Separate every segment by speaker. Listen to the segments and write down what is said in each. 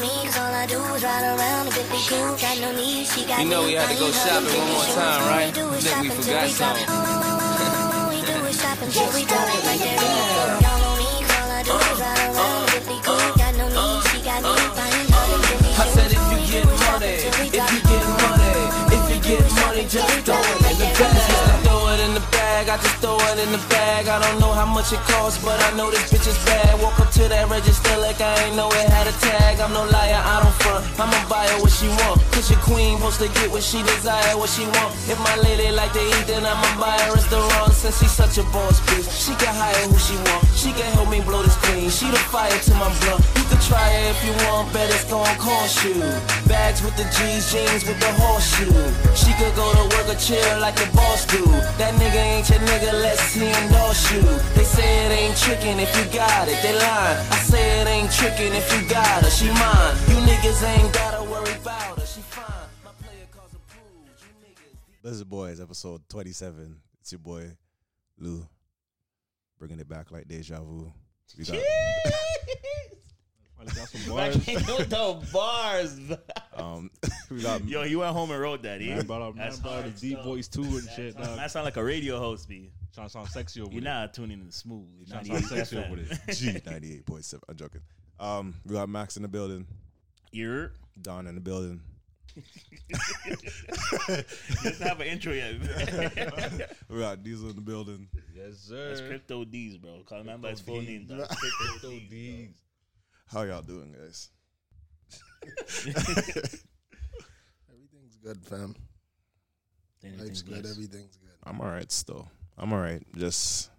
Speaker 1: my dudes ride around a bit of shoes. Got no need, she got
Speaker 2: You know we had to go shopping one more time, right? Think we forgot something. I said if you get money, if you get money, if you get money, just throw it in the bag. Just to throw it in the bag, I just throw it in the bag. I don't know how much it costs, but I know this bitch is bad. Walk up to that register like I ain't know it had a tag. I'm no liar, I don't front. I'ma buy her what she want. Cause your queen supposed to get what she desire, what she want. If my lady like to eat, then I'ma buy her restaurant. Since she's such a boss bitch, she can hire who she want. She can help me blow this clean. She the fire to my blunt. You can try her if you want, bet it's gon' cost you. Bags with the G's, jeans with the horseshoe. She could go to work or chill like the boss do. That nigga ain't your nigga, let's see endorse you. They say it ain't trickin' if you got it, they lying. I say it ain't trickin' if you got her, she mine. You niggas ain't gotta worry about her, she fine. My player calls a pool, you niggas.
Speaker 3: This is Boys, episode 27. It's your boy, Lou. Bringing it back like deja vu. We got,
Speaker 4: Probably got some
Speaker 5: Like,
Speaker 4: bars.
Speaker 5: the bars. bro.
Speaker 3: um, we got
Speaker 6: Yo, he went home and wrote that. He,
Speaker 4: Man brought up, man
Speaker 6: that's
Speaker 4: brought
Speaker 6: hard.
Speaker 4: up his deep
Speaker 6: though.
Speaker 4: voice too and shit. Dog.
Speaker 6: That sound like a radio host, B.
Speaker 4: Trying to sound sexy over
Speaker 6: You're
Speaker 4: there.
Speaker 6: not tuning in smooth. You're
Speaker 4: Trying
Speaker 6: not
Speaker 4: to sound
Speaker 6: even-
Speaker 4: sexy over there.
Speaker 3: G98.7. I'm joking. Um, we got Max in the building,
Speaker 6: You're.
Speaker 3: Don in the building.
Speaker 6: You don't have an intro yet.
Speaker 3: We got Diesel in the building.
Speaker 4: Yes,
Speaker 6: That's
Speaker 4: sir.
Speaker 6: Crypto D's, bro. Call him by his full name. dog.
Speaker 4: Crypto
Speaker 6: Crypto D's.
Speaker 4: D's.
Speaker 3: How y'all doing, guys?
Speaker 7: Everything's good, fam. Life's
Speaker 6: Everything's
Speaker 7: good.
Speaker 6: blessed.
Speaker 7: Everything's good.
Speaker 3: I'm all right still. I'm all right. Just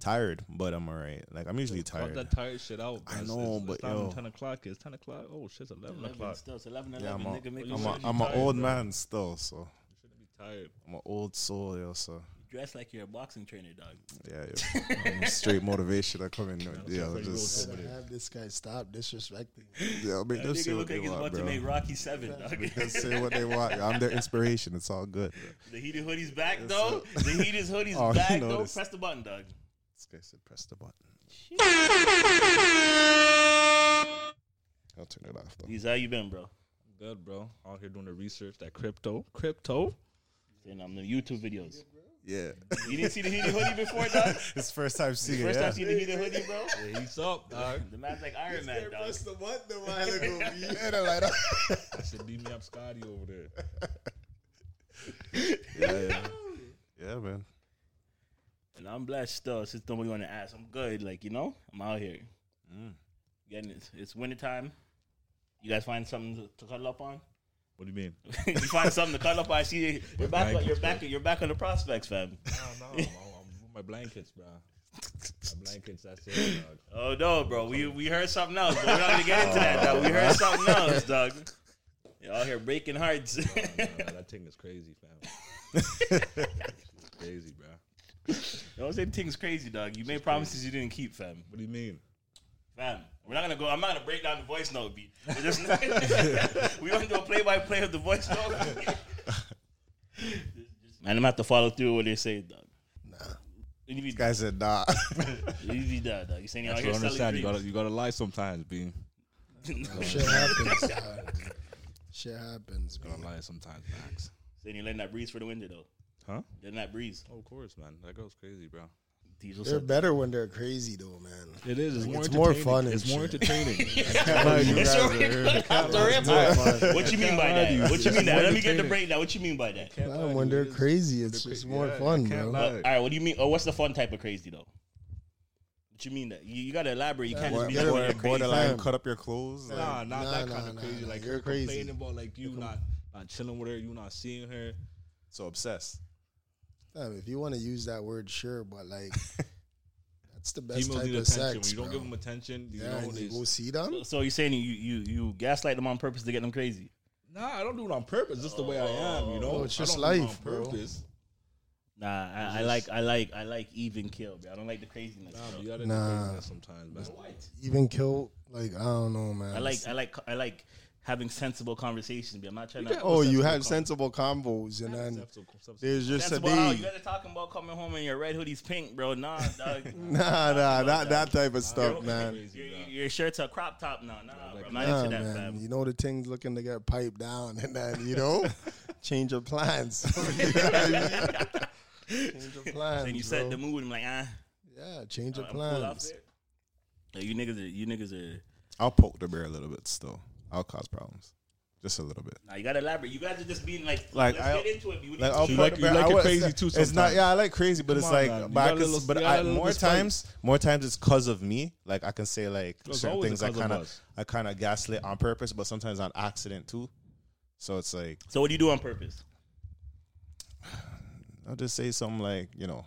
Speaker 3: tired, but I'm all right. Like, I'm usually
Speaker 4: Fuck
Speaker 3: tired.
Speaker 4: that tired shit out.
Speaker 3: I
Speaker 4: man. It's-
Speaker 3: know,
Speaker 4: it's- it's
Speaker 3: but
Speaker 4: not even
Speaker 3: yo.
Speaker 4: ten o'clock. It's ten o'clock. Oh shit, it's eleven,
Speaker 6: Eleven
Speaker 4: o'clock.
Speaker 6: still. It's eleven.
Speaker 3: Yeah, I'm,
Speaker 6: Eleven.
Speaker 3: a,
Speaker 6: Nigga, make
Speaker 3: I'm,
Speaker 6: him
Speaker 3: a,
Speaker 4: said you
Speaker 3: I'm an
Speaker 4: tired,
Speaker 3: old
Speaker 4: bro.
Speaker 3: man still, so
Speaker 4: You shouldn't be tired.
Speaker 3: I'm an old soul, yo. So
Speaker 6: dress like you're a boxing trainer, dog.
Speaker 3: yeah, yo. I'm straight motivation. I come in, yeah,
Speaker 4: sounds like
Speaker 3: just
Speaker 4: Over
Speaker 7: Gotta
Speaker 4: there.
Speaker 7: have this guy stop disrespecting.
Speaker 3: yeah, make them
Speaker 6: That
Speaker 3: say
Speaker 6: nigga
Speaker 3: what
Speaker 6: look
Speaker 3: they
Speaker 6: like he's
Speaker 3: want,
Speaker 6: about to
Speaker 3: bro.
Speaker 6: make Rocky Seven, dog.
Speaker 3: Make them say what they want. I'm their inspiration. It's all good. bro.
Speaker 6: The heated hoodie's back
Speaker 3: Yes,
Speaker 6: though.
Speaker 3: sir.
Speaker 6: The heated hoodie's
Speaker 3: Oh, you
Speaker 6: back
Speaker 3: know
Speaker 6: though.
Speaker 3: this.
Speaker 6: Press the button, dog.
Speaker 3: This guy said, press the button. I'll turn it off though.
Speaker 6: These how you been, bro?
Speaker 4: Good, bro. Out here doing the research. That crypto, crypto.
Speaker 6: And I'm the YouTube videos.
Speaker 3: Yeah,
Speaker 6: You didn't see the heated hoodie before, dog.
Speaker 3: it's first time seeing it.
Speaker 6: First
Speaker 3: yeah.
Speaker 6: time seeing the heated hoodie, bro.
Speaker 4: Yeah, he's up, dog.
Speaker 6: The man's like Iron Man, dog.
Speaker 7: the button a while ago.
Speaker 3: Yeah, they're like that.
Speaker 4: I said, beat me up, Scotty, over there.
Speaker 3: yeah, yeah. yeah, man.
Speaker 6: And I'm blessed still. Since nobody want to ask, I'm good. Like you know, I'm out here. Getting it. It's winter time. You guys find something to, to cuddle up on?
Speaker 4: What do you mean?
Speaker 6: you find something to cuddle up on? I see you're back.
Speaker 4: blankets,
Speaker 6: You're back. You're back on the prospects, fam.
Speaker 4: No, no, I'm, I'm with my blankets, bro. My blankets. That's it, dog.
Speaker 6: Oh no, bro. We we heard something else. But we're not gonna get into that. Dog. We heard something else, dog. You're out here breaking hearts.
Speaker 4: Nah, nah, Uh, that thing is crazy, fam. It's crazy, bro.
Speaker 6: Don't say things crazy, dog. You made promises you didn't keep, fam.
Speaker 4: What do you mean?
Speaker 6: Fam, we're not gonna go. I'm not gonna break down the voice note beat. We're just- we want to do a play-by-play of the voice note. Man, I'm gonna have to follow through what they say, dog.
Speaker 7: Nah,
Speaker 6: You be,
Speaker 3: Guy said, nah.
Speaker 6: you be that, dog. You saying you're out
Speaker 4: That's
Speaker 6: here
Speaker 4: what I understand.
Speaker 6: selling
Speaker 4: You gotta,
Speaker 6: dreams.
Speaker 4: you gotta lie sometimes, B.
Speaker 7: shit happens. dog. Shit happens.
Speaker 4: You gotta
Speaker 7: man.
Speaker 4: lie sometimes, Max.
Speaker 6: Saying you're letting that breeze for the window, though.
Speaker 4: Huh?
Speaker 6: Letting that breeze.
Speaker 4: Oh, of course, man. That goes crazy, bro.
Speaker 6: Diesel
Speaker 7: They're
Speaker 6: said,
Speaker 7: better when they're crazy, though, man.
Speaker 4: It is. It's,
Speaker 7: Like,
Speaker 4: more,
Speaker 7: it's more
Speaker 4: entertaining.
Speaker 7: fun and
Speaker 4: It's more
Speaker 7: shit.
Speaker 4: entertaining.
Speaker 6: It's already cut off the rip. What you mean by that? What you mean that? Let me get the
Speaker 4: Entertaining.
Speaker 6: breakdown. What you mean by that?
Speaker 4: Can't
Speaker 7: Nah,
Speaker 4: lie,
Speaker 7: when
Speaker 4: dude.
Speaker 7: they're
Speaker 4: It's-
Speaker 7: crazy, it's
Speaker 4: they're
Speaker 7: just
Speaker 4: cra-
Speaker 7: more
Speaker 4: yeah,
Speaker 7: fun,
Speaker 4: can't
Speaker 7: bro.
Speaker 4: lie.
Speaker 6: All right, what do you mean? Oh, what's the fun type of crazy though? What you mean that you, you gotta elaborate? You can't just be
Speaker 3: Border-
Speaker 6: like, crazy.
Speaker 3: borderline,
Speaker 7: fam.
Speaker 3: cut up your clothes. like-
Speaker 4: Nah, not
Speaker 7: Nah,
Speaker 4: that
Speaker 7: nah,
Speaker 4: kind of
Speaker 7: nah,
Speaker 4: crazy.
Speaker 7: nah,
Speaker 4: like
Speaker 7: you're
Speaker 4: you're
Speaker 7: crazy.
Speaker 4: complaining about like you not not chilling with her, you not seeing her.
Speaker 3: so obsessed.
Speaker 7: Damn, if you want to use that word, sure, but like, that's the best
Speaker 4: Females
Speaker 7: type
Speaker 4: need
Speaker 7: of
Speaker 4: attention.
Speaker 7: sex.
Speaker 4: when you don't
Speaker 7: bro.
Speaker 4: give them attention, you
Speaker 7: yeah,
Speaker 4: know
Speaker 7: and you
Speaker 4: it's-
Speaker 7: go see them.
Speaker 6: So you're saying you you you gaslight them on purpose to get them crazy?
Speaker 4: Nah, I don't do it on purpose. Just the way I am, you know.
Speaker 7: Oh, No, it's
Speaker 4: I
Speaker 7: just
Speaker 4: don't do it
Speaker 7: life, bro.
Speaker 4: on purpose.
Speaker 6: Nah, I, I like I like I like even kill, bro. I don't like the craziness.
Speaker 4: Nah, but
Speaker 6: Bro.
Speaker 4: you gotta do
Speaker 7: Nah.
Speaker 4: craziness sometimes, man.
Speaker 7: Even kill, like I don't know, man.
Speaker 6: I like I like I like having sensible conversations. B. I'm not trying to.
Speaker 7: Oh, you had sensible combos, and then there's your
Speaker 6: That's about
Speaker 4: oh,
Speaker 6: how oh, you
Speaker 7: Sabine.
Speaker 6: guys are talking about coming home and your red hoodie's pink, bro. Nah, dog.
Speaker 7: Nah, nah, that that type of stuff, man.
Speaker 6: your, your- your shirt's a crop top now. Nah, bro. I'm not
Speaker 7: Nah,
Speaker 6: into that,
Speaker 7: Oh, man.
Speaker 6: fam.
Speaker 7: You know the things looking to get piped down, and then you know, change your plans. You know what I mean? Change your plans.
Speaker 6: Then you
Speaker 7: bro.
Speaker 6: set the mood. I'm like, ah,
Speaker 7: Yeah, change your
Speaker 6: I'm cool out
Speaker 7: plans.
Speaker 6: there. Like, you niggas, are, you niggas are.
Speaker 3: I'll poke the bear a little bit still. I'll cause problems, just a little bit.
Speaker 6: Nah, you gotta elaborate. You guys are just being like,
Speaker 3: Like,
Speaker 6: let's
Speaker 3: I-
Speaker 6: get into it. B. What do
Speaker 3: Like
Speaker 6: you
Speaker 3: I'll
Speaker 6: think?
Speaker 4: You
Speaker 3: put
Speaker 4: like-
Speaker 3: the
Speaker 4: you
Speaker 3: bear-
Speaker 4: like
Speaker 3: I
Speaker 4: it
Speaker 3: would-
Speaker 4: crazy too
Speaker 3: It's not
Speaker 4: sometimes.
Speaker 3: yeah, I like crazy, but
Speaker 4: Come
Speaker 3: it's
Speaker 4: on,
Speaker 3: like
Speaker 4: man. You
Speaker 3: but, I
Speaker 4: got a
Speaker 3: can-
Speaker 4: little-
Speaker 3: but
Speaker 4: you got a
Speaker 3: I,
Speaker 4: little
Speaker 3: more
Speaker 4: spite.
Speaker 3: times more times it's cause of me. Like I can say like
Speaker 4: It's
Speaker 3: certain
Speaker 4: always
Speaker 3: things I
Speaker 4: because of
Speaker 3: kind of
Speaker 4: us.
Speaker 3: I kind of gaslit on purpose, but sometimes on accident too. So it's like
Speaker 6: so what do you do on purpose?
Speaker 3: I'll just say something like you know.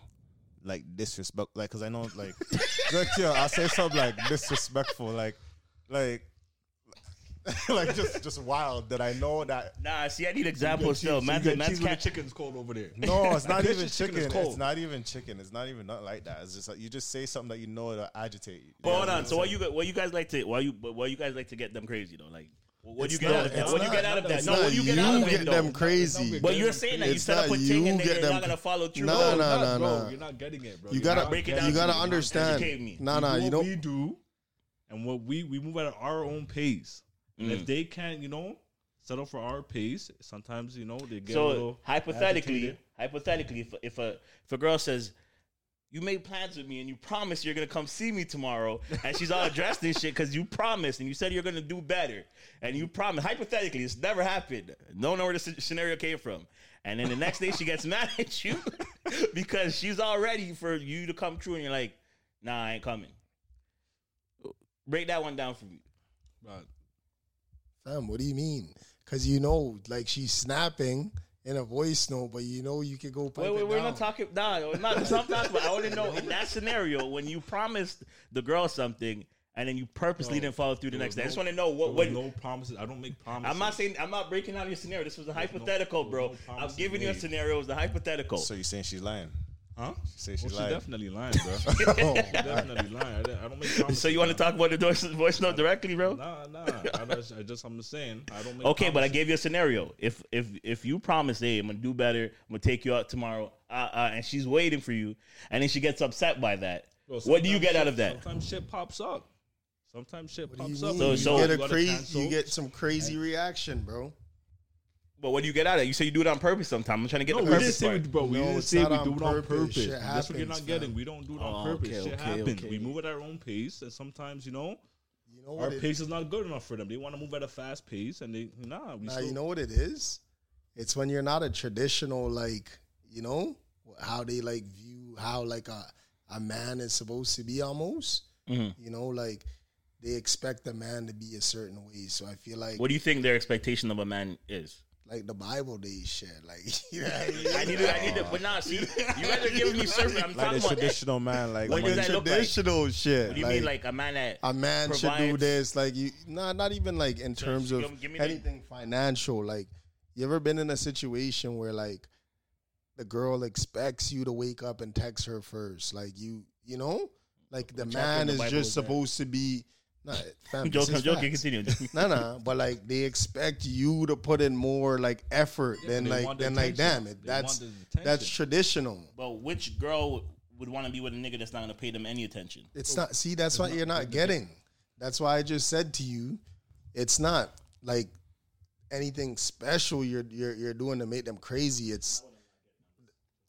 Speaker 3: Like disrespect, like because I know, like, like yeah, I'll say something like disrespectful, like, like, like just just wild that I know that
Speaker 6: Nah, see, I need examples still.
Speaker 4: Man,
Speaker 6: Man's, man's
Speaker 4: the
Speaker 6: can't.
Speaker 4: chicken's cold over there.
Speaker 3: No, it's not
Speaker 4: guess
Speaker 3: even
Speaker 4: your chicken
Speaker 3: chicken.
Speaker 4: is
Speaker 3: It's
Speaker 4: cold.
Speaker 3: not even chicken. It's not even not like that. It's just like you just say something that you know that agitate you.
Speaker 6: But hold on. So what you gu- what you guys like to what you but what you guys like to get them crazy though? Like what what do you
Speaker 3: It's
Speaker 6: get
Speaker 3: not-
Speaker 6: out of that?
Speaker 3: it's
Speaker 6: What do you
Speaker 3: not-
Speaker 6: get out of that?
Speaker 3: it's
Speaker 6: No,
Speaker 7: not
Speaker 6: what do you get
Speaker 7: you
Speaker 6: out of
Speaker 7: get
Speaker 6: it
Speaker 7: them
Speaker 6: though?
Speaker 7: crazy.
Speaker 6: But you're saying that you
Speaker 7: It's
Speaker 6: set up a
Speaker 7: not
Speaker 6: thing
Speaker 7: you
Speaker 6: and then
Speaker 7: get
Speaker 6: you're
Speaker 7: them-
Speaker 6: not gonna follow through.
Speaker 7: Nah,
Speaker 6: Oh,
Speaker 7: nah.
Speaker 4: Not, bro,
Speaker 7: nah.
Speaker 4: You're not getting it, bro.
Speaker 7: You
Speaker 4: You're
Speaker 7: gotta
Speaker 4: not
Speaker 6: break it
Speaker 4: getting
Speaker 6: down
Speaker 7: You
Speaker 6: to
Speaker 7: gotta
Speaker 6: me.
Speaker 7: understand.
Speaker 6: Educate me.
Speaker 7: Nah, nah.
Speaker 4: do
Speaker 7: You
Speaker 4: what
Speaker 7: don't.
Speaker 4: we do, and what we we move at our own pace. And
Speaker 7: Mm.
Speaker 4: if they can't, you know, settle for our pace, sometimes you know they get a
Speaker 6: So
Speaker 4: little
Speaker 6: hypothetically,
Speaker 4: agitated.
Speaker 6: hypothetically, if, if a if a girl says, "You made plans with me and you promised you're gonna come see me tomorrow," and she's all dressed and shit because you promised and you said you're gonna do better and you promised. Hypothetically, it's never happened. Don't know where this scenario came from. And then the next day she gets mad at you because she's all ready for you to come true and you're like, "Nah, I ain't coming." Break that one down for me.
Speaker 4: Bro,
Speaker 7: Fam, what do you mean? Because you know, like she's snapping in a voice note, but you know you could go. Pipe
Speaker 6: Wait, wait,
Speaker 7: it
Speaker 6: we're not
Speaker 7: down.
Speaker 6: talking. Nah, we're not, that's not talking about. I want to know in that scenario when you promised the girl something and then you purposely
Speaker 4: No,
Speaker 6: didn't follow through the
Speaker 4: there
Speaker 6: next day.
Speaker 4: was
Speaker 6: I just
Speaker 4: no-
Speaker 6: want to know
Speaker 4: there
Speaker 6: what.
Speaker 4: was
Speaker 6: what
Speaker 4: no promises. I don't make promises.
Speaker 6: I'm not saying I'm not breaking down your scenario. This was a
Speaker 4: was no-
Speaker 6: hypothetical,
Speaker 4: there
Speaker 6: bro.
Speaker 4: was no
Speaker 6: I'm
Speaker 4: promises
Speaker 6: giving you a
Speaker 4: made.
Speaker 6: scenario. It was the hypothetical.
Speaker 3: So you saying she's lying?
Speaker 4: huh?
Speaker 3: She say she's
Speaker 4: Well, she's
Speaker 3: lying.
Speaker 4: definitely lying, bro. She's
Speaker 7: Oh,
Speaker 4: definitely lying. I, don't- I don't make promises.
Speaker 6: So you want to talk about the voice, voice note directly, bro?
Speaker 4: Nah, nah. I, just, I just, I'm saying. I don't make.
Speaker 6: Okay, but I
Speaker 4: promises.
Speaker 6: gave you a scenario. If if if you promise, hey, I'm gonna do better. I'm gonna take you out tomorrow, uh, uh, and she's waiting for you, and then she gets upset by that.
Speaker 4: Bro,
Speaker 6: what do you
Speaker 4: sometimes
Speaker 6: get out
Speaker 4: shit-
Speaker 6: of that?
Speaker 4: Sometimes shit pops up. Sometimes shit
Speaker 7: What do
Speaker 4: pops
Speaker 7: you
Speaker 4: up.
Speaker 7: mean?
Speaker 6: So-
Speaker 7: you
Speaker 6: so-
Speaker 7: get a
Speaker 4: gotta
Speaker 7: crazy,
Speaker 4: cancel.
Speaker 7: you get some crazy reaction, bro.
Speaker 6: But what do you get out of it? You say you do it on purpose. Sometimes I'm trying to get
Speaker 4: No,
Speaker 6: the
Speaker 4: we
Speaker 6: purpose
Speaker 4: didn't say we,
Speaker 6: part.
Speaker 4: bro, we
Speaker 7: No,
Speaker 4: didn't
Speaker 7: it's
Speaker 4: say
Speaker 7: not
Speaker 4: we
Speaker 7: on
Speaker 4: do it on
Speaker 7: purpose.
Speaker 4: purpose.
Speaker 7: Shit
Speaker 4: That's what you're
Speaker 7: happens,
Speaker 4: not getting.
Speaker 7: man.
Speaker 4: We don't do it on
Speaker 6: Oh,
Speaker 4: purpose.
Speaker 6: okay,
Speaker 4: Shit
Speaker 6: okay,
Speaker 4: happens.
Speaker 6: okay.
Speaker 4: We move at our own pace, and sometimes you know
Speaker 7: You know
Speaker 4: our
Speaker 7: what? It,
Speaker 4: pace is not good enough for them. They want to move at a fast pace, and they nah. We
Speaker 7: nah,
Speaker 4: still,
Speaker 7: you know what it is. It's when you're not a traditional, like you know how they like view how like a a man is supposed to be almost.
Speaker 4: Mm-hmm.
Speaker 7: You know, like they expect a man to be a certain way. So I feel like
Speaker 6: What do you think their expectation of a man is?
Speaker 7: like the Bible days shit. Like you know what I mean?
Speaker 6: I need to, I need to, but nah, see, you guys are giving me service. I'm
Speaker 3: Like
Speaker 6: talking
Speaker 3: a
Speaker 6: about.
Speaker 3: traditional man, like
Speaker 6: What
Speaker 3: when
Speaker 6: does
Speaker 3: you-
Speaker 6: that look like?
Speaker 7: traditional shit.
Speaker 6: What do you mean, like a man that?
Speaker 7: a man should do
Speaker 6: provides-
Speaker 7: this? Like you, nah, not even like in terms
Speaker 6: give
Speaker 7: of
Speaker 6: me- give me the-
Speaker 7: anything financial. Like you ever been in a situation where like the girl expects you to wake up and text her first? Like you, you know, like the
Speaker 6: chapter in
Speaker 7: man
Speaker 6: the
Speaker 7: is
Speaker 6: Bible
Speaker 7: just
Speaker 6: is that?
Speaker 7: supposed to be. Nah, fam,
Speaker 6: I'm
Speaker 7: this
Speaker 6: joking.
Speaker 7: is
Speaker 6: I'm joking.
Speaker 7: facts.
Speaker 6: Continue.
Speaker 7: No, no, but like they expect you to put in more like effort than
Speaker 4: they
Speaker 7: like
Speaker 4: want the
Speaker 7: than like
Speaker 4: attention.
Speaker 7: damn it.
Speaker 4: They
Speaker 7: That's
Speaker 4: want the
Speaker 7: that's
Speaker 4: attention.
Speaker 7: traditional.
Speaker 6: but which girl would want to be with a nigga that's not gonna pay them any attention?
Speaker 7: Oh, It's not. See, that's what you're not getting. That's why I just said to you, it's not like anything special you're you're you're doing to make them crazy. It's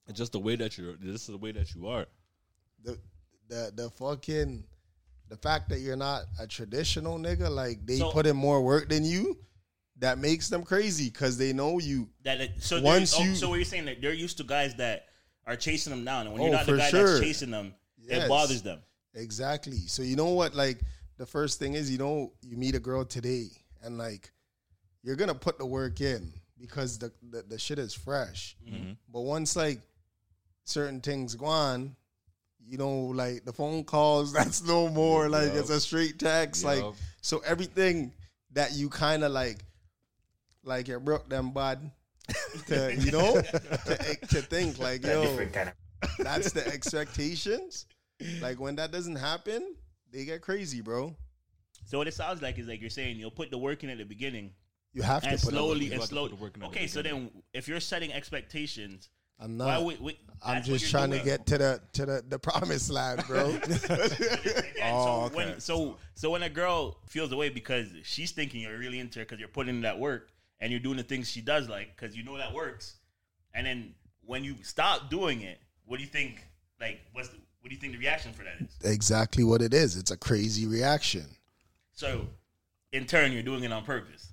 Speaker 4: it's just the way that you're. This is the way that you are.
Speaker 7: the the the fucking the fact that you're not a traditional nigga. Like they
Speaker 6: So-
Speaker 7: put in more work than you. That makes them crazy because they know you.
Speaker 6: That it- so
Speaker 7: Once
Speaker 6: once oh,
Speaker 7: you-
Speaker 6: so what you're saying that they're used to guys that are chasing them down, and when
Speaker 7: Oh,
Speaker 6: you're not the
Speaker 7: for
Speaker 6: guy
Speaker 7: sure.
Speaker 6: that's chasing them,
Speaker 7: Yes.
Speaker 6: it bothers them.
Speaker 7: Exactly. So you know what? Like the first thing is, you know, you meet a girl today, and like you're gonna put the work in because the the, the shit is fresh. But once like certain things gone, you know, like the phone calls, that's no more. Like it's a straight text. Like
Speaker 4: Yup.
Speaker 7: so everything that you kind of like, like you broke them bad. to, you know, to, to think like yo, that's the expectations. Like when that doesn't happen, they get crazy, bro.
Speaker 6: So what it sounds like is like you're saying you'll put the work in at the beginning
Speaker 7: You have to
Speaker 6: and
Speaker 7: put slowly.
Speaker 6: slowly
Speaker 4: You
Speaker 6: and
Speaker 4: have to
Speaker 6: slowly.
Speaker 4: put the work in at the
Speaker 6: Okay, so then if you're setting expectations,
Speaker 7: I'm
Speaker 6: why
Speaker 7: not.
Speaker 6: would, would
Speaker 7: I'm
Speaker 6: that's what
Speaker 7: just
Speaker 6: you're
Speaker 7: trying to
Speaker 6: doing.
Speaker 7: get to the to the, the promised land, bro.
Speaker 6: Yeah, so
Speaker 3: Oh, okay.
Speaker 6: when so so when a girl feels away because she's thinking you're really into her because you're putting in that work and you're doing the things she does like because you know that works, and then when you stop doing it, what do you think? Like, what's the, what do you think the reaction for that is?
Speaker 7: exactly what it is. It's a crazy reaction.
Speaker 6: So, in turn, you're doing it on purpose.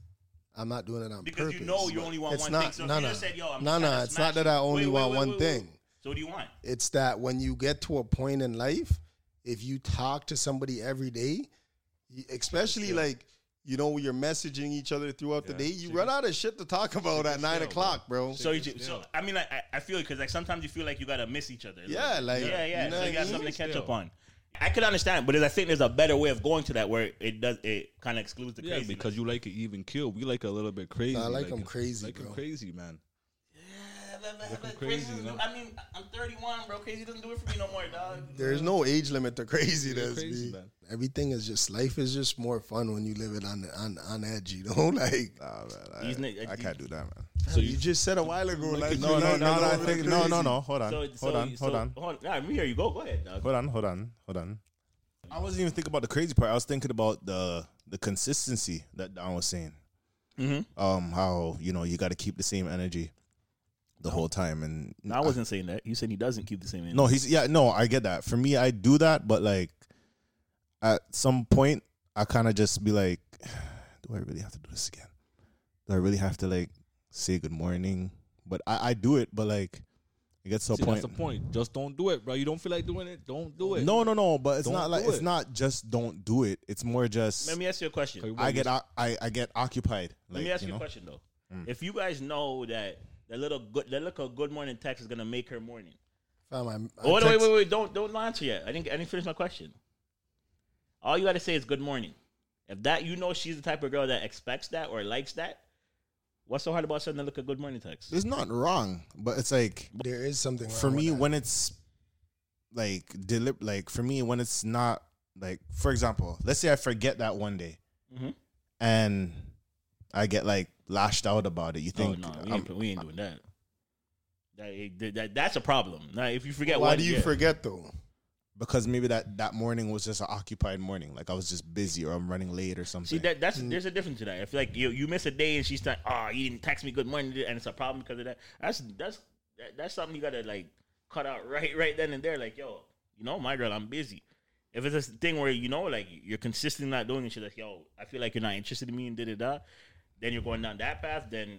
Speaker 7: I'm not doing it on
Speaker 6: Because
Speaker 7: purpose.
Speaker 6: you know you
Speaker 7: but
Speaker 6: only want
Speaker 7: it's
Speaker 6: one
Speaker 7: not,
Speaker 6: thing. So if
Speaker 7: no,
Speaker 6: you
Speaker 7: no.
Speaker 6: just said, "Yo, I'm
Speaker 7: no,
Speaker 6: just
Speaker 7: no,"
Speaker 6: trying to
Speaker 7: it's not
Speaker 6: smash
Speaker 7: that I
Speaker 6: you. Wait,
Speaker 7: only
Speaker 6: wait,
Speaker 7: want
Speaker 6: wait,
Speaker 7: one
Speaker 6: wait, wait.
Speaker 7: thing.
Speaker 6: So, what do you want?
Speaker 7: It's that when you get to a point in life, if you talk to somebody every day, you- especially like you know you're messaging each other throughout the day, you run out of shit to talk about at nine o'clock, bro.
Speaker 6: So, you ju- so I mean, like, I, I feel because like sometimes you feel like you gotta miss each other.
Speaker 7: Yeah, like,
Speaker 6: yeah, yeah.
Speaker 7: you know
Speaker 6: so
Speaker 7: what
Speaker 6: you got
Speaker 7: I mean?
Speaker 6: something to catch
Speaker 4: Still.
Speaker 6: up on. I could understand, but I think there's a better way of going to that where it does it kind of excludes the
Speaker 4: Yeah,
Speaker 6: crazy.
Speaker 4: because you like it even kill. We like it a little bit crazy.
Speaker 7: I like 'em crazy,
Speaker 4: Like 'em
Speaker 7: bro.
Speaker 4: crazy, man.
Speaker 6: crazy.
Speaker 4: crazy, no?
Speaker 6: I mean, I'm 31, bro. Crazy doesn't do it for me no more, dog.
Speaker 7: There's no age limit to craziness.
Speaker 4: crazy,
Speaker 7: B.
Speaker 4: man.
Speaker 7: Everything is just life is just more fun when you live it on on on edge. You know, like
Speaker 3: Nah, man, I,
Speaker 6: These ni-
Speaker 3: I can't do that, man.
Speaker 7: so you, just said a while ago. Like
Speaker 3: No, no,
Speaker 7: you like
Speaker 3: no,
Speaker 7: it
Speaker 3: no, I
Speaker 7: over
Speaker 3: think,
Speaker 7: the
Speaker 3: no,
Speaker 7: crazy.
Speaker 3: no, no. Hold on,
Speaker 6: So, so,
Speaker 3: hold on,
Speaker 6: so,
Speaker 3: hold on,
Speaker 6: Hold on. I'm here. You go. Go ahead, dog.
Speaker 3: hold on, hold on, hold on. I wasn't even thinking about the crazy part. I was thinking about the the consistency that Don was saying.
Speaker 4: Mm-hmm.
Speaker 3: Um, how you know you got to keep the same energy the whole time, and
Speaker 6: No, I wasn't saying that. You said he doesn't keep the same. energy.
Speaker 3: No, he's yeah, no, I get that. For me, I do that, but like at some point, I kind of just be like, do I really have to do this again? Do I really have to like say good morning? But I, I do it, but like it gets to
Speaker 4: See,
Speaker 3: a point.
Speaker 4: that's the point. Just don't do it, bro. You don't feel like doing it. Don't do it.
Speaker 3: No, no, no. But it's
Speaker 4: Don't
Speaker 3: not like
Speaker 4: do
Speaker 3: it's
Speaker 4: it.
Speaker 3: not just don't do it. It's more just
Speaker 6: Let me ask you a question.
Speaker 4: Okay,
Speaker 3: I
Speaker 4: what
Speaker 3: get
Speaker 4: you-
Speaker 3: o- I I get occupied. Like,
Speaker 6: Let me ask
Speaker 3: you
Speaker 6: you,
Speaker 3: know? Mm.
Speaker 6: a question though. If you guys know that the little good, the little good morning text is gonna make her morning.
Speaker 7: Fam, I'm- I
Speaker 6: Oh, wait, wait,
Speaker 7: text-
Speaker 6: wait, wait! Don't don't answer yet. I didn't I didn't finish my question. All you gotta say is good morning. If that you know she's the type of girl that expects that or likes that, what's so hard about sending a look a good morning text?
Speaker 3: It's not wrong, but it's like
Speaker 7: There is something
Speaker 3: for
Speaker 7: wrong with
Speaker 3: me
Speaker 7: that.
Speaker 3: when it's like delib like for me when it's not like for example let's say i forget that one day
Speaker 6: Mhm.
Speaker 3: and i get like lashed out about it you
Speaker 6: Oh
Speaker 3: think um,
Speaker 6: no, we
Speaker 3: I'm-
Speaker 6: ain't, we ain't doing that. That, that. that's a problem. Now, if you forget,
Speaker 7: Why
Speaker 6: one
Speaker 7: do you
Speaker 6: year-
Speaker 7: forget though?
Speaker 3: because maybe that that morning was just an occupied morning like i was just busy or i'm running late or something
Speaker 6: See that that's
Speaker 7: Mm.
Speaker 6: there's a difference to that. If like you you miss a day and she's like, oh, you didn't text me good morning, and it's a problem because of that. That's that's that, that's something you gotta like cut out right right then and there. Like yo, you know my girl, I'm busy. If it's a thing where you know like you're consistently not doing it, she's like, yo, I feel like you're not interested in me and da da da. Then you're going down that path. Then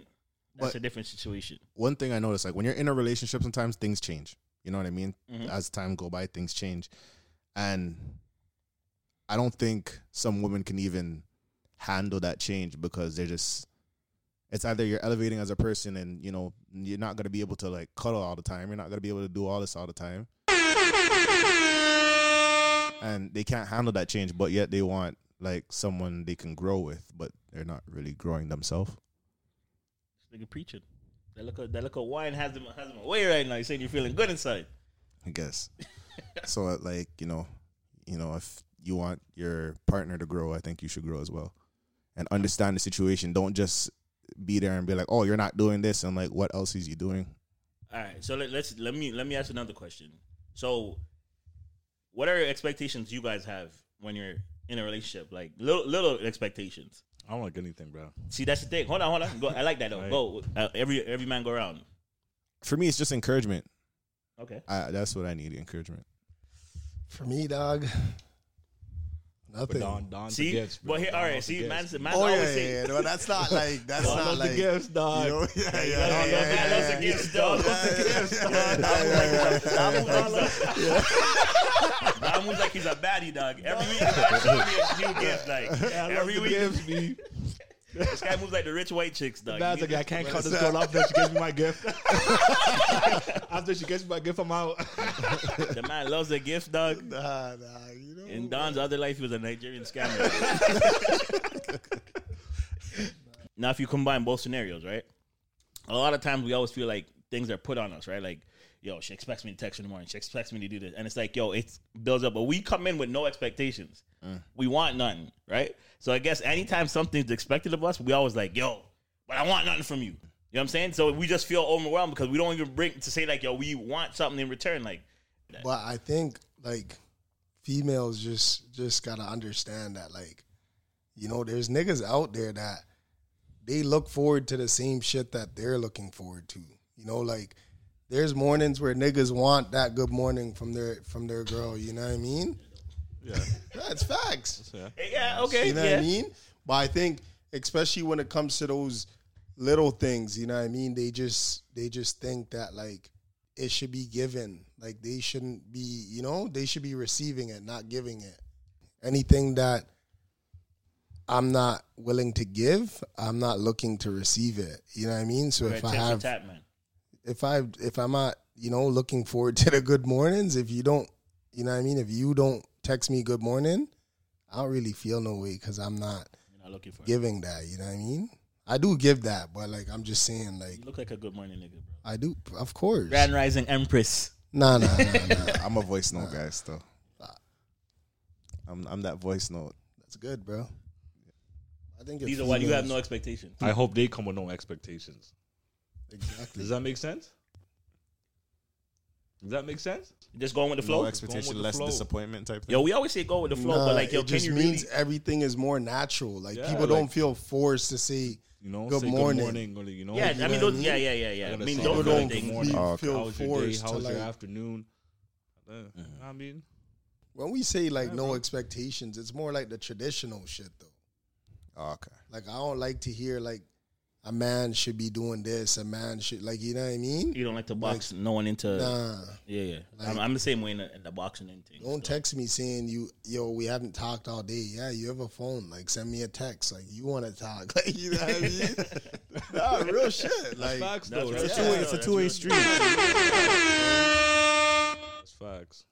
Speaker 6: that's
Speaker 3: But-
Speaker 6: a different situation.
Speaker 3: one thing I noticed, like when you're in a relationship, sometimes things change. You know what I mean? As time go by, things change, and I don't think some women can even handle that change because they're just. It's either you're elevating as a person, and you know you're not gonna be able to like cuddle all the time. You're not gonna be able to do all this all the time, and they can't handle that change. But yet they want like someone they can grow with, but they're not really growing themselves.
Speaker 6: This nigga preaching. That look that look of wine has them has them away right now. You're saying you're feeling good inside.
Speaker 3: I guess. so uh, like, you know, you know, if you want your partner to grow, I think you should grow as well. And understand the situation. Don't just be there and be like, "Oh, you're not doing this." And like, "What else is you doing?"
Speaker 6: All right, so let, let's let me let me ask another question. So, what are your expectations you guys have when you're in a relationship? Like little little expectations.
Speaker 4: I don't like anything, bro.
Speaker 6: See, that's the thing. Hold on, hold on. Go. I like that though.
Speaker 4: Right.
Speaker 6: Go. Uh, every every man go around.
Speaker 3: For me, it's just encouragement.
Speaker 6: Okay.
Speaker 3: I, that's what I need, encouragement.
Speaker 7: For me, dog,
Speaker 4: But
Speaker 7: nothing.
Speaker 4: Don, Don
Speaker 6: See,
Speaker 4: forgets, bro.
Speaker 6: but here,
Speaker 4: Don
Speaker 6: all right.
Speaker 4: always
Speaker 6: See,
Speaker 4: forgets.
Speaker 6: man's man's
Speaker 7: Oh
Speaker 6: always
Speaker 7: yeah,
Speaker 6: say,
Speaker 7: yeah, yeah. No, that's not like that's
Speaker 4: Don
Speaker 7: not
Speaker 4: loves
Speaker 7: like
Speaker 4: the gifts, dog.
Speaker 7: you know? yeah, yeah, yeah,
Speaker 6: Don
Speaker 7: yeah, yeah,
Speaker 6: loves the
Speaker 7: yeah.
Speaker 6: gifts,
Speaker 7: Don
Speaker 6: dog.
Speaker 7: loves the gifts, dog.
Speaker 6: Don moves like- Don moves like- Don moves like he's a baddie dog. Every week, there's a new gift. Like
Speaker 4: I love
Speaker 6: every
Speaker 4: the
Speaker 6: week,
Speaker 4: gifts, me.
Speaker 6: this guy moves like the rich white chicks dog.
Speaker 4: Man's
Speaker 6: You
Speaker 4: like,
Speaker 6: need
Speaker 4: I can't cut this girl off that she gives me my gift. After she gets me my gift, I'm out.
Speaker 6: to- The man loves the gift dog.
Speaker 7: Nah, nah, you know.
Speaker 6: In Don's other life, he was a Nigerian scammer. now, if you combine both scenarios, right? A lot of times we always feel like things are put on us, right? Like, yo, she expects me to text her in the morning. She expects me to do this. And it's like, yo, it builds up. But we come in with no expectations.
Speaker 7: Mm.
Speaker 6: We want nothing, right? So I guess anytime something's expected of us, we always like, yo, but I want nothing from you. You know what I'm saying? So we just feel overwhelmed because we don't even bring to say like, yo, we want something in return. Like,
Speaker 7: But I think like females just just gotta understand that like, you know, there's niggas out there that they look forward to the same shit that they're looking forward to. You know, like there's mornings where niggas want that good morning from their from their girl. You know what I mean? Yeah, that's facts.
Speaker 6: yeah, okay,
Speaker 7: You know
Speaker 6: yeah.
Speaker 7: what I mean? But I think especially when it comes to those little things, you know what I mean? They just they just think that like it should be given. Like they shouldn't be, you know, they should be receiving it, not giving it. Anything that I'm not willing to give, I'm not looking to receive it. You know what I mean? So
Speaker 6: Right,
Speaker 7: if I
Speaker 6: tit for
Speaker 7: have
Speaker 6: tat, man.
Speaker 7: if I if I'm not, you know, looking forward to the good mornings, if you don't, you know what I mean, if you don't text me good morning, I don't really feel no way cuz I'm not
Speaker 6: You're not looking for it.
Speaker 7: giving that, you know what I mean? I do give that, but like I'm just saying like
Speaker 6: You look like a good morning nigga, bro.
Speaker 7: I do of course.
Speaker 6: Grand Rising Empress.
Speaker 7: Nah, nah, nah, nah.
Speaker 3: I'm a voice note guy still. I'm I'm that voice note.
Speaker 7: That's good, bro. I think if
Speaker 6: These are what you
Speaker 7: females-
Speaker 6: have no expectation.
Speaker 4: I hope they come with no expectations. Does
Speaker 7: exactly.
Speaker 4: that make sense? Does that make sense?
Speaker 6: Just going with the flow.
Speaker 3: No expectation,
Speaker 4: the
Speaker 3: less
Speaker 4: flow.
Speaker 3: disappointment type thing.
Speaker 6: Yo, we always say go with the flow,
Speaker 7: Nah,
Speaker 6: but like, yo,
Speaker 7: it
Speaker 6: can
Speaker 7: just
Speaker 6: you
Speaker 7: means
Speaker 6: really?
Speaker 7: everything is more natural. Like
Speaker 4: Yeah,
Speaker 7: people don't
Speaker 4: like-
Speaker 7: feel forced to say
Speaker 4: You know,
Speaker 7: Good
Speaker 4: say
Speaker 7: morning.
Speaker 4: good morning. Or, you know,
Speaker 6: Yeah,
Speaker 4: you
Speaker 6: I mean,
Speaker 7: know what I
Speaker 6: those,
Speaker 7: mean?
Speaker 6: yeah, yeah, yeah, yeah. I
Speaker 4: gotta
Speaker 6: mean,
Speaker 4: say
Speaker 6: don't
Speaker 7: people
Speaker 4: good
Speaker 6: don't
Speaker 7: don't
Speaker 4: morning.
Speaker 6: think.
Speaker 4: Good
Speaker 7: be-
Speaker 4: morning.
Speaker 3: Oh, okay.
Speaker 7: feel
Speaker 4: how's your day?
Speaker 7: forced to
Speaker 4: How's
Speaker 7: like
Speaker 4: your afternoon? Uh, I mean,
Speaker 7: when we say like no expectations, it's more like the traditional shit though.
Speaker 3: Oh, okay.
Speaker 7: Like I don't like to hear like a man should be doing this, a man should like you know what I mean?
Speaker 6: You don't like to box no one into.
Speaker 7: Nah.
Speaker 6: yeah, yeah. I'm, I'm the same way in the, in the boxing and things.
Speaker 7: Don't text me saying you yo, we haven't talked all day. Yeah, you have a phone. Like send me a text. Like you wanna talk. Like you know what I mean? nah, real shit. Like
Speaker 4: facts
Speaker 6: That's
Speaker 4: though.
Speaker 6: right.
Speaker 4: That's,
Speaker 6: Yeah, no,
Speaker 4: facts.
Speaker 6: that's real.
Speaker 4: That's facts.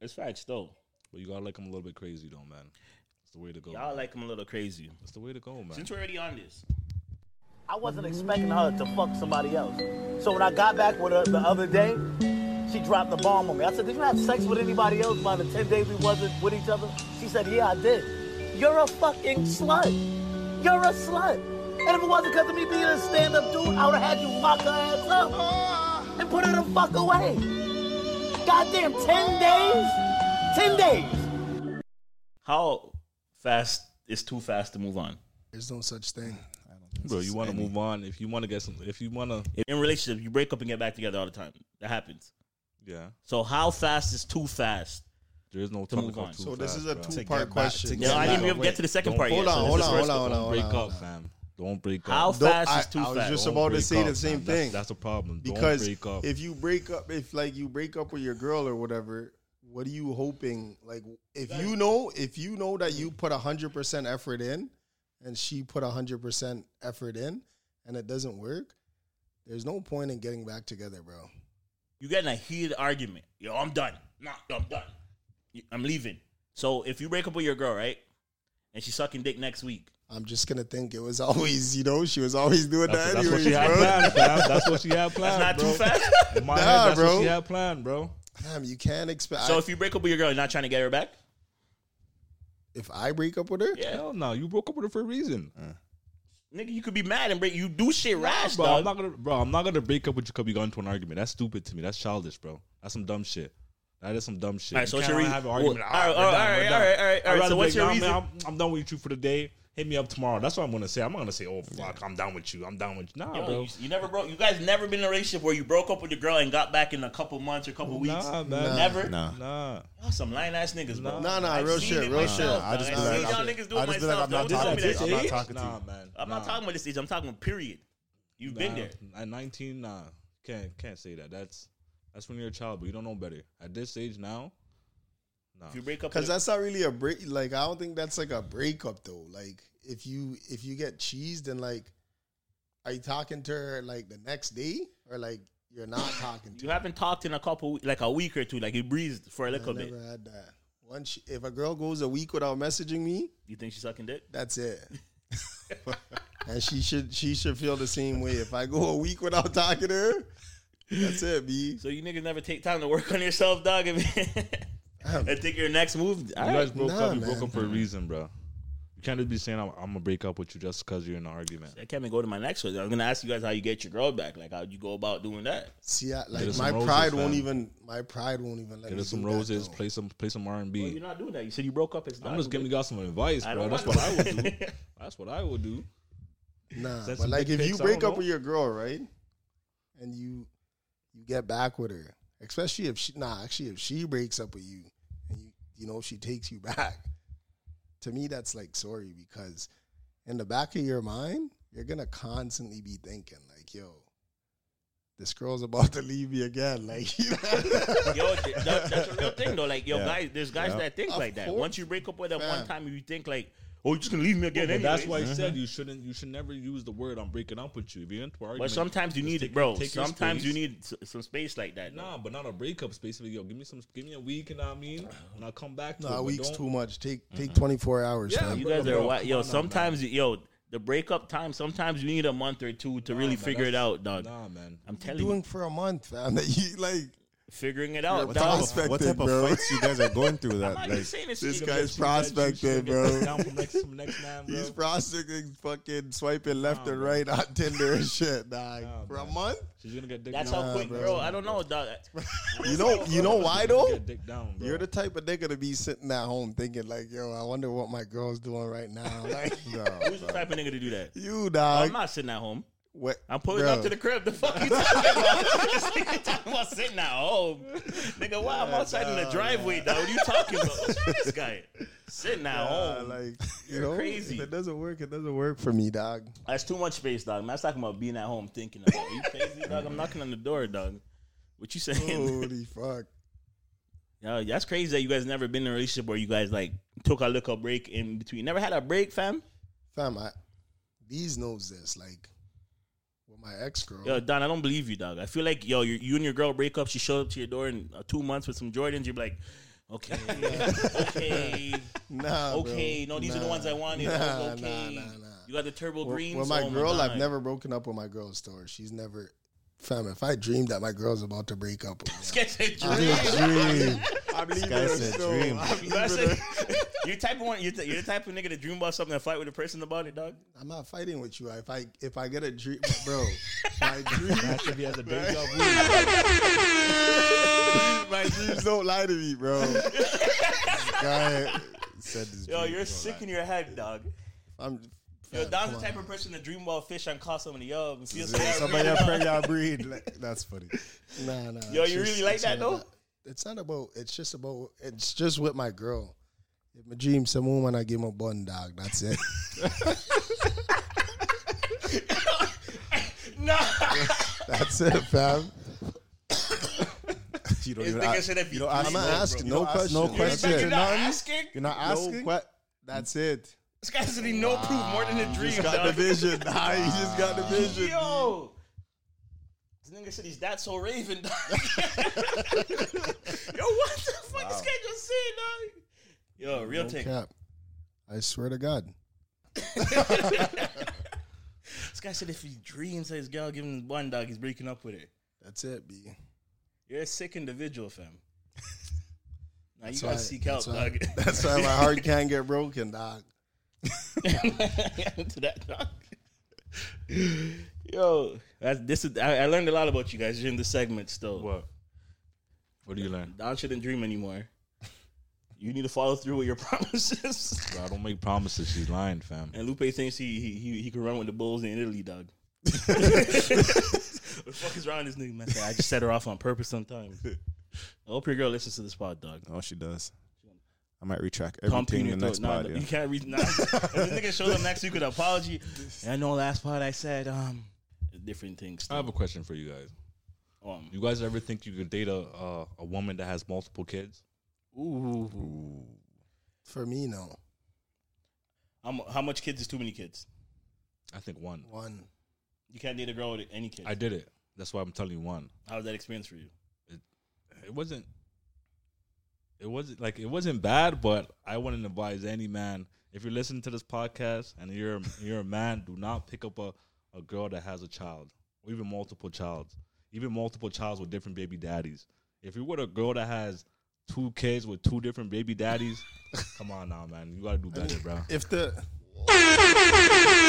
Speaker 6: It's facts though.
Speaker 4: But you gotta like them a little bit crazy though, man. It's the way to go.
Speaker 6: Y'all
Speaker 4: man.
Speaker 6: like him a little crazy.
Speaker 4: It's the way to go, man.
Speaker 6: Since we're already on this,
Speaker 8: I wasn't expecting her to fuck somebody else. So when I got back with her the other day, she dropped the bomb on me. I said, Did you have sex with anybody else by the 10 days we wasn't with each other? She said, Yeah, I did. You're a fucking slut. You're a slut. And if it wasn't because of me being a stand up dude, I would have had you lock her ass up and put her the fuck away. Goddamn, 10 days? 10 days.
Speaker 6: how fast is too fast to move on?
Speaker 7: there's no such thing.
Speaker 4: Bro, you want to move on. If you want to get some, if you want to,
Speaker 6: In relationships, you break up and get back together all the time. That happens.
Speaker 4: yeah,
Speaker 6: So how fast is too fast?
Speaker 4: there is no
Speaker 6: move
Speaker 4: time to go
Speaker 6: on.
Speaker 4: too
Speaker 7: So
Speaker 4: fast,
Speaker 7: this is a
Speaker 4: bro.
Speaker 7: two part question.
Speaker 3: to
Speaker 6: No, I didn't even
Speaker 4: wait.
Speaker 6: get to the second part
Speaker 7: Hold
Speaker 6: yet.
Speaker 7: on,
Speaker 6: so this
Speaker 7: hold
Speaker 6: is
Speaker 7: on,
Speaker 6: first
Speaker 7: hold
Speaker 6: one.
Speaker 7: on, hold
Speaker 4: Don't
Speaker 7: on,
Speaker 4: break
Speaker 7: hold on.
Speaker 4: up, fam. Don't break up.
Speaker 6: How
Speaker 4: Don't
Speaker 7: Don't-
Speaker 6: fast
Speaker 7: I-
Speaker 6: is too
Speaker 7: I was
Speaker 6: fast?
Speaker 7: just about to
Speaker 4: break
Speaker 7: say the
Speaker 4: up,
Speaker 7: same
Speaker 4: man. That's-
Speaker 7: thing.
Speaker 4: That's, a problem.
Speaker 7: Because
Speaker 4: Don't break up.
Speaker 7: if you break up, if like you break up with your girl or whatever, what are you hoping? Like, if you know, if you know that you put hundred percent effort in, and she put hundred percent effort in, and it doesn't work, there's no point in getting back together, bro.
Speaker 6: you get in a heated argument. Yo, I'm done. Nah, yo, I'm done. You- I'm leaving. So if you break up with your girl, right, and she's sucking dick next week,
Speaker 7: I'm just gonna think it was always, you know, she was always doing
Speaker 4: that's,
Speaker 7: that
Speaker 4: that's what
Speaker 7: anyways,
Speaker 4: she had
Speaker 7: bro.
Speaker 4: planned, fam. That's what she had
Speaker 6: that's
Speaker 4: planned.
Speaker 6: not
Speaker 4: bro.
Speaker 6: too fast.
Speaker 4: In my
Speaker 7: Nah,
Speaker 4: head, that's
Speaker 7: bro.
Speaker 4: what she had planned, bro.
Speaker 7: Damn, you can't expect.
Speaker 6: so
Speaker 7: I-
Speaker 6: if you break up with your girl, you're not trying to get her back.
Speaker 7: if I break up with her,
Speaker 6: Yeah,
Speaker 4: Hell no, you broke up with her for a reason.
Speaker 7: Uh.
Speaker 6: nigga, you could be mad and break. You do shit rash,
Speaker 4: Bro,
Speaker 6: dog.
Speaker 4: I'm not gonna, bro. I'm not gonna break up with you because we got into an argument. That's stupid to me. That's childish, bro. That's some dumb shit. That is some dumb shit.
Speaker 6: All right, so
Speaker 4: You
Speaker 6: what's
Speaker 4: can't
Speaker 6: your rea-
Speaker 4: have an
Speaker 6: well,
Speaker 4: argument.
Speaker 6: all right,
Speaker 4: "Ah, we're
Speaker 6: all right, all
Speaker 4: done, we're
Speaker 6: right,
Speaker 4: done."
Speaker 6: all right, all right, all
Speaker 4: I'd
Speaker 6: right, so
Speaker 4: rather
Speaker 6: what's
Speaker 4: be
Speaker 6: your
Speaker 4: like, "Nah, man,
Speaker 6: reason?"
Speaker 4: I'm, I'm done with you for the day. Hit me up tomorrow. That's what I'm gonna say. I'm not gonna say, "Oh fuck, I'm down with you. I'm down with you." Nah,
Speaker 6: Yo,
Speaker 4: bro.
Speaker 6: you, you never broke. You guys never been in a relationship where you broke up with your girl and got back in a couple months or couple weeks.
Speaker 4: Nah, man.
Speaker 6: Never.
Speaker 3: Nah.
Speaker 4: Nah.
Speaker 6: Y'all some lying ass niggas, bro.
Speaker 7: Nah, nah, real shit, real shit.
Speaker 3: I just
Speaker 6: I
Speaker 3: be like,
Speaker 6: see y'all
Speaker 3: I'm-
Speaker 6: niggas do it
Speaker 3: I just be like,
Speaker 6: myself.
Speaker 3: I'm not
Speaker 6: Don't tell me
Speaker 3: talking
Speaker 6: that
Speaker 3: to you. I'm
Speaker 6: shit.
Speaker 3: not talking to
Speaker 4: eh? nah,
Speaker 3: you.
Speaker 4: man.
Speaker 6: I'm not
Speaker 4: Nah.
Speaker 6: talking about this age. I'm talking about period. You've been
Speaker 4: Nah,
Speaker 6: there.
Speaker 4: At 19, nah, can't can't say that. That's that's when you're a child, but you don't know better. At this age now, nah.
Speaker 6: If you break up,
Speaker 7: Cause
Speaker 6: with a-
Speaker 7: that's not really a break. Like I don't think that's like a breakup though. Like if you if you get cheesed and like, are you talking to her like the next day or like you're not talking to?
Speaker 6: you
Speaker 7: her?
Speaker 6: haven't talked in a couple, like a week or two. Like you breathed for a
Speaker 7: I
Speaker 6: little bit.
Speaker 7: never had that. Once she- if a girl goes a week without messaging me,
Speaker 6: You think she's sucking dick?
Speaker 7: that's it. and she should she should feel the same way. If I go a week without talking to her, that's it, b.
Speaker 6: So you niggas never take time to work on yourself, dog. If- and think your next move. All
Speaker 4: You
Speaker 6: right.
Speaker 4: guys broke
Speaker 7: Nah,
Speaker 4: up. You broke
Speaker 7: man.
Speaker 4: up for a reason, bro. You can't just be saying I'm, I'm gonna break up with you just because you're in an argument.
Speaker 6: I can't even go to my next one. I'm gonna ask you guys how you get your girl back. Like how you go about doing that.
Speaker 7: See, I,
Speaker 4: Get
Speaker 7: like
Speaker 4: us
Speaker 7: my
Speaker 4: some roses,
Speaker 7: pride won't
Speaker 4: fam.
Speaker 7: even my pride won't even let
Speaker 4: Get
Speaker 7: me
Speaker 4: us some
Speaker 7: do that,
Speaker 4: roses,
Speaker 7: though.
Speaker 4: play some play some R and
Speaker 6: Well, you're
Speaker 4: B.
Speaker 6: not doing that. You said you broke up. It's not.
Speaker 4: I'm just giving you guys some advice, bro. That's what I would do. That's what I would do.
Speaker 7: Nah,
Speaker 4: Send
Speaker 7: but
Speaker 4: some
Speaker 7: like
Speaker 4: dick
Speaker 7: if you
Speaker 4: pics, I
Speaker 7: break
Speaker 4: don't
Speaker 7: up
Speaker 4: know.
Speaker 7: with your girl, right, and you you get back with her, especially if she nah, actually if she breaks up with you and you you know she takes you back, to me that's like sorry because in the back of your mind you're gonna constantly be thinking like yo. This girl's about to leave me again. Like, you know?
Speaker 6: yo, th- that, that's a real thing though. Like, yo,
Speaker 3: Yeah.
Speaker 6: guys, there's guys
Speaker 3: Yeah.
Speaker 6: that think
Speaker 7: Of
Speaker 6: like that.
Speaker 7: course,
Speaker 6: Once you break up with them one
Speaker 7: fam.
Speaker 6: time, you think like, oh, you're just gonna leave me again.
Speaker 4: But that's
Speaker 6: anyways.
Speaker 4: why I
Speaker 7: Uh-huh.
Speaker 4: said you shouldn't. You should never use the word "I'm breaking up with you." If you're into an
Speaker 6: But
Speaker 4: argument,
Speaker 6: sometimes you
Speaker 4: just
Speaker 6: need
Speaker 4: take
Speaker 6: it,
Speaker 4: your-
Speaker 6: bro.
Speaker 4: take your
Speaker 6: Sometimes you
Speaker 4: space.
Speaker 6: need s- some space like that. though.
Speaker 4: Nah, but not a breakup. Basically, yo, give me some, give me a week, and I mean, and I'll come back. To it,
Speaker 7: nah, a
Speaker 4: but
Speaker 7: week's
Speaker 4: don't-
Speaker 7: too much. Take take 24 hours.
Speaker 4: Yeah,
Speaker 7: fam.
Speaker 6: you
Speaker 4: bro,
Speaker 6: guys are
Speaker 4: bro,
Speaker 6: wild.
Speaker 4: come
Speaker 6: Yo,
Speaker 4: on now,
Speaker 6: sometimes you- yo, the breakup time. Sometimes you need a month or two to really
Speaker 4: man,
Speaker 6: figure it
Speaker 4: that's-
Speaker 6: out, dog.
Speaker 4: Nah, man.
Speaker 6: I'm telling you,
Speaker 7: doing for a month, fam. That you like
Speaker 6: figuring it out,
Speaker 3: What
Speaker 6: dog.
Speaker 3: type, of,
Speaker 7: Prospecting,
Speaker 3: what type of
Speaker 7: bro.
Speaker 3: fights you guys are going through? That
Speaker 6: I'm not even
Speaker 3: like,
Speaker 6: saying it's-
Speaker 7: this
Speaker 6: it-
Speaker 7: guy's
Speaker 4: She got you,
Speaker 7: prospecting,
Speaker 4: she got
Speaker 7: bro.
Speaker 4: you Down from next, from next man, bro.
Speaker 7: He's prospecting, fucking swiping left and right on Tinder and shit. Nah, for a month.
Speaker 4: She's gonna get dick
Speaker 6: That's
Speaker 4: down.
Speaker 6: how quick,
Speaker 7: bro.
Speaker 6: bro. I don't know, dog.
Speaker 7: You know, you know why though?
Speaker 4: Get dick down, bro.
Speaker 7: You're the type of nigga to be sitting at home thinking like, yo, I wonder what my girl's doing right now. Like,
Speaker 6: Who's the type of nigga to do that?
Speaker 7: you
Speaker 6: I'm
Speaker 7: dog.
Speaker 6: not sitting at home.
Speaker 7: What-
Speaker 6: I'm pulling
Speaker 7: bro.
Speaker 6: up to the crib. The fuck you talking about? This nigga talking about sitting at home. Nigga, why I'm outside in the driveway, dog? What are you talking about? What's this guy? Sitting at
Speaker 7: Nah,
Speaker 6: home.
Speaker 7: like, you
Speaker 6: You're
Speaker 7: know,
Speaker 6: crazy.
Speaker 7: if it doesn't work, it doesn't work for me, dog.
Speaker 6: That's too much space, dog. Man, that's talking about being at home thinking about it. You crazy, dog? I'm knocking on the door, dog. What you saying?
Speaker 7: Holy fuck.
Speaker 6: Yo, that's crazy that you guys never been in a relationship where you guys like took a little break in between. Never had a break, fam?
Speaker 7: Fam, I, these knows this. Like, with my ex girl.
Speaker 6: Yo, Don, I don't believe you, dog. I feel like yo, you you and your girl break up. She showed up to your door in uh, two months with some Jordans. You're like, okay, okay,
Speaker 7: Nah, bro.
Speaker 6: okay. No, these are the
Speaker 7: Nah.
Speaker 6: ones I wanted.
Speaker 7: Nah,
Speaker 6: Oh, okay,
Speaker 7: nah, nah, nah.
Speaker 6: you got the turbo
Speaker 7: Well,
Speaker 6: greens.
Speaker 7: Well, my
Speaker 6: Oh,
Speaker 7: girl, I've
Speaker 6: God.
Speaker 7: never broken up with my girl store. She's never, fam. If I dream that my girl's about to break up, with me,
Speaker 6: Sketch a dream.
Speaker 3: dream.
Speaker 7: I believe
Speaker 3: guy's a dream.
Speaker 6: That's it. you're the type of one. You're, the- you're the type of nigga to dream about something and fight with a person about it, dog.
Speaker 7: I'm not fighting with you. If I if I get a dream, bro, my dream,
Speaker 4: if he has a day job.
Speaker 7: my dreams don't lie to me, bro.
Speaker 3: guy said this.
Speaker 6: Yo,
Speaker 3: dream
Speaker 6: you're
Speaker 3: is
Speaker 6: sick in your head, dog.
Speaker 7: I'm.
Speaker 6: Yo,
Speaker 7: fam,
Speaker 6: Don's
Speaker 7: come
Speaker 6: the type
Speaker 7: on.
Speaker 6: of person to dream about fish and call somebody up. and feel
Speaker 3: gonna-
Speaker 6: sorry.
Speaker 3: Somebody that pray y'all breed. Like, that's funny.
Speaker 7: Nah, nah.
Speaker 6: Yo,
Speaker 7: it's
Speaker 6: you
Speaker 7: just-
Speaker 6: really like
Speaker 7: it's
Speaker 6: that,
Speaker 7: not
Speaker 6: though?
Speaker 7: about- It's not about. It's just about. It's just with my girl. If my dream some woman, I give him a bun, dog. That's it.
Speaker 6: No,
Speaker 7: That's it, fam.
Speaker 3: You don't
Speaker 6: this
Speaker 3: even
Speaker 6: nigga
Speaker 3: ask.
Speaker 6: said if you
Speaker 3: don't ask
Speaker 7: I'm
Speaker 6: dream
Speaker 7: not
Speaker 3: no-
Speaker 6: about-
Speaker 7: asking
Speaker 3: you
Speaker 7: no
Speaker 3: don't ask
Speaker 7: question.
Speaker 3: no
Speaker 6: You're
Speaker 3: question.
Speaker 6: expecting
Speaker 3: You're
Speaker 6: not
Speaker 3: not-
Speaker 6: asking.
Speaker 3: You're not
Speaker 7: No
Speaker 3: asking.
Speaker 7: que- That's it.
Speaker 6: This guy said he no proof more than a dream, dog.
Speaker 7: vision. Nah, you just got the vision.
Speaker 6: Yo, this nigga said he's that so Raven, dog. Yo, what the fuck is this guy just saying, dog? Yo, real take.
Speaker 7: Cap. I swear to God.
Speaker 6: This guy said if he dreams that his girl giving him one dog, he's breaking up with her.
Speaker 7: That's it, B.
Speaker 6: You're a sick individual, fam. Now you
Speaker 7: That's
Speaker 6: gotta
Speaker 7: why-
Speaker 6: seek help,
Speaker 7: that's why-
Speaker 6: dog.
Speaker 7: That's why my heart can't get broken, dog.
Speaker 6: to that dog. Yo, that's, this is I, I learned a lot about you guys during the segment. Still,
Speaker 4: What? What do you learn?
Speaker 6: Don shouldn't dream anymore. You need to follow through with your promises.
Speaker 4: Bro, I don't make promises. She's lying, fam.
Speaker 6: And Lupe thinks he he he, he can run with the Bulls in Italy, dog. what the fuck is wrong with this nigga, man? I just set her off on purpose sometimes. I hope your girl listens to this pod, dog.
Speaker 3: Oh, she does. I might retract
Speaker 6: Pump you
Speaker 3: everything
Speaker 6: in
Speaker 3: in
Speaker 6: your
Speaker 3: the next
Speaker 6: throat. Nah,
Speaker 3: pod.
Speaker 6: no,
Speaker 3: yeah.
Speaker 6: You can't read. Nah. if this nigga shows up next week with an apology, I know last pod I said um different things.
Speaker 3: Uh,
Speaker 4: I have a question for you guys.
Speaker 6: Um,
Speaker 4: You guys ever think you could date a uh, a woman that has multiple kids?
Speaker 6: ooh,
Speaker 7: For me, no.
Speaker 6: I'm, how much kids is too many kids?
Speaker 4: I think one.
Speaker 7: One.
Speaker 6: You can't date a girl with any kids.
Speaker 4: I did it. That's why I'm telling you one.
Speaker 6: How was that experience for you?
Speaker 4: It wasn't. It wasn't like it wasn't bad, but I wouldn't advise any man. If you're listening to this podcast and you're you're a man, do not pick up a, a girl that has a child or even multiple childs, even multiple childs with different baby daddies. If you're with a girl that has two kids with two different baby daddies. Come on now, man. You gotta do better, bro.
Speaker 7: If the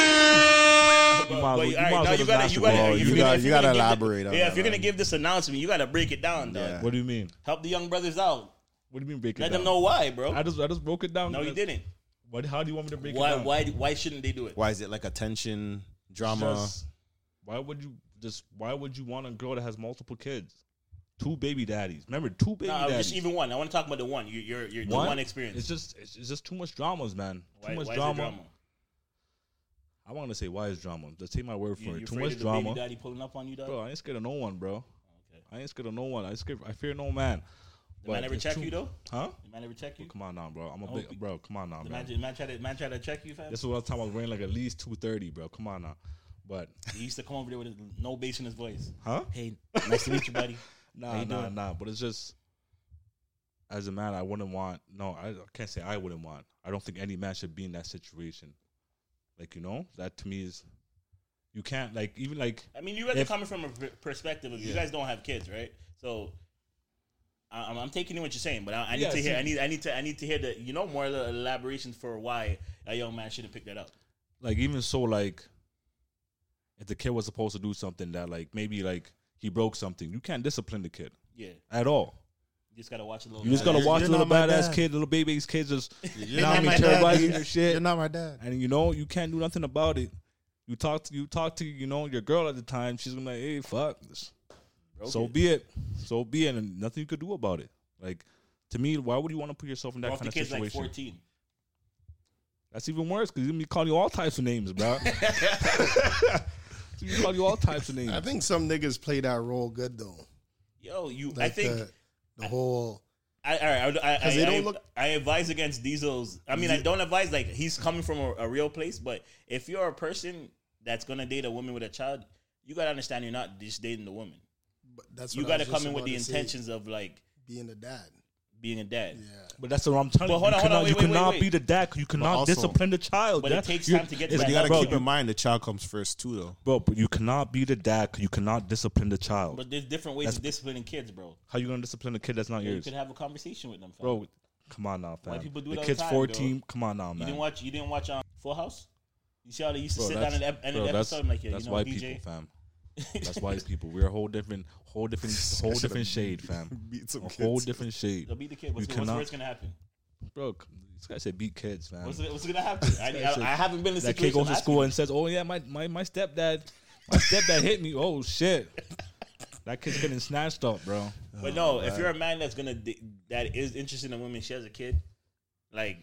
Speaker 4: You might as well-
Speaker 6: But,
Speaker 4: you
Speaker 6: all right,
Speaker 4: might as
Speaker 6: now
Speaker 4: well
Speaker 6: you
Speaker 4: just
Speaker 6: gotta,
Speaker 4: master
Speaker 6: you gotta,
Speaker 4: ball.
Speaker 6: if
Speaker 3: you
Speaker 6: you're
Speaker 3: gotta-
Speaker 6: if
Speaker 3: you
Speaker 6: you're
Speaker 3: gotta
Speaker 6: gonna give the-
Speaker 3: elaborate on
Speaker 6: Yeah,
Speaker 3: that,
Speaker 6: if you're gonna
Speaker 3: man.
Speaker 6: give this announcement, you gotta break it down, dog.
Speaker 3: Yeah.
Speaker 4: What do you mean?
Speaker 6: Help the young brothers out.
Speaker 4: What do you mean break it
Speaker 6: Let
Speaker 4: down?
Speaker 6: them know why, bro.
Speaker 4: I just I just broke it down.
Speaker 6: No, you didn't.
Speaker 4: What? How do you want me to break it
Speaker 6: Why?
Speaker 4: down?
Speaker 6: Why? Why shouldn't they do it?
Speaker 3: Why is it like a tension drama?
Speaker 4: Just- why would you just? Why would you want a girl that has multiple kids, two baby daddies? Remember, two baby
Speaker 6: No,
Speaker 4: daddies.
Speaker 6: just even one. I want to talk about the one. You, you're, you're the one experience.
Speaker 4: It's just it's, it's just too much dramas, man.
Speaker 6: why,
Speaker 4: too much
Speaker 6: why is it
Speaker 4: drama. I want to say why is drama. Just take my word for
Speaker 6: You,
Speaker 4: it.
Speaker 6: you
Speaker 4: Too
Speaker 6: afraid
Speaker 4: much
Speaker 6: of the baby
Speaker 4: drama,
Speaker 6: daddy pulling up on you, dog?
Speaker 4: bro. I ain't scared of no one, bro. I ain't scared of no one. I scared. I fear no man.
Speaker 6: The man ever
Speaker 4: it's
Speaker 6: check
Speaker 4: too-
Speaker 6: you though?
Speaker 4: Huh?
Speaker 6: The man ever check you?
Speaker 4: Come on now, bro. I'm a
Speaker 6: Oh,
Speaker 4: big
Speaker 6: be-
Speaker 4: bro. Come on now,
Speaker 6: The
Speaker 4: man.
Speaker 6: man, the man try to man try to check you, fam.
Speaker 4: This is what I was talking. I was wearing like at least two thirty, bro. Come on now, but
Speaker 6: He used to come over there with his, no bass in his voice.
Speaker 4: huh?
Speaker 6: Hey, nice to meet you, buddy. How
Speaker 4: Nah,
Speaker 6: you
Speaker 4: nah,
Speaker 6: doing?
Speaker 4: nah. But it's just as a man, I wouldn't want. No, I can't say I wouldn't want. I don't think any man should be in that situation. Like you know, that to me is you can't like even like
Speaker 6: I mean, you guys
Speaker 4: If-
Speaker 6: are coming from a per- perspective of you guys don't have kids, right? So, I- I'm, I'm taking in what you're saying, but I, I need
Speaker 4: Yeah,
Speaker 6: to hear.
Speaker 4: see-
Speaker 6: I need. I need to. I need to hear the you know more of the elaboration for why a young man shouldn't pick that up.
Speaker 4: like even so like if the kid was supposed to do something that like maybe like he broke something, you can't discipline the kid
Speaker 6: Yeah,
Speaker 4: at all.
Speaker 6: you just gotta watch a little.
Speaker 4: You just
Speaker 6: bit.
Speaker 4: gotta
Speaker 3: You're-
Speaker 4: watch
Speaker 3: you're
Speaker 4: little
Speaker 3: not my
Speaker 4: badass
Speaker 3: dad.
Speaker 4: kid, little baby's kids just you know what I
Speaker 3: not
Speaker 4: mean,
Speaker 3: my dad,
Speaker 4: terrorizing
Speaker 3: dude.
Speaker 4: your shit.
Speaker 3: You're not my dad.
Speaker 4: and you know you can't do nothing about it. You talk to you talk to you know your girl at the time. She's gonna be like, hey, fuck. this." So be it. So be it, and nothing you could do about it. Like to me, why would you want to put yourself in that
Speaker 6: Or if
Speaker 4: kind
Speaker 6: the
Speaker 4: of
Speaker 6: kid's like
Speaker 4: situation?
Speaker 6: 14.
Speaker 4: That's even worse because you be calling you all types of names, bro. you call you all types of names.
Speaker 7: I think some niggas play that role good though.
Speaker 6: Yo, you. I
Speaker 7: Like
Speaker 6: think.
Speaker 7: the, the whole
Speaker 6: I, all right, I, I, I,
Speaker 7: 'Cause they don't
Speaker 6: I-
Speaker 7: look-
Speaker 6: I advise against Diesel's. I mean, I don't advise like he's coming from a, a real place, but if you're a person that's gonna date a woman with a child, you gotta understand you're not just dating the woman.
Speaker 7: but that's
Speaker 6: you
Speaker 7: what I
Speaker 6: gotta
Speaker 7: was just
Speaker 6: come in with
Speaker 7: about
Speaker 6: the
Speaker 7: to say,
Speaker 6: intentions of like
Speaker 7: being a dad.
Speaker 6: being a dad.
Speaker 7: Yeah.
Speaker 4: but that's what I'm telling
Speaker 6: But
Speaker 4: you.
Speaker 6: hold
Speaker 4: you
Speaker 6: on, hold
Speaker 4: cannot,
Speaker 6: on,
Speaker 4: you
Speaker 6: wait, wait,
Speaker 4: cannot
Speaker 6: wait,
Speaker 4: be
Speaker 6: wait.
Speaker 4: the dad. 'cause You cannot
Speaker 3: also-
Speaker 4: discipline the child.
Speaker 6: But it
Speaker 4: That's-
Speaker 6: takes
Speaker 4: you're-
Speaker 6: time to get to
Speaker 4: it's-
Speaker 6: that
Speaker 3: You gotta
Speaker 4: bro,
Speaker 6: level.
Speaker 3: keep
Speaker 4: you-
Speaker 3: in mind the child comes first too, though.
Speaker 4: Bro, but you cannot be the dad. 'cause You cannot discipline the child.
Speaker 6: But there's different ways
Speaker 4: That's-
Speaker 6: of disciplining kids, bro.
Speaker 4: How you gonna discipline a kid that's not
Speaker 6: You
Speaker 4: yours?
Speaker 6: could have a conversation with them, fam.
Speaker 4: bro. Come on now, fam.
Speaker 6: people do
Speaker 4: the
Speaker 6: it all the
Speaker 4: kid's
Speaker 6: time,
Speaker 4: fourteen. Come on now,
Speaker 6: You
Speaker 4: man.
Speaker 6: didn't watch. You didn't watch um, Full House. You see how they used to
Speaker 4: Bro,
Speaker 6: sit down
Speaker 4: that's-
Speaker 6: and, ep- and
Speaker 4: bro,
Speaker 6: an
Speaker 4: that's-
Speaker 6: episode and like, yeah,
Speaker 4: that's
Speaker 6: you know,
Speaker 4: white
Speaker 6: DJ.
Speaker 4: people, fam. That's white people. We're a whole different, whole different, whole different shade, fam.
Speaker 3: beat
Speaker 4: A
Speaker 3: some
Speaker 4: whole
Speaker 3: kids.
Speaker 4: different shade,
Speaker 6: They'll beat the kid.
Speaker 4: You
Speaker 6: What's, what's
Speaker 4: cannot-
Speaker 6: the worst gonna happen?
Speaker 4: bro. c- This guy said beat kids, man.
Speaker 6: What's, what's gonna happen? I,
Speaker 4: That's it.
Speaker 6: I, I haven't been in a
Speaker 4: that
Speaker 6: situation.
Speaker 4: kid goes to
Speaker 6: last
Speaker 4: school
Speaker 6: week.
Speaker 4: and says, "Oh yeah, my my my stepdad, my stepdad hit me. Oh shit, that kid's getting snatched up, bro.
Speaker 6: But no, if you're a man that's gonna d- that is interested in women, she has a kid. Like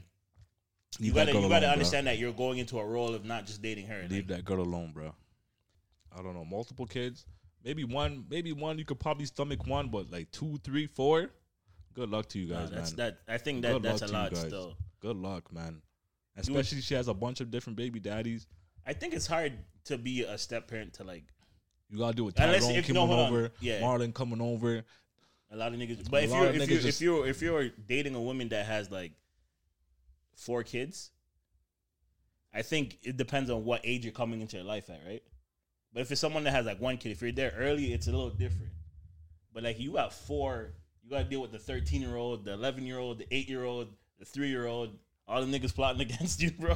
Speaker 6: you,
Speaker 4: Leave that
Speaker 6: gotta
Speaker 4: girl
Speaker 6: you
Speaker 4: alone,
Speaker 6: gotta
Speaker 4: bro.
Speaker 6: understand that you're going into a role of not just dating her.
Speaker 4: Leave
Speaker 6: Like,
Speaker 4: that girl alone, bro. I don't know. Multiple kids, maybe one, maybe one. You could probably stomach one, but like two, three, four. Good luck to you
Speaker 6: nah,
Speaker 4: guys,
Speaker 6: that's
Speaker 4: man.
Speaker 6: that. I think that
Speaker 4: Good
Speaker 6: that's a
Speaker 4: luck
Speaker 6: lot
Speaker 4: to you guys.
Speaker 6: still.
Speaker 4: Good luck, man. Especially she has a bunch of different baby daddies.
Speaker 6: I think it's hard to be a step parent to like
Speaker 4: You gotta do with
Speaker 6: Unless
Speaker 4: Tyrone
Speaker 6: if-
Speaker 4: coming
Speaker 6: no, hold on.
Speaker 4: over,
Speaker 6: Yeah.
Speaker 4: Marlon coming over.
Speaker 6: a lot of niggas. But if
Speaker 4: lot
Speaker 6: you're
Speaker 4: of
Speaker 6: if
Speaker 4: niggas
Speaker 6: you're
Speaker 4: just-
Speaker 6: if you're if you're dating a woman that has like four kids, I think it depends on what age you're coming into your life at, right? But if it's someone that has like one kid, if you're there early, it's a little different. But like you got four, you got to deal with the 13 year old, the 11 year old, the 8 year old, the 3 year old, all the niggas plotting against you, bro.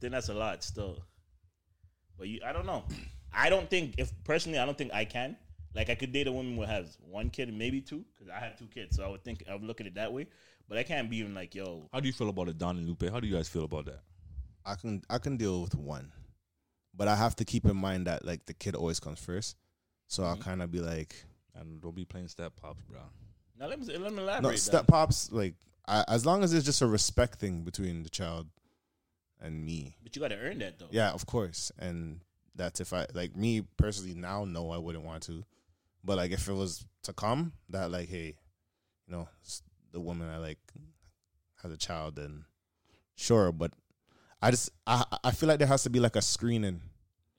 Speaker 6: then that's a lot still. But you, I don't know. I don't think if personally, I don't think I can. Like I could date a woman who has one kid and maybe two, because I have two kids, so I would think I would look at it that way. But I can't be even like, yo,
Speaker 4: How do you feel about it, Don and Lupe? How do you guys feel about that?
Speaker 3: I can I can deal with one, but I have to keep in mind that like the kid always comes first, so I'll kind of be like,
Speaker 4: And don't be playing step pops, bro.
Speaker 6: now let me let me elaborate.
Speaker 3: no
Speaker 6: then.
Speaker 3: step pops. Like I, as long as it's just a respect thing between the child and me,
Speaker 6: But you got to earn that though.
Speaker 3: yeah, of course. And that's if I like me personally now. No, I wouldn't want to, but like if it was to come, that like hey, you know, s- the woman I like has a child, then sure. But I just I I feel like there has to be like a screening.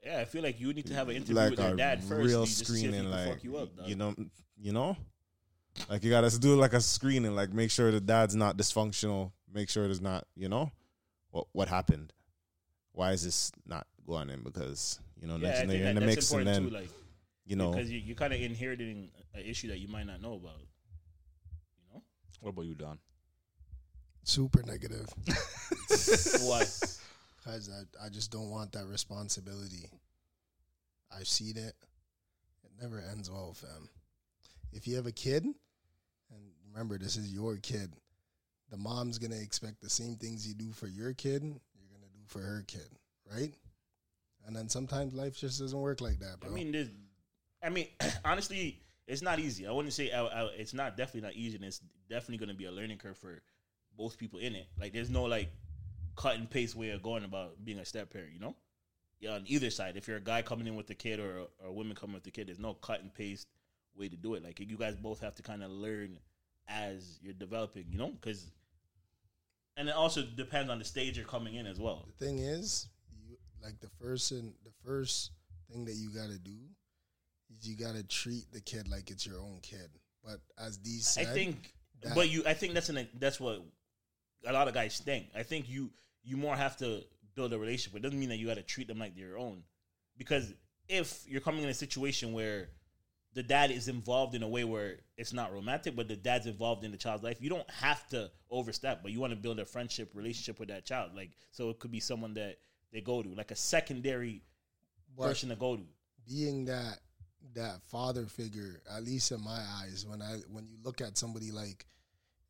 Speaker 6: Yeah, I feel like you need to have an interview
Speaker 3: like
Speaker 6: with your
Speaker 3: a
Speaker 6: dad first.
Speaker 3: real
Speaker 6: you just see if he
Speaker 3: screening,
Speaker 6: can
Speaker 3: like
Speaker 6: fuck you up, dog.
Speaker 3: you know, you know, like you gotta do like a screening, like make sure the dad's not dysfunctional, make sure there's not, you know, what what happened, why is this not going in? Because you know,
Speaker 6: yeah,
Speaker 3: next
Speaker 6: I
Speaker 3: thing
Speaker 6: think
Speaker 3: you're in
Speaker 6: that,
Speaker 3: the mix,
Speaker 6: that's
Speaker 3: and
Speaker 6: important
Speaker 3: then Oh.
Speaker 6: too, like
Speaker 3: you know,
Speaker 6: because you, you're kind of inheriting an issue that you might not know about. You know,
Speaker 4: What about you, Don?
Speaker 7: Super negative.
Speaker 6: What?
Speaker 7: Because I, I just don't want that responsibility. I've seen it. It never ends well, fam. If you have a kid, and remember, this is your kid, the mom's going to expect the same things you do for your kid, you're going to do for her kid, right? And then sometimes life just doesn't work like that,
Speaker 6: I
Speaker 7: bro.
Speaker 6: mean, this. I mean, honestly, it's not easy. I wouldn't say I, I- it's not definitely not easy, and it's definitely going to be a learning curve for both people in it. Like, there's no like cut and paste way of going about being a step parent. You know, yeah, on either side. If you're a guy coming in with the kid or or a woman coming with the kid, there's no cut and paste way to do it. Like, you guys both have to kind of learn as you're developing. You know, because and it also depends on the stage you're coming in as well.
Speaker 7: the thing is, you, like the first and the first thing that you gotta do is you gotta treat the kid like it's your own kid. But as these,
Speaker 6: I
Speaker 7: said,
Speaker 6: think,
Speaker 7: that-
Speaker 6: but you, I think that's an that's what a lot of guys think. I think you you more have to build a relationship. It doesn't mean that you got to treat them like they're your own, because if you're coming in a situation where the dad is involved in a way where it's not romantic, but the dad's involved in the child's life, you don't have to overstep. But you want to build a friendship relationship with that child, like so it could be someone that they go to, like a secondary
Speaker 7: but
Speaker 6: person to go to.
Speaker 7: being that that father figure, at least in my eyes, when I when you look at somebody like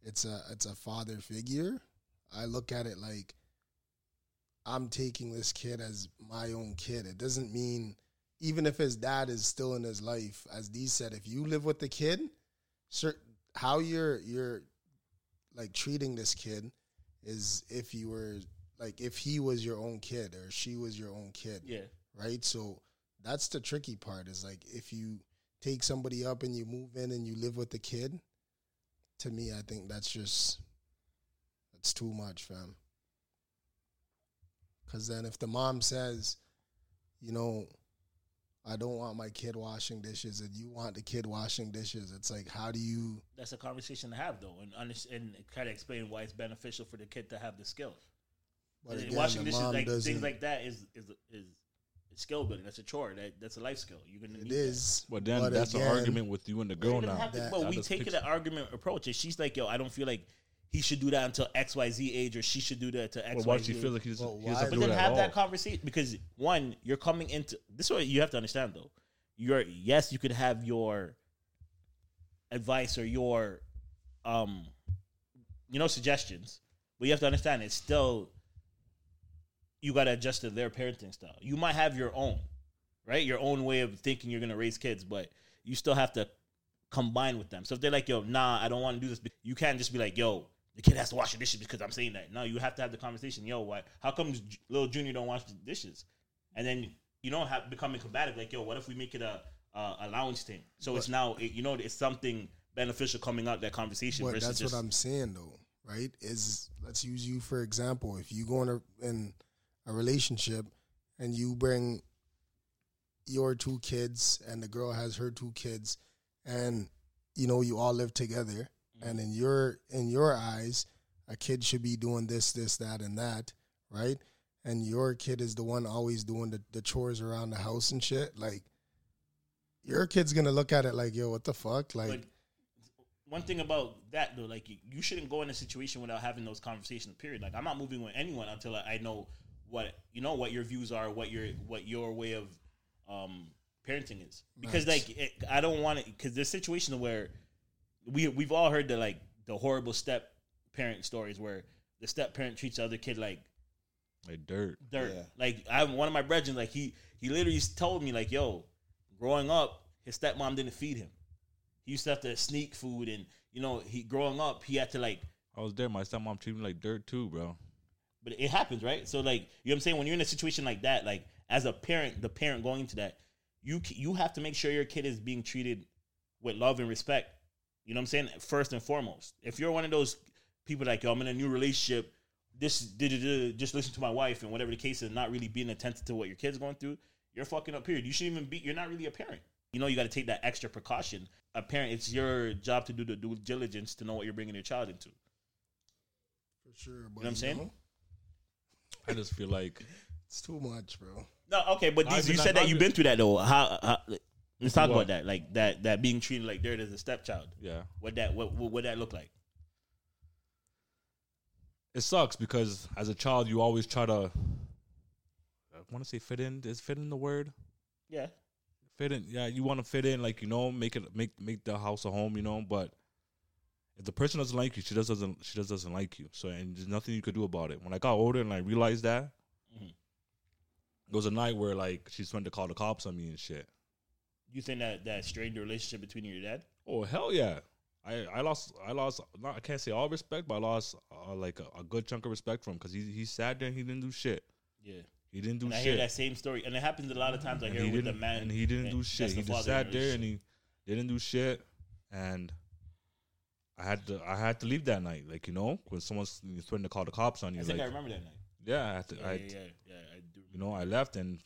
Speaker 7: it's a it's a father figure, I look at it like I'm taking this kid as my own kid. It doesn't mean even if his dad is still in his life, as Dee said, if you live with the kid, cer how you're you're like treating this kid is if you were like if he was your own kid or she was your own kid
Speaker 6: Yeah,
Speaker 7: right? So that's the tricky part is like if you take somebody up and you move in and you live with the kid, to me, I think that's just that's too much, fam. Cause then if the mom says, you know, I don't want my kid washing dishes and you want the kid washing dishes, it's like how do you
Speaker 6: that's a conversation to have though, and under- and kind of explain why it's beneficial for the kid to have the skill.
Speaker 7: but
Speaker 6: And
Speaker 7: again,
Speaker 6: washing
Speaker 7: the
Speaker 6: dishes,
Speaker 7: mom
Speaker 6: like
Speaker 7: doesn't-
Speaker 6: things like that, is is is, is skill building. That's a chore. That that's a life skill. You're gonna need
Speaker 7: it is.
Speaker 4: Well, then that's an
Speaker 7: again,
Speaker 4: argument with you and the
Speaker 6: That. It
Speaker 4: girl
Speaker 6: doesn't
Speaker 4: now.
Speaker 6: have to-
Speaker 7: That-
Speaker 6: but
Speaker 4: that
Speaker 6: we
Speaker 4: just
Speaker 6: take
Speaker 4: picks-
Speaker 6: it an argument approach. If she's like, "Yo, I don't feel like he should do that until X Y Z age, or she should do that to X
Speaker 4: Well,
Speaker 6: Y
Speaker 4: why
Speaker 6: Z
Speaker 4: do you feel like he's
Speaker 7: Well,
Speaker 4: he doesn't
Speaker 7: why
Speaker 4: do
Speaker 6: but then
Speaker 4: that
Speaker 6: have
Speaker 4: at
Speaker 6: that
Speaker 4: all?
Speaker 6: conversation because one, you're coming into this. Is what you have to understand though. You're yes, you could have your advice or your, um, you know, suggestions, but you have to understand it's still. You got to adjust to their parenting style. You might have your own, right? Your own way of thinking you're gonna raise kids, but you still have to combine with them. So if they're like, yo, nah, I don't want to do this, you can't just be like, yo, the kid has to wash the dishes because I'm saying that. No, you have to have the conversation. Yo, why? How come J- little Junior don't wash the dishes? And then you don't have becoming combative. Like, yo, what if we make it a, a allowance thing? So it's now, it, you know, it's something beneficial coming out that conversation.
Speaker 7: But
Speaker 6: versus
Speaker 7: that's
Speaker 6: just,
Speaker 7: what I'm saying though, right? Is let's use you for example. If you go in a, in a relationship and you bring your two kids and the girl has her two kids and you know you all live together
Speaker 6: Mm-hmm.
Speaker 7: and in your in your eyes a kid should be doing this this that and that right and your kid is the one always doing the, the chores around the house and shit like your kid's gonna look at it like yo what the fuck like
Speaker 6: But one thing about that though, like you, you shouldn't go in a situation without having those conversations. Period. Like I'm not moving with anyone until I, I know what you know what your views are, what your what your way of um, parenting is. Because
Speaker 7: Nice.
Speaker 6: like it, I don't want it because there's situations where we we've all heard the like the horrible step parent stories where the step parent treats the other kid like
Speaker 4: Like dirt.
Speaker 6: dirt.
Speaker 3: Yeah.
Speaker 6: Like I one of my brethren, like he he literally told me like, yo, growing up, his stepmom didn't feed him. He used to have to sneak food, and you know, he growing up, he had to like.
Speaker 4: I was there. My stepmom treated me like dirt too, bro.
Speaker 6: But it happens, right? So like, you know what I'm saying? When you're in a situation like that, like as a parent, the parent going into that, you c- you have to make sure your kid is being treated with love and respect. You know what I'm saying? First and foremost, if you're one of those people like, yo, I'm in a new relationship, this duh, duh, duh, just listen to my wife and whatever the case is, not really being attentive to what your kid's going through, you're fucking up. Period. You shouldn't even be. You're not really a parent. You know, you got to take that extra precaution. A parent, it's your job to do the due diligence to know what you're bringing your child into.
Speaker 7: For sure, but
Speaker 6: You know what I'm saying?
Speaker 4: I just feel like
Speaker 7: it's too much, bro.
Speaker 6: No, okay, but
Speaker 4: I've
Speaker 6: these, you
Speaker 4: been-
Speaker 6: said that
Speaker 4: I've
Speaker 6: you've
Speaker 4: been-
Speaker 6: been through that though. How? how let's talk
Speaker 4: What?
Speaker 6: about that. Like that, that being treated like dirt as a stepchild.
Speaker 4: yeah.
Speaker 6: What that, what, what would that look like?
Speaker 4: it sucks because as a child you always try to. I want to say fit in. Is fit in the word?
Speaker 6: Yeah.
Speaker 4: fit in. Yeah, you want to fit in, like you know, make it make make the house a home, you know. But if the person doesn't like you, she just doesn't she just doesn't like you. So and there's nothing you could do about it. When I got older and I realized that, there was a night where like she went to call the cops on me and shit.
Speaker 6: You think that that strained the relationship between you and your dad?
Speaker 4: Oh hell yeah! I I lost I lost not, I can't say all respect, but I lost uh, like a, a good chunk of respect from because he he sat there and he didn't do shit.
Speaker 6: Yeah.
Speaker 4: He didn't do
Speaker 6: And I
Speaker 4: shit.
Speaker 6: hear that same story, and it happens a lot of times. I hear
Speaker 4: he
Speaker 6: with the
Speaker 4: didn't,
Speaker 6: man,
Speaker 4: and he didn't
Speaker 6: that-
Speaker 4: do
Speaker 6: that's
Speaker 4: shit.
Speaker 6: the
Speaker 4: He just
Speaker 6: father
Speaker 4: sat
Speaker 6: in
Speaker 4: there and
Speaker 6: relationship.
Speaker 4: he didn't do shit. And I had to, I had to leave that night. Like you know, when someone's you threatened to call the cops on you,
Speaker 6: I
Speaker 4: like
Speaker 6: think I remember that night.
Speaker 4: yeah, I had to, I,
Speaker 6: Yeah, yeah, yeah, yeah, I do.
Speaker 4: you know, I left, and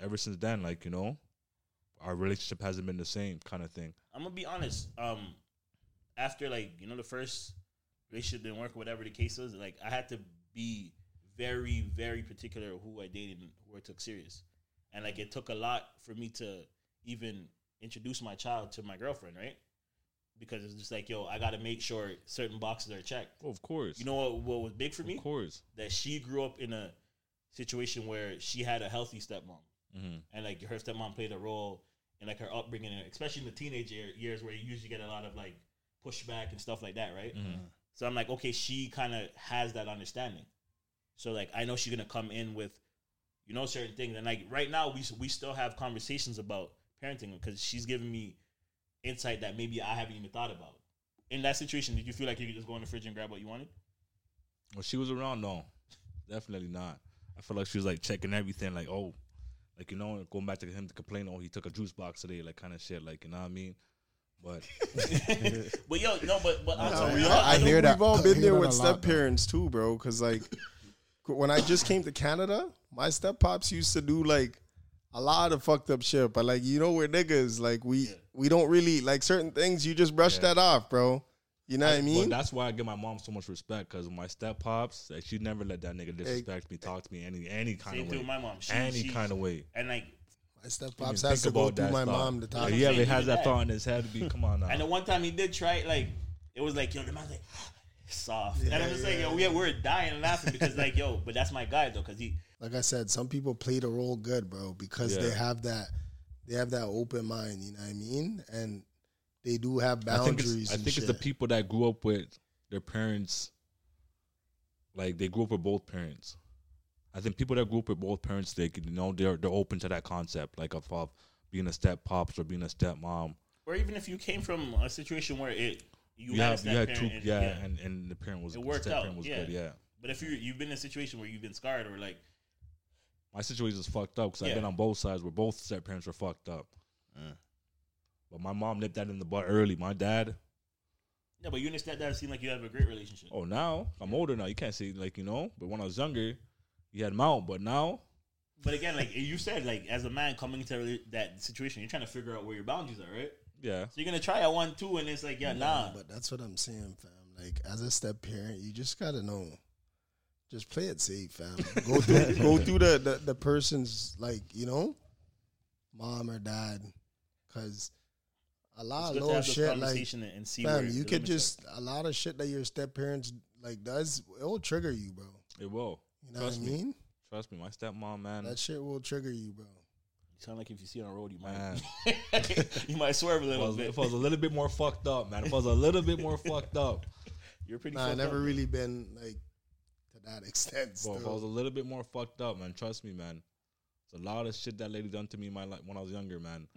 Speaker 4: ever since then, like you know, our relationship hasn't been the same kind of thing.
Speaker 6: I'm gonna be honest. Um, after like you know the first relationship didn't work, whatever the case was, like I had to be very, very particular who I dated and who I took serious, and like it took a lot for me to even introduce my child to my girlfriend, right? Because it's just like, yo, I gotta make sure certain boxes are checked.
Speaker 4: of course,
Speaker 6: You know what? What was big for me?
Speaker 4: of course,
Speaker 6: that she grew up in a situation where she had a healthy stepmom,
Speaker 4: Mm-hmm,
Speaker 6: and like her stepmom played a role in like her upbringing, and especially in the teenage year, years where you usually get a lot of like pushback and stuff like that, right?
Speaker 4: Mm-hmm.
Speaker 6: So I'm like, okay, she kind of has that understanding. So like, I know she's gonna come in with, you know, certain things, and like right now we s- we still have conversations about parenting because she's giving me insight that maybe I haven't even thought about. In that situation, did you feel like you could just go in the fridge and grab what you wanted?
Speaker 4: when she was around, no, definitely not. I feel like she was like checking everything, like oh, like you know, going back to him to complain, oh, he took a juice box today, like kind of shit, like you know what I mean. But
Speaker 6: But yo, no, but but I'm sorry.
Speaker 7: we all,
Speaker 6: I- I
Speaker 7: I,
Speaker 6: don't-
Speaker 7: hear that. We've all been
Speaker 3: hear
Speaker 7: there
Speaker 3: that
Speaker 7: with
Speaker 3: a lot,
Speaker 7: step parents too, bro. Because like when I just came to Canada, my step pops used to do like a lot of fucked up shit. But like you know, we're niggas. Like we we don't really like certain things. You just brush that off, bro. You know what I
Speaker 4: But
Speaker 7: mean?
Speaker 4: that's why I give my mom so much respect because my step pops, like, she never let that nigga disrespect me, talk to me any any kind
Speaker 6: Same
Speaker 4: of
Speaker 6: thing
Speaker 4: way,
Speaker 6: with my mom. She-
Speaker 4: any
Speaker 6: she-
Speaker 4: kind of way.
Speaker 6: And like,
Speaker 7: my step pops
Speaker 4: Even
Speaker 7: has to
Speaker 4: think
Speaker 7: go
Speaker 4: about
Speaker 7: through
Speaker 4: that
Speaker 7: my
Speaker 4: thought.
Speaker 7: mom to talk.
Speaker 4: Like,
Speaker 7: to
Speaker 4: he
Speaker 6: I'm
Speaker 4: ever
Speaker 6: saying,
Speaker 4: has
Speaker 6: even
Speaker 4: that
Speaker 6: that.
Speaker 4: thought in his head. to Be come on now.
Speaker 6: and the one time he did try it, like, it was like, yo, the man's like, soft. and I'm just like, yo, we we're dying laughing because like, yo, but that's my guy though, because he,
Speaker 7: Like I said, some people play the role good, bro, because they
Speaker 4: Yeah.
Speaker 7: have that they have that open mind. You know what I mean? And they do have
Speaker 4: I think
Speaker 7: boundaries.
Speaker 4: it's, I
Speaker 7: and
Speaker 4: think it's the
Speaker 7: shit.
Speaker 4: people that grew up with their parents, like they grew up with both parents. I think people that grew up with both parents, they could, you know they're they're open to that concept, like of, of being a step pops or being a stepmom.
Speaker 6: or even if you came from a situation where it, you,
Speaker 4: You
Speaker 6: had, a
Speaker 4: have you had two,
Speaker 6: step-parent and-
Speaker 4: yeah, and and the parent was
Speaker 6: It worked
Speaker 4: step parent
Speaker 6: out,
Speaker 4: was
Speaker 6: yeah.
Speaker 4: good, yeah.
Speaker 6: But if you you've been in a situation where you've been scarred or like,
Speaker 4: my situation is fucked up because I've
Speaker 6: Yeah. Uh.
Speaker 4: been on both sides where both step parents were fucked up. But my mom nipped that in the butt early. My dad,
Speaker 6: yeah, but you understand that it seemed like you have a great relationship.
Speaker 4: oh, now I'm older now. You can't say like you know, but when I was younger, you had mount. But now,
Speaker 6: But again, like you said, like as a man coming into rela- that situation, you're trying to figure out where your boundaries are, right?
Speaker 4: yeah,
Speaker 6: So you're gonna try at one, two, and it's like, yeah, nah.
Speaker 7: But that's what I'm saying, fam. Like as a step parent, you just gotta know. Just play it safe, fam. Go through go through the, the, the person's like, you know, mom or dad. Cause a
Speaker 6: it's
Speaker 7: lot of
Speaker 6: good to
Speaker 7: little
Speaker 6: have those
Speaker 7: shit like
Speaker 6: conversation and- and see where
Speaker 7: fam, you
Speaker 6: the
Speaker 7: could
Speaker 6: limits are.
Speaker 7: just a lot of shit that your step parents like does it'll trigger you, bro.
Speaker 4: it will.
Speaker 7: You know
Speaker 4: Trust
Speaker 7: what I mean?
Speaker 6: Mm-hmm.
Speaker 4: Trust me, my stepmom, man,
Speaker 7: That shit will trigger you, bro.
Speaker 6: Sound like if you see it on the road, you might
Speaker 4: man.
Speaker 6: you might swerve a
Speaker 4: If I,
Speaker 6: little
Speaker 4: was,
Speaker 6: bit.
Speaker 4: if I was a little bit more fucked up, man. If I was a little bit more fucked up,
Speaker 6: You're pretty.
Speaker 7: Nah, I
Speaker 6: fucked
Speaker 7: never
Speaker 6: up.
Speaker 7: really been like to that extent.
Speaker 4: bro, if I was a
Speaker 7: still.
Speaker 4: little bit more fucked up, man. Trust me, man. It's a lot of shit that lady done to me in my life when I was younger, man.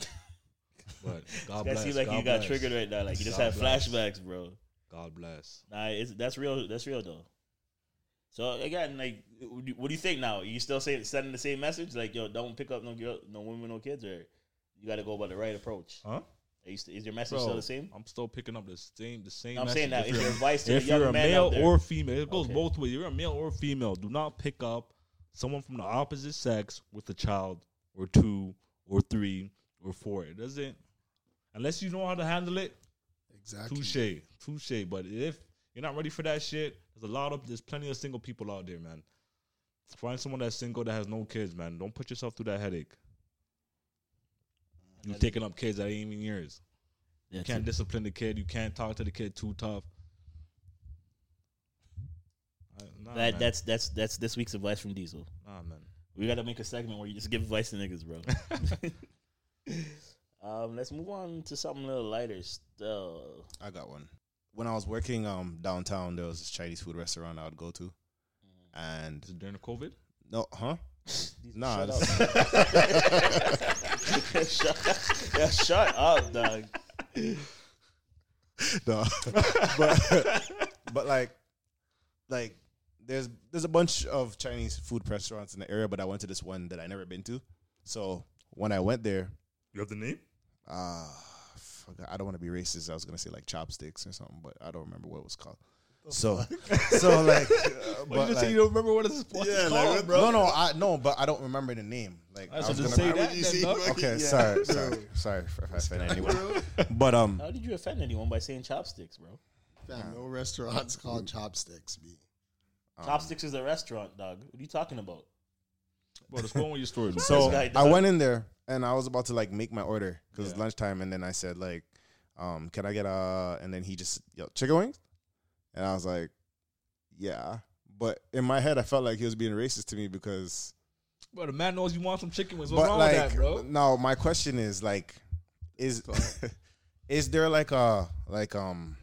Speaker 4: But God
Speaker 6: That
Speaker 4: bless.
Speaker 6: seems like
Speaker 4: God
Speaker 6: you got
Speaker 4: bless.
Speaker 6: triggered right now. Like you just
Speaker 4: God
Speaker 6: had
Speaker 4: bless.
Speaker 6: flashbacks, bro.
Speaker 4: God bless.
Speaker 6: Nah, it's, that's real. That's real though. So again, like, what do you- what do you think now? you still say, sending the same message? Like, yo, don't pick up no girl, no women, no kids, or you got to go by the right approach.
Speaker 4: Huh?
Speaker 6: Are you st- is your message still the same?
Speaker 4: I'm still picking up the same the same.
Speaker 6: I'm saying that if
Speaker 4: message.
Speaker 6: your
Speaker 4: you're-
Speaker 6: advice to
Speaker 4: if
Speaker 6: the young
Speaker 4: you're a
Speaker 6: man
Speaker 4: male
Speaker 6: out there,
Speaker 4: or female, it goes
Speaker 6: Okay.
Speaker 4: both ways. You're a male or female. Do not pick up someone from the opposite sex with a child or two or three or four. It doesn't unless you know how to handle it.
Speaker 7: exactly.
Speaker 4: Touche, touche. But if you're not ready for that shit, there's a lot of there's plenty of single people out there, man. Find someone that's single that has no kids, man. Don't put yourself through that headache.
Speaker 6: Uh,
Speaker 4: You taking up kids that ain't even yours. You can't discipline the kid. You can't talk to the kid too tough. I, Nah,
Speaker 6: That
Speaker 4: man.
Speaker 6: that's that's that's this week's advice from Diesel.
Speaker 4: Nah, man.
Speaker 6: We gotta make a segment where you just give advice to niggas, bro. um, let's move on to something a little lighter still.
Speaker 3: I got one. When I was working um downtown, there was this Chinese food restaurant I would go to,
Speaker 6: Mm-hmm.
Speaker 3: and
Speaker 4: Is it during the COVID?
Speaker 3: no, huh? Nah,
Speaker 6: shut
Speaker 3: this-
Speaker 6: shut, yeah, shut up, dog.
Speaker 3: no. but but like like there's there's a bunch of Chinese food restaurants in the area, but I went to this one that I never been to. So when I went there,
Speaker 4: You have the name?
Speaker 3: uh, forgot- I don't want to be racist. I was gonna say like chopsticks or something, but I don't remember what it was called. So, so like, uh, but
Speaker 4: just
Speaker 3: like,
Speaker 4: say you don't remember what it's supposed
Speaker 7: Yeah,
Speaker 4: to
Speaker 7: like,
Speaker 4: call,
Speaker 7: what-
Speaker 4: bro.
Speaker 3: no, no, I no, but I don't remember the name. Like, I
Speaker 4: So
Speaker 3: was
Speaker 4: just
Speaker 3: gonna-
Speaker 4: say that.
Speaker 7: you
Speaker 4: then,
Speaker 7: see-
Speaker 4: dog.
Speaker 3: Okay,
Speaker 7: Yeah.
Speaker 3: sorry,
Speaker 7: Bro.
Speaker 3: sorry, sorry for if I offend anyone. But um,
Speaker 6: How did you offend anyone by saying chopsticks, bro?
Speaker 7: Fam, no restaurants called chopsticks, B.
Speaker 3: Um,
Speaker 6: chopsticks is a restaurant, dog. What are you talking about?
Speaker 4: Bro, just go on with your story. Luke.
Speaker 3: so
Speaker 6: guy
Speaker 3: I
Speaker 6: does-
Speaker 3: went in there and I was about to like make my order because it's lunchtime, and then I said like, um, can I get a? And then he just yelled chicken wings, and I was like, yeah. But in my head, I felt like he was being racist to me because
Speaker 4: bro, the man knows you want some chicken wings. What's wrong with that, bro?
Speaker 3: no, my question is like, is is there like a like um,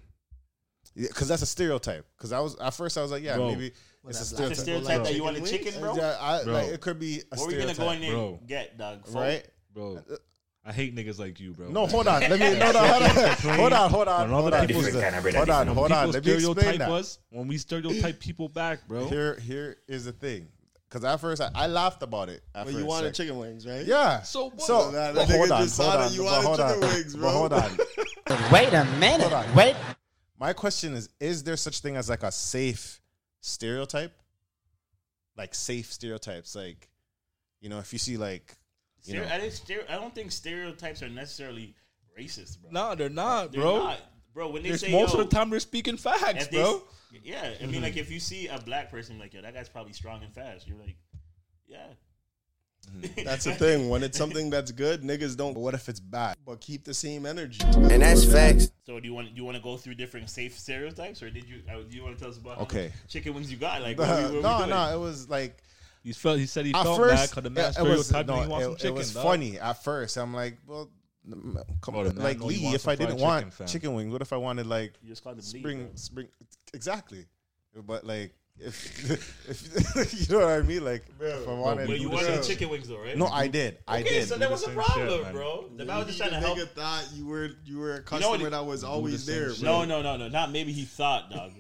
Speaker 3: because that's a stereotype. Because I was at first I was like, yeah,
Speaker 4: Bro.
Speaker 3: maybe it's a stereotype.
Speaker 7: black
Speaker 6: It's a stereotype that you want a
Speaker 7: Chicken
Speaker 6: chicken, bro.
Speaker 3: Yeah, I,
Speaker 4: Bro.
Speaker 3: like it could be a
Speaker 6: What were you gonna go in
Speaker 3: stereotype,
Speaker 6: there
Speaker 4: Bro.
Speaker 6: and get, dog? Folk?
Speaker 3: right?
Speaker 4: Bro, I hate niggas like you, bro.
Speaker 3: No, hold on. Let me no, no, hold on, hold on, hold on,
Speaker 4: And all
Speaker 3: hold
Speaker 4: the
Speaker 3: on,
Speaker 4: people-
Speaker 3: hold on, hold on, hold on.
Speaker 4: People
Speaker 3: Let me explain
Speaker 4: stereotype
Speaker 3: that.
Speaker 4: us when we stereotype people back, bro.
Speaker 3: Here, here is the thing. Because at first I, I laughed about it. At
Speaker 7: But
Speaker 3: first,
Speaker 7: you wanted
Speaker 3: like-
Speaker 7: chicken wings, right?
Speaker 3: Yeah.
Speaker 4: So what?
Speaker 3: so
Speaker 4: That-
Speaker 7: that
Speaker 3: but
Speaker 7: nigga
Speaker 3: hold on,
Speaker 7: just saw
Speaker 3: hold
Speaker 7: that
Speaker 3: on,
Speaker 7: you
Speaker 3: but
Speaker 7: wanted
Speaker 3: hold on,
Speaker 7: chicken wings,
Speaker 3: but
Speaker 7: bro.
Speaker 3: hold on.
Speaker 9: Wait a minute.
Speaker 3: on.
Speaker 9: Wait.
Speaker 3: My question is: Is there such thing as like a safe stereotype? Like safe stereotypes, like you know, if you see like you
Speaker 6: Stere-
Speaker 3: know,
Speaker 6: I, didn't stere- I don't think stereotypes are necessarily racist, bro.
Speaker 4: No, they're not,
Speaker 6: They're
Speaker 4: bro.
Speaker 6: not. Bro, when they
Speaker 4: There's
Speaker 6: say
Speaker 4: most
Speaker 6: yo,
Speaker 4: of the time they're speaking facts,
Speaker 6: if they-
Speaker 4: bro.
Speaker 6: yeah, I mean, like if you see a black person, like yo, that guy's probably strong and fast. You're like, yeah,
Speaker 7: That's the thing. When it's something that's good, niggas don't.
Speaker 3: but what if it's bad?
Speaker 7: But keep the same energy.
Speaker 9: And that's facts.
Speaker 6: So do you want do you want to go through different safe stereotypes, or did you uh, do you want to tell us about how
Speaker 3: Okay.
Speaker 6: much chicken wings you got? Like what we- what we
Speaker 3: no,
Speaker 6: doing?
Speaker 3: no, it was like
Speaker 4: He felt. He said he
Speaker 3: at
Speaker 4: felt bad
Speaker 3: first
Speaker 4: because the
Speaker 3: it-
Speaker 4: man
Speaker 3: it was,
Speaker 4: stereotyped
Speaker 3: no,
Speaker 4: him he wants
Speaker 3: it-
Speaker 4: some
Speaker 3: it
Speaker 4: chicken.
Speaker 3: was
Speaker 4: dog.
Speaker 3: funny at first. I'm like, well, mm, come
Speaker 4: Bro, the
Speaker 3: on,
Speaker 4: man
Speaker 3: like
Speaker 4: know you
Speaker 3: Lee,
Speaker 4: want
Speaker 3: if
Speaker 4: some
Speaker 3: I didn't
Speaker 4: fried
Speaker 3: want
Speaker 4: chicken, fam.
Speaker 3: chicken wings, what if I wanted like
Speaker 6: You just called him Lee,
Speaker 3: spring,
Speaker 6: bro.
Speaker 3: spring, exactly, but like. If, if you know what I mean, like if I wanted,
Speaker 6: But
Speaker 3: to
Speaker 6: you
Speaker 3: do
Speaker 6: wanted
Speaker 3: this-
Speaker 6: chicken wings though, right?
Speaker 3: No, I did, I
Speaker 6: okay,
Speaker 3: did.
Speaker 6: so that was a
Speaker 4: same shit,
Speaker 6: problem,
Speaker 4: man.
Speaker 6: bro. The man was just
Speaker 7: You
Speaker 6: trying to
Speaker 7: nigga
Speaker 6: help.
Speaker 7: thought you were you were a
Speaker 6: You know
Speaker 7: customer
Speaker 6: what it-
Speaker 7: that was always
Speaker 4: the same
Speaker 7: there.
Speaker 4: shit.
Speaker 7: bro.
Speaker 6: No, no, no, no. Not maybe he thought, dog.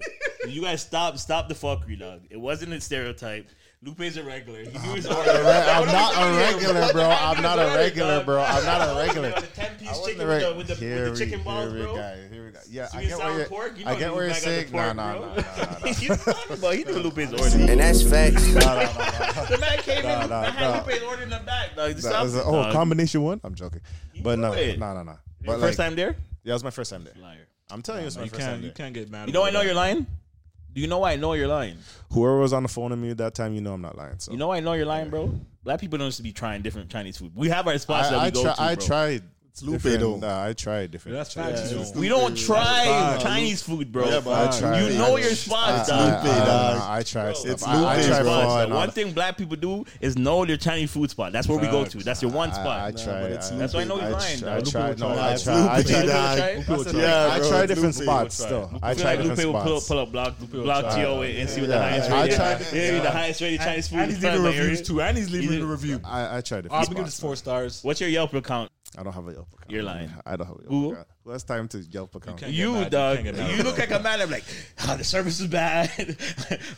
Speaker 6: you guys stop, stop the fuckery, dog. It wasn't a stereotype. Lupe's a regular. He knew his order.
Speaker 3: I'm
Speaker 6: What
Speaker 3: not
Speaker 6: doing
Speaker 3: a
Speaker 6: here,
Speaker 3: regular, bro. I'm not a
Speaker 6: Order,
Speaker 3: regular,
Speaker 6: dog.
Speaker 3: bro. I'm not a
Speaker 6: You
Speaker 3: regular.
Speaker 6: know, the ten
Speaker 3: I
Speaker 6: piece
Speaker 3: wasn't
Speaker 6: chicken
Speaker 3: a
Speaker 6: with the,
Speaker 3: reg-
Speaker 6: with the,
Speaker 3: Here
Speaker 6: with the chicken
Speaker 3: we-
Speaker 6: balls,
Speaker 3: here we
Speaker 6: bro.
Speaker 3: got it, here we got it. Yeah,
Speaker 6: Sweet
Speaker 3: I
Speaker 6: and
Speaker 3: get
Speaker 6: sour
Speaker 3: what you're,
Speaker 6: pork. You know
Speaker 3: I
Speaker 6: you
Speaker 3: get what you're
Speaker 6: back up the
Speaker 3: saying.
Speaker 6: pork,
Speaker 3: nah,
Speaker 6: bro.
Speaker 3: nah, nah, nah, nah.
Speaker 6: He's talking about he knew Lupe's order.
Speaker 9: And that's facts.
Speaker 3: Nah, nah, nah, nah.
Speaker 6: The man came
Speaker 3: Nah,
Speaker 6: in,
Speaker 3: nah,
Speaker 6: I had
Speaker 3: nah.
Speaker 6: Lupe order in the back. Dog. Just
Speaker 3: That
Speaker 6: stop
Speaker 3: was
Speaker 6: it,
Speaker 3: a- oh,
Speaker 6: dog.
Speaker 3: combination one. I'm joking, but
Speaker 6: knew
Speaker 3: no, no,
Speaker 6: it.
Speaker 3: no, no.
Speaker 6: Your
Speaker 3: But
Speaker 6: first
Speaker 3: like,
Speaker 6: time there?
Speaker 3: yeah, it was my first time there.
Speaker 6: Liar.
Speaker 3: I'm telling you, it's my
Speaker 4: You
Speaker 3: first time
Speaker 4: can't. You
Speaker 3: there.
Speaker 4: can't get mad.
Speaker 6: You know I
Speaker 4: about
Speaker 6: know
Speaker 4: that.
Speaker 6: you're lying? Do you know I know you're lying?
Speaker 3: Whoever was on the phone with me at that time, you know I'm not lying. So
Speaker 6: You know I know you're lying, bro? Black people don't used to be trying different Chinese food. We have our spots that we
Speaker 3: I, I,
Speaker 6: go
Speaker 3: try,
Speaker 6: to,
Speaker 3: I
Speaker 6: bro.
Speaker 3: tried. It's
Speaker 7: Lupe, though.
Speaker 3: Nah, I tried different.
Speaker 4: That's facts. you
Speaker 7: it's
Speaker 4: know.
Speaker 7: Lupe.
Speaker 6: We don't
Speaker 7: That's
Speaker 6: try
Speaker 4: fine.
Speaker 6: Chinese food, bro.
Speaker 7: Yeah, but I tried.
Speaker 6: you know
Speaker 7: I-
Speaker 6: your spots,
Speaker 7: I-
Speaker 6: dog.
Speaker 7: Lupe,
Speaker 3: I,
Speaker 7: dog.
Speaker 3: nah, I tried.
Speaker 6: Bro,
Speaker 3: stuff.
Speaker 7: it's
Speaker 3: I, I
Speaker 7: Lupe's
Speaker 3: tried for
Speaker 6: spots,
Speaker 7: fault,
Speaker 6: dog.
Speaker 3: and all
Speaker 6: One
Speaker 3: that.
Speaker 6: thing black people do is know their Chinese food spot. That's where we go to. That's your one
Speaker 3: I- I
Speaker 6: spot.
Speaker 3: tried.
Speaker 7: but it's
Speaker 3: I-
Speaker 7: Lupe. That's
Speaker 6: why I know he's lying,
Speaker 3: tr-
Speaker 6: dog.
Speaker 3: I
Speaker 6: Lupe
Speaker 3: tried.
Speaker 6: will
Speaker 3: No,
Speaker 6: try.
Speaker 3: I
Speaker 7: It's
Speaker 3: tried. I
Speaker 7: Lupe,
Speaker 3: tried.
Speaker 6: Lupe
Speaker 7: dog.
Speaker 6: will
Speaker 3: I tried-
Speaker 6: try.
Speaker 7: Yeah,
Speaker 3: I
Speaker 7: bro,
Speaker 3: tried
Speaker 7: it's
Speaker 3: different
Speaker 7: Lupe.
Speaker 3: spots.
Speaker 4: Lupe will
Speaker 3: Still,
Speaker 4: try.
Speaker 3: I
Speaker 6: I feel
Speaker 3: tried
Speaker 6: like
Speaker 3: different
Speaker 6: Lupe will pull up,
Speaker 3: spots.
Speaker 6: pull up block, block
Speaker 4: try.
Speaker 6: TO and see what the
Speaker 3: Yeah,
Speaker 6: highest
Speaker 3: I
Speaker 6: rated.
Speaker 3: tried-
Speaker 6: yeah,
Speaker 3: yeah.
Speaker 6: the highest rated Chinese food.
Speaker 4: And
Speaker 6: is
Speaker 4: he's leaving
Speaker 6: in that area.
Speaker 4: reviews too. And he's leaving
Speaker 6: did-
Speaker 4: a review.
Speaker 3: I, I tried different
Speaker 4: I'm gonna give this
Speaker 3: spots.
Speaker 4: four stars.
Speaker 6: What's your Yelp account?
Speaker 3: I don't have a Yelp account.
Speaker 6: You're lying.
Speaker 3: I don't have a Yelp
Speaker 6: Google?
Speaker 3: account. Who has time to Yelp account?
Speaker 4: can't-
Speaker 6: You,
Speaker 4: mad. You
Speaker 6: dog.
Speaker 4: can't
Speaker 6: You,
Speaker 4: get mad,
Speaker 6: look
Speaker 4: bro.
Speaker 6: like a man. I'm like, ah, the service is bad.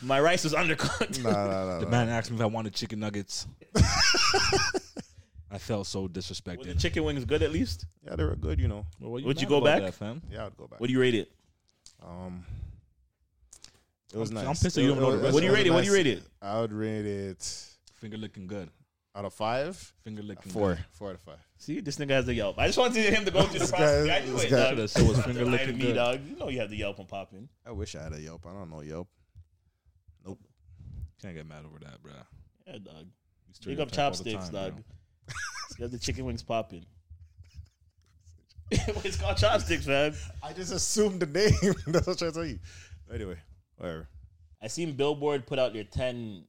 Speaker 6: My rice was undercooked.
Speaker 3: Nah, nah, nah,
Speaker 4: The
Speaker 3: nah.
Speaker 4: man asked me if I wanted chicken nuggets. I felt so
Speaker 6: Were the
Speaker 4: disrespected.
Speaker 6: chicken wings good at least?
Speaker 3: Yeah, they were good, you know.
Speaker 6: Would you go back?
Speaker 4: fam?
Speaker 3: Yeah, I'd go back.
Speaker 6: What do you rate it?
Speaker 3: Um, it was
Speaker 4: I'm-
Speaker 3: nice.
Speaker 4: I'm pissed that
Speaker 3: It-
Speaker 4: you don't
Speaker 3: it
Speaker 4: know the rest
Speaker 3: was-
Speaker 6: What do you
Speaker 3: was
Speaker 6: rate it? What do you
Speaker 3: nice.
Speaker 6: rate it?
Speaker 3: I would rate it
Speaker 4: Finger looking good.
Speaker 3: out of five.
Speaker 4: Finger looking
Speaker 3: Four.
Speaker 4: good.
Speaker 3: Four out of five.
Speaker 6: See, this nigga has the Yelp. I just wanted him to go through the process.
Speaker 3: guy-
Speaker 6: I knew
Speaker 3: this
Speaker 6: it,
Speaker 3: guy-
Speaker 6: dog.
Speaker 4: Shoulda- shoulda was finger
Speaker 6: Don't lie to
Speaker 4: looking
Speaker 6: me,
Speaker 4: good.
Speaker 6: dog. You know you have the Yelp and popping.
Speaker 3: I wish I had a Yelp. I don't know Yelp.
Speaker 4: Can't get mad over that, bro.
Speaker 6: Yeah, dog.
Speaker 4: You
Speaker 6: Big up
Speaker 4: stereotype all the
Speaker 6: chopsticks,
Speaker 4: time,
Speaker 6: dog.
Speaker 4: bro.
Speaker 6: You have the chicken wings popping. it's called chopsticks, man.
Speaker 3: I just assumed the name. That's what I trying to tell you. Anyway, whatever.
Speaker 6: I seen Billboard put out their ten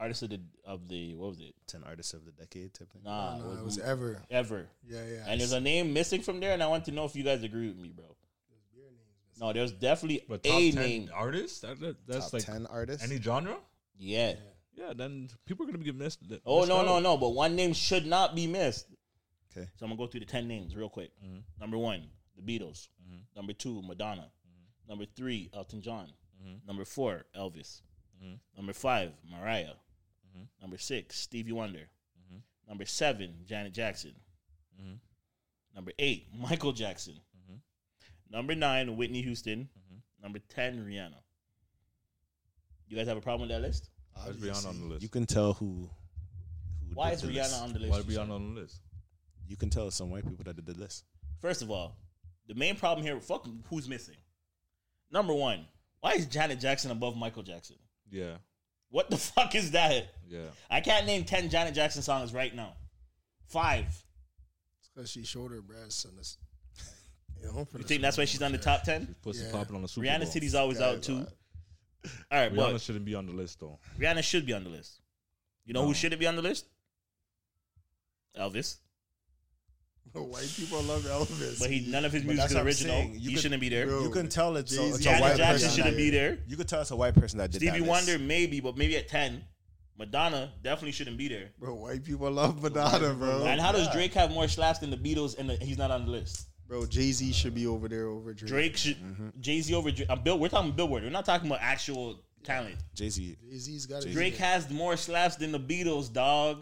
Speaker 6: artists of the of the what was it?
Speaker 10: Ten artists of the decade type thing.
Speaker 6: Nah,
Speaker 7: No, it was ever.
Speaker 6: ever.
Speaker 7: Yeah, yeah.
Speaker 6: And there's a name missing from there, and I want to know if you guys agree with me, bro. No, there's definitely
Speaker 4: But top
Speaker 6: a
Speaker 4: ten
Speaker 6: name.
Speaker 4: artists? That, that- that's
Speaker 10: Top
Speaker 4: like
Speaker 10: ten artists.
Speaker 4: any genre?
Speaker 6: Yeah.
Speaker 4: Yeah, then people are gonna be missed.
Speaker 6: Oh no, no, no! But one name should not be missed.
Speaker 10: Okay. Mm-hmm.
Speaker 6: So I'm gonna go through the ten names real quick. Number one, the Beatles. Number two, Madonna.
Speaker 10: Mm-hmm.
Speaker 6: Number three, Elton John. Number four, Elvis.
Speaker 10: Mm-hmm.
Speaker 6: Number five, Mariah. Number six, Stevie Wonder.
Speaker 10: Mm-hmm.
Speaker 6: Number seven, Janet Jackson. Number eight, Michael Jackson.
Speaker 10: Mm-hmm.
Speaker 6: Number nine, Whitney Houston. Number ten, Rihanna. You guys have a problem with that list?
Speaker 4: Why's Rihanna on the list?
Speaker 10: You can tell who. who
Speaker 6: Why
Speaker 10: did
Speaker 6: is
Speaker 10: the list.
Speaker 6: Rihanna on the list?
Speaker 4: Why
Speaker 6: you say?
Speaker 4: Rihanna on the list?
Speaker 10: You can tell some white people that did the list.
Speaker 6: First of all, the main problem here, fuck who's missing. Number one, why is Janet Jackson above Michael Jackson?
Speaker 4: Yeah,
Speaker 6: What the fuck is that?
Speaker 4: yeah.
Speaker 6: I can't name 10 Janet Jackson songs right now. Five.
Speaker 7: because she showed her breasts and this. You, know, for
Speaker 6: You
Speaker 7: the-
Speaker 6: think that's why she's on the top 10?
Speaker 4: Pussy
Speaker 7: Yeah.
Speaker 4: popping on the Super
Speaker 6: Rihanna
Speaker 4: Bowl.
Speaker 6: City's always out too. All right,
Speaker 4: Rihanna
Speaker 6: but
Speaker 4: shouldn't be on the list though.
Speaker 6: Rihanna should be on the list. You know who
Speaker 4: No.
Speaker 6: shouldn't be on the list? Elvis.
Speaker 7: white people love Elvis?
Speaker 6: But he none of his
Speaker 3: But
Speaker 6: music
Speaker 3: that's
Speaker 6: is
Speaker 3: what I'm
Speaker 6: original.
Speaker 3: saying. You
Speaker 6: he
Speaker 3: could-
Speaker 6: shouldn't be there.
Speaker 7: Bro,
Speaker 3: You can tell it's, a,
Speaker 7: Jay-Z.
Speaker 3: it's a
Speaker 7: Janet
Speaker 3: white
Speaker 6: Janet Jackson
Speaker 3: person.
Speaker 7: that
Speaker 6: shouldn't be
Speaker 7: is.
Speaker 6: there.
Speaker 3: You could tell it's a white person that did
Speaker 6: Stevie
Speaker 3: that
Speaker 6: Wonder
Speaker 3: List.
Speaker 6: maybe, but maybe at 10. Madonna definitely shouldn't be there.
Speaker 7: Bro, white people love Madonna, bro.
Speaker 6: And how does Drake have more slaps than the Beatles and the, he's not on the list?
Speaker 7: Bro, Jay Z should be over there over Drake.
Speaker 6: Drake should
Speaker 7: Mm-hmm.
Speaker 6: Jay Z over Drake. Uh, Bill, we're talking Billboard. We're not talking about actual talent.
Speaker 10: Jay Z.
Speaker 7: Jay Z's got it.
Speaker 6: Drake has more slaps than the Beatles, dog.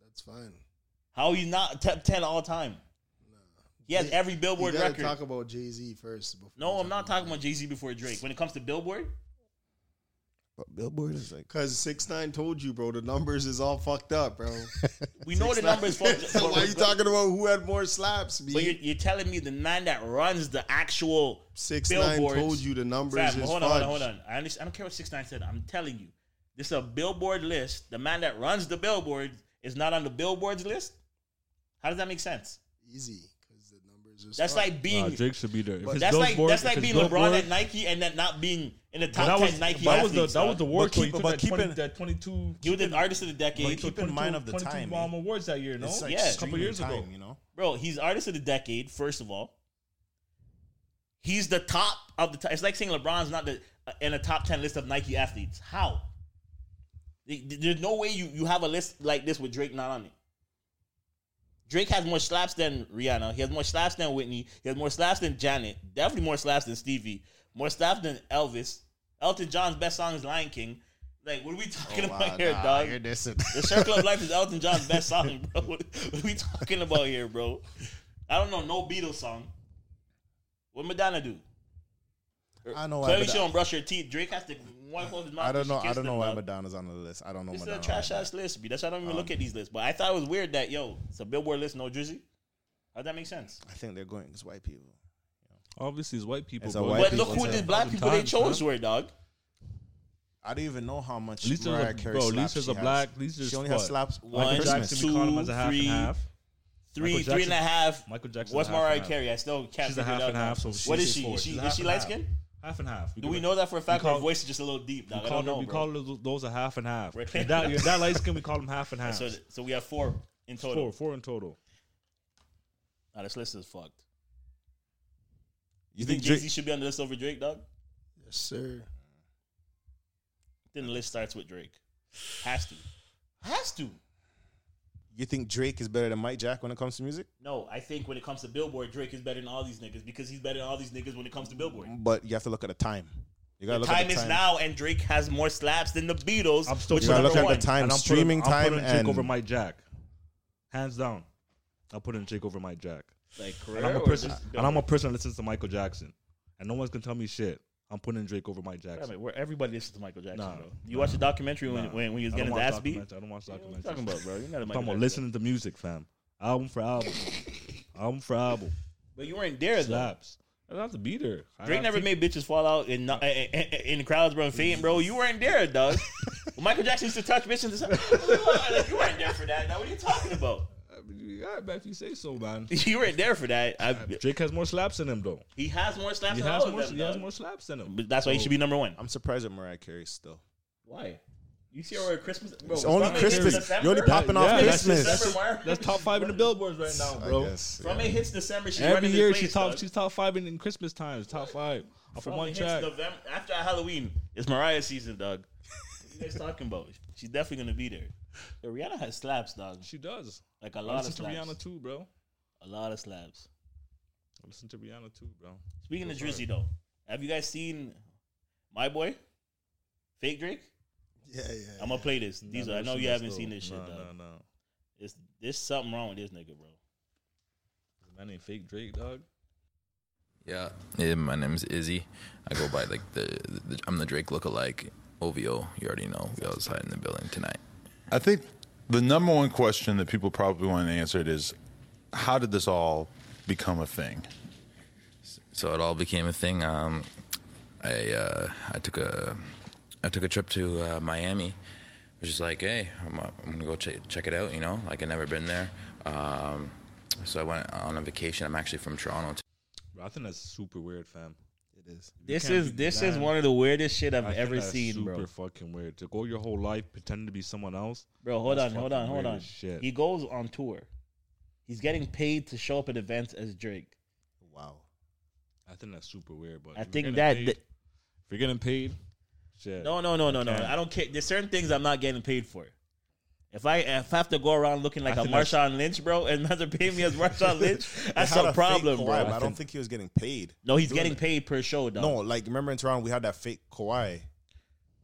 Speaker 7: That's fine.
Speaker 6: How he's not top ten all time? He has every
Speaker 7: We
Speaker 6: Billboard
Speaker 7: gotta
Speaker 6: record.
Speaker 7: talk about Jay Z first. Before
Speaker 6: no, I'm not talking about Jay Z before Drake. When it comes to Billboard,
Speaker 10: But Billboard is like
Speaker 7: Because Six Nine told you, bro, the numbers is all fucked up, bro.
Speaker 6: we know the numbers.
Speaker 7: Why
Speaker 6: fucked up, but
Speaker 7: are you talking about who had more slaps? B?
Speaker 6: But you're, you're telling me the nine that runs the actual
Speaker 7: Six
Speaker 6: billboards.
Speaker 7: Nine told you the numbers
Speaker 6: Fam,
Speaker 7: is
Speaker 6: hold on, hold
Speaker 7: fudged.
Speaker 6: on, hold on. I, understand, I don't care what Six Nine said. I'm telling you, this is a billboard list. The man that runs the billboard is not on the billboards list. How does that make sense?
Speaker 7: Easy, because the numbers is
Speaker 6: That's
Speaker 7: fucked.
Speaker 6: like
Speaker 4: Nah,
Speaker 6: being
Speaker 4: Drake should be there. If it's
Speaker 6: that's like
Speaker 4: Billboard-
Speaker 6: that's
Speaker 4: if
Speaker 6: like
Speaker 4: it's
Speaker 6: being
Speaker 4: Billboard-
Speaker 6: LeBron at Nike and that not being in the
Speaker 4: But
Speaker 6: top
Speaker 4: that was
Speaker 6: ten Nike.
Speaker 4: that was the
Speaker 6: athletes,
Speaker 4: that was
Speaker 6: dog.
Speaker 4: the award.
Speaker 3: But
Speaker 4: show. He
Speaker 3: keep-
Speaker 4: took
Speaker 3: but
Speaker 4: that
Speaker 3: keep
Speaker 4: 20
Speaker 3: in-
Speaker 4: that 22.
Speaker 6: He was an artist of eh? the
Speaker 4: He
Speaker 6: decade,
Speaker 4: took
Speaker 3: keep in mind of the
Speaker 4: 22
Speaker 3: timing.
Speaker 4: bomb awards that year. No,
Speaker 3: It's like
Speaker 6: Yeah.
Speaker 4: a couple years ago.
Speaker 3: you know.
Speaker 6: bro. He's artist of the decade. First of all, he's the top of the. T- it's like saying LeBron's not the uh, in a top ten list of Nike athletes. How? Th- th- There's no way you you have a list like this with Drake not on it. Drake has more slaps than Rihanna. He has more slaps than Whitney. He has more slaps than Janet. Definitely more slaps than Stevie. More slaps than Elvis. Elton John's best song is Lion King. Like, what are we
Speaker 4: Oh,
Speaker 6: talking
Speaker 3: Oh,
Speaker 6: about here, dog? The Circle of Life is Elton John's best song, bro. What, what are we talking about here, bro? I don't know no Beatles song. What Madonna do?
Speaker 3: I know why
Speaker 6: Clearly
Speaker 3: Madonna-
Speaker 6: she don't brush her teeth. Drake has to wipe off his mouth.
Speaker 3: I don't
Speaker 6: when
Speaker 3: know. I
Speaker 6: she
Speaker 3: don't
Speaker 6: kissed
Speaker 3: know
Speaker 6: him,
Speaker 3: why
Speaker 6: dog.
Speaker 3: Madonna's on the list. I don't know.
Speaker 6: This is
Speaker 3: Madonna
Speaker 6: a trash
Speaker 3: on
Speaker 6: ass list, B. That's why I don't even
Speaker 3: Um,
Speaker 6: look at these lists. But I thought it was weird that yo, it's a Billboard list, no Drizzy. How'd that make sense?
Speaker 3: that. I think they're going because white people.
Speaker 4: Obviously, it's white people.
Speaker 3: It's a
Speaker 4: bro.
Speaker 3: white
Speaker 6: But
Speaker 3: people
Speaker 6: look who
Speaker 3: too.
Speaker 6: the black people they
Speaker 4: Times,
Speaker 6: chose
Speaker 4: man.
Speaker 6: were, dog.
Speaker 3: I don't even know how much
Speaker 4: Lisa's
Speaker 3: Mariah
Speaker 4: a-
Speaker 3: Carey
Speaker 4: bro,
Speaker 3: slaps
Speaker 4: Lisa's
Speaker 3: she
Speaker 4: a
Speaker 3: has.
Speaker 4: black- Lisa's
Speaker 3: she only has
Speaker 4: what?
Speaker 3: slaps
Speaker 6: One,
Speaker 3: one
Speaker 4: Michael Jackson,
Speaker 6: two,
Speaker 4: we call him as a half
Speaker 6: three.
Speaker 4: and half.
Speaker 6: Three,
Speaker 4: Michael
Speaker 6: three and
Speaker 4: Jackson-
Speaker 6: a half.
Speaker 4: Michael Jackson's
Speaker 6: What's
Speaker 4: a half and
Speaker 6: Mariah
Speaker 4: half.
Speaker 6: Carey? I still can't
Speaker 4: She's a
Speaker 6: figure
Speaker 4: half
Speaker 6: it out.
Speaker 4: and half. So
Speaker 6: what
Speaker 4: she's
Speaker 6: is she?
Speaker 4: four.
Speaker 6: Is she,
Speaker 4: She's a
Speaker 6: is
Speaker 4: half
Speaker 6: she
Speaker 4: and
Speaker 6: light
Speaker 4: half.
Speaker 6: skinned?
Speaker 4: Half and half.
Speaker 6: Do we know that for a fact?
Speaker 4: call-
Speaker 6: Her voice is just a little deep. Dog.
Speaker 4: We
Speaker 6: I don't
Speaker 4: call,
Speaker 6: know.
Speaker 4: we
Speaker 6: bro.
Speaker 4: call those, those a half and half.
Speaker 6: Right.
Speaker 4: You're that, you're that light skin, we call them half and half.
Speaker 6: so, th- so we have four in total.
Speaker 4: four, four in total.
Speaker 6: Nah, this list is fucked.
Speaker 10: you
Speaker 6: Think
Speaker 10: think
Speaker 6: Jay
Speaker 10: Drake,
Speaker 6: Z should be on the list over Drake, dog?
Speaker 7: Yes, sir.
Speaker 6: Then the list starts with Drake. Has to. Has to.
Speaker 10: you think Drake is better than Mike Jack when it comes to music?
Speaker 6: No, I think when it comes to Billboard, Drake is better than all these niggas because he's better than all these niggas when it comes to Billboard.
Speaker 10: But you have to look at the time. You gotta look
Speaker 6: time
Speaker 10: at the
Speaker 6: is
Speaker 10: time.
Speaker 6: now, and Drake has more slaps than the Beatles.
Speaker 4: I'm still
Speaker 6: which
Speaker 10: You
Speaker 6: is
Speaker 10: gotta
Speaker 6: number
Speaker 10: look at
Speaker 6: one.
Speaker 10: the time.
Speaker 4: And I'm
Speaker 10: streaming
Speaker 4: putting, I'm
Speaker 10: time
Speaker 4: putting
Speaker 10: and
Speaker 4: Jake over Mike Jack, hands down. I'm putting Jake over Mike Jack.
Speaker 6: Like
Speaker 4: And I'm a person. And I'm a person that listens to Michael Jackson, and no one's gonna tell me shit. I'm putting Drake over Mike Jackson.
Speaker 6: Where everybody listens to Michael Jackson,
Speaker 4: Nah,
Speaker 6: bro. You watch the documentary when,
Speaker 4: Nah.
Speaker 6: when when he was
Speaker 4: I
Speaker 6: getting
Speaker 4: don't
Speaker 6: his
Speaker 4: watch
Speaker 6: ass beat.
Speaker 4: documentaries. I don't watch
Speaker 6: What are
Speaker 4: documentaries.
Speaker 6: you talking about, bro? You're not a Michael
Speaker 4: I'm talking about
Speaker 6: Jackson.
Speaker 4: listening to music, fam. Album for album, album for album.
Speaker 6: But you weren't there though.
Speaker 4: Slaps. I don't have to be there. I
Speaker 6: Drake
Speaker 4: have
Speaker 6: never
Speaker 4: to-
Speaker 6: made bitches fall out in in, in the crowds, bro, and faint, bro. You weren't there, dog. When Michael Jackson used to touch bitches. and stuff, you weren't there for that. Now, what are you talking about?
Speaker 4: All right, back if you say so, man.
Speaker 6: you weren't there for that. I,
Speaker 4: Drake has more slaps in him, though.
Speaker 6: he has more slaps
Speaker 4: He
Speaker 6: than
Speaker 4: has
Speaker 6: all
Speaker 4: more.
Speaker 6: of them.
Speaker 4: He has
Speaker 6: dog.
Speaker 4: more slaps in him.
Speaker 6: But that's why he should be number one.
Speaker 10: I'm surprised at Mariah Carey still.
Speaker 6: Why? You see her wear Christmas. Bro,
Speaker 10: It's only Christmas. You're only popping off
Speaker 4: Yeah, that's
Speaker 10: Christmas.
Speaker 4: just-
Speaker 6: December,
Speaker 4: That's top five in the billboards right now,
Speaker 3: I
Speaker 4: bro.
Speaker 3: guess.
Speaker 6: From
Speaker 3: yeah.
Speaker 6: it hits December, she's
Speaker 4: Every
Speaker 6: running
Speaker 4: year
Speaker 6: this place,
Speaker 4: she's top.
Speaker 6: dog.
Speaker 4: She's top five in, in Christmas times. Top five. Off of
Speaker 6: From
Speaker 4: one
Speaker 6: it hits
Speaker 4: track.
Speaker 6: November, after Halloween, it's Mariah season, dog. What you guys talking about? She's definitely gonna be there. Yo, Rihanna has slaps, dog.
Speaker 4: She does.
Speaker 6: Like a
Speaker 4: I
Speaker 6: lot
Speaker 4: listen
Speaker 6: of
Speaker 4: to
Speaker 6: slaps.
Speaker 4: Rihanna too, bro.
Speaker 6: A lot of slaps.
Speaker 4: I listen to Rihanna too, bro.
Speaker 6: Speaking of Drizzy though, have you guys seen My Boy? Fake Drake?
Speaker 7: Yeah, yeah.
Speaker 6: I'm gonna play this.
Speaker 4: Nah,
Speaker 6: These
Speaker 4: I've
Speaker 6: I know
Speaker 4: seen
Speaker 6: you
Speaker 4: this
Speaker 6: haven't
Speaker 4: though.
Speaker 6: seen this shit,
Speaker 4: Nah,
Speaker 6: dog.
Speaker 4: nah, nah.
Speaker 6: It's, there's something wrong with this nigga, bro.
Speaker 4: My name Fake Drake, dog.
Speaker 11: Yeah, yeah. My name's Izzy. I go by like the, the I'm the Drake lookalike. OVO, you already know. We all hide in the building tonight.
Speaker 12: I think the number one question that people probably want to answer it is, how did this all become a thing?
Speaker 11: So it all became a thing. Um, I uh, I took a I took a trip to uh, Miami. I was just like, hey, I'm, uh, I'm gonna go check check it out. You know, like I never been there. Um, so I went on a vacation. I'm actually from Toronto. Too.
Speaker 4: Bro, I think that's super weird, fam. It
Speaker 10: is.
Speaker 6: This is this is one of the weirdest shit I've
Speaker 4: I think
Speaker 6: ever
Speaker 4: that's
Speaker 6: seen,
Speaker 4: super
Speaker 6: bro.
Speaker 4: fucking weird to go your whole life pretending to be someone else.
Speaker 6: Bro, hold
Speaker 4: That's
Speaker 6: on, hold
Speaker 4: fucking
Speaker 6: on, hold
Speaker 4: weird
Speaker 6: on.
Speaker 4: as shit.
Speaker 6: He goes on tour. He's getting paid to show up at events as Drake.
Speaker 10: Wow.
Speaker 4: I think that's super weird, but
Speaker 6: I
Speaker 4: if you're
Speaker 6: think
Speaker 4: getting
Speaker 6: that,
Speaker 4: paid-
Speaker 6: that
Speaker 4: if you're getting paid, shit.
Speaker 6: no, no, no, no, no.
Speaker 4: Okay.
Speaker 6: I don't care. There's certain things I'm not getting paid for. If I if I have to go around looking like
Speaker 4: I
Speaker 6: a
Speaker 4: think that's-
Speaker 6: Marshawn Lynch, bro, and not to pay me as Marshawn Lynch,
Speaker 10: They
Speaker 6: that's
Speaker 10: had
Speaker 6: a
Speaker 10: fake
Speaker 6: problem,
Speaker 10: Kawhi,
Speaker 6: bro.
Speaker 10: but I don't think he was getting paid.
Speaker 6: No, he's
Speaker 10: doing
Speaker 6: getting
Speaker 10: it.
Speaker 6: paid per show, dog.
Speaker 10: No, like remember in Toronto we had that fake Kawhi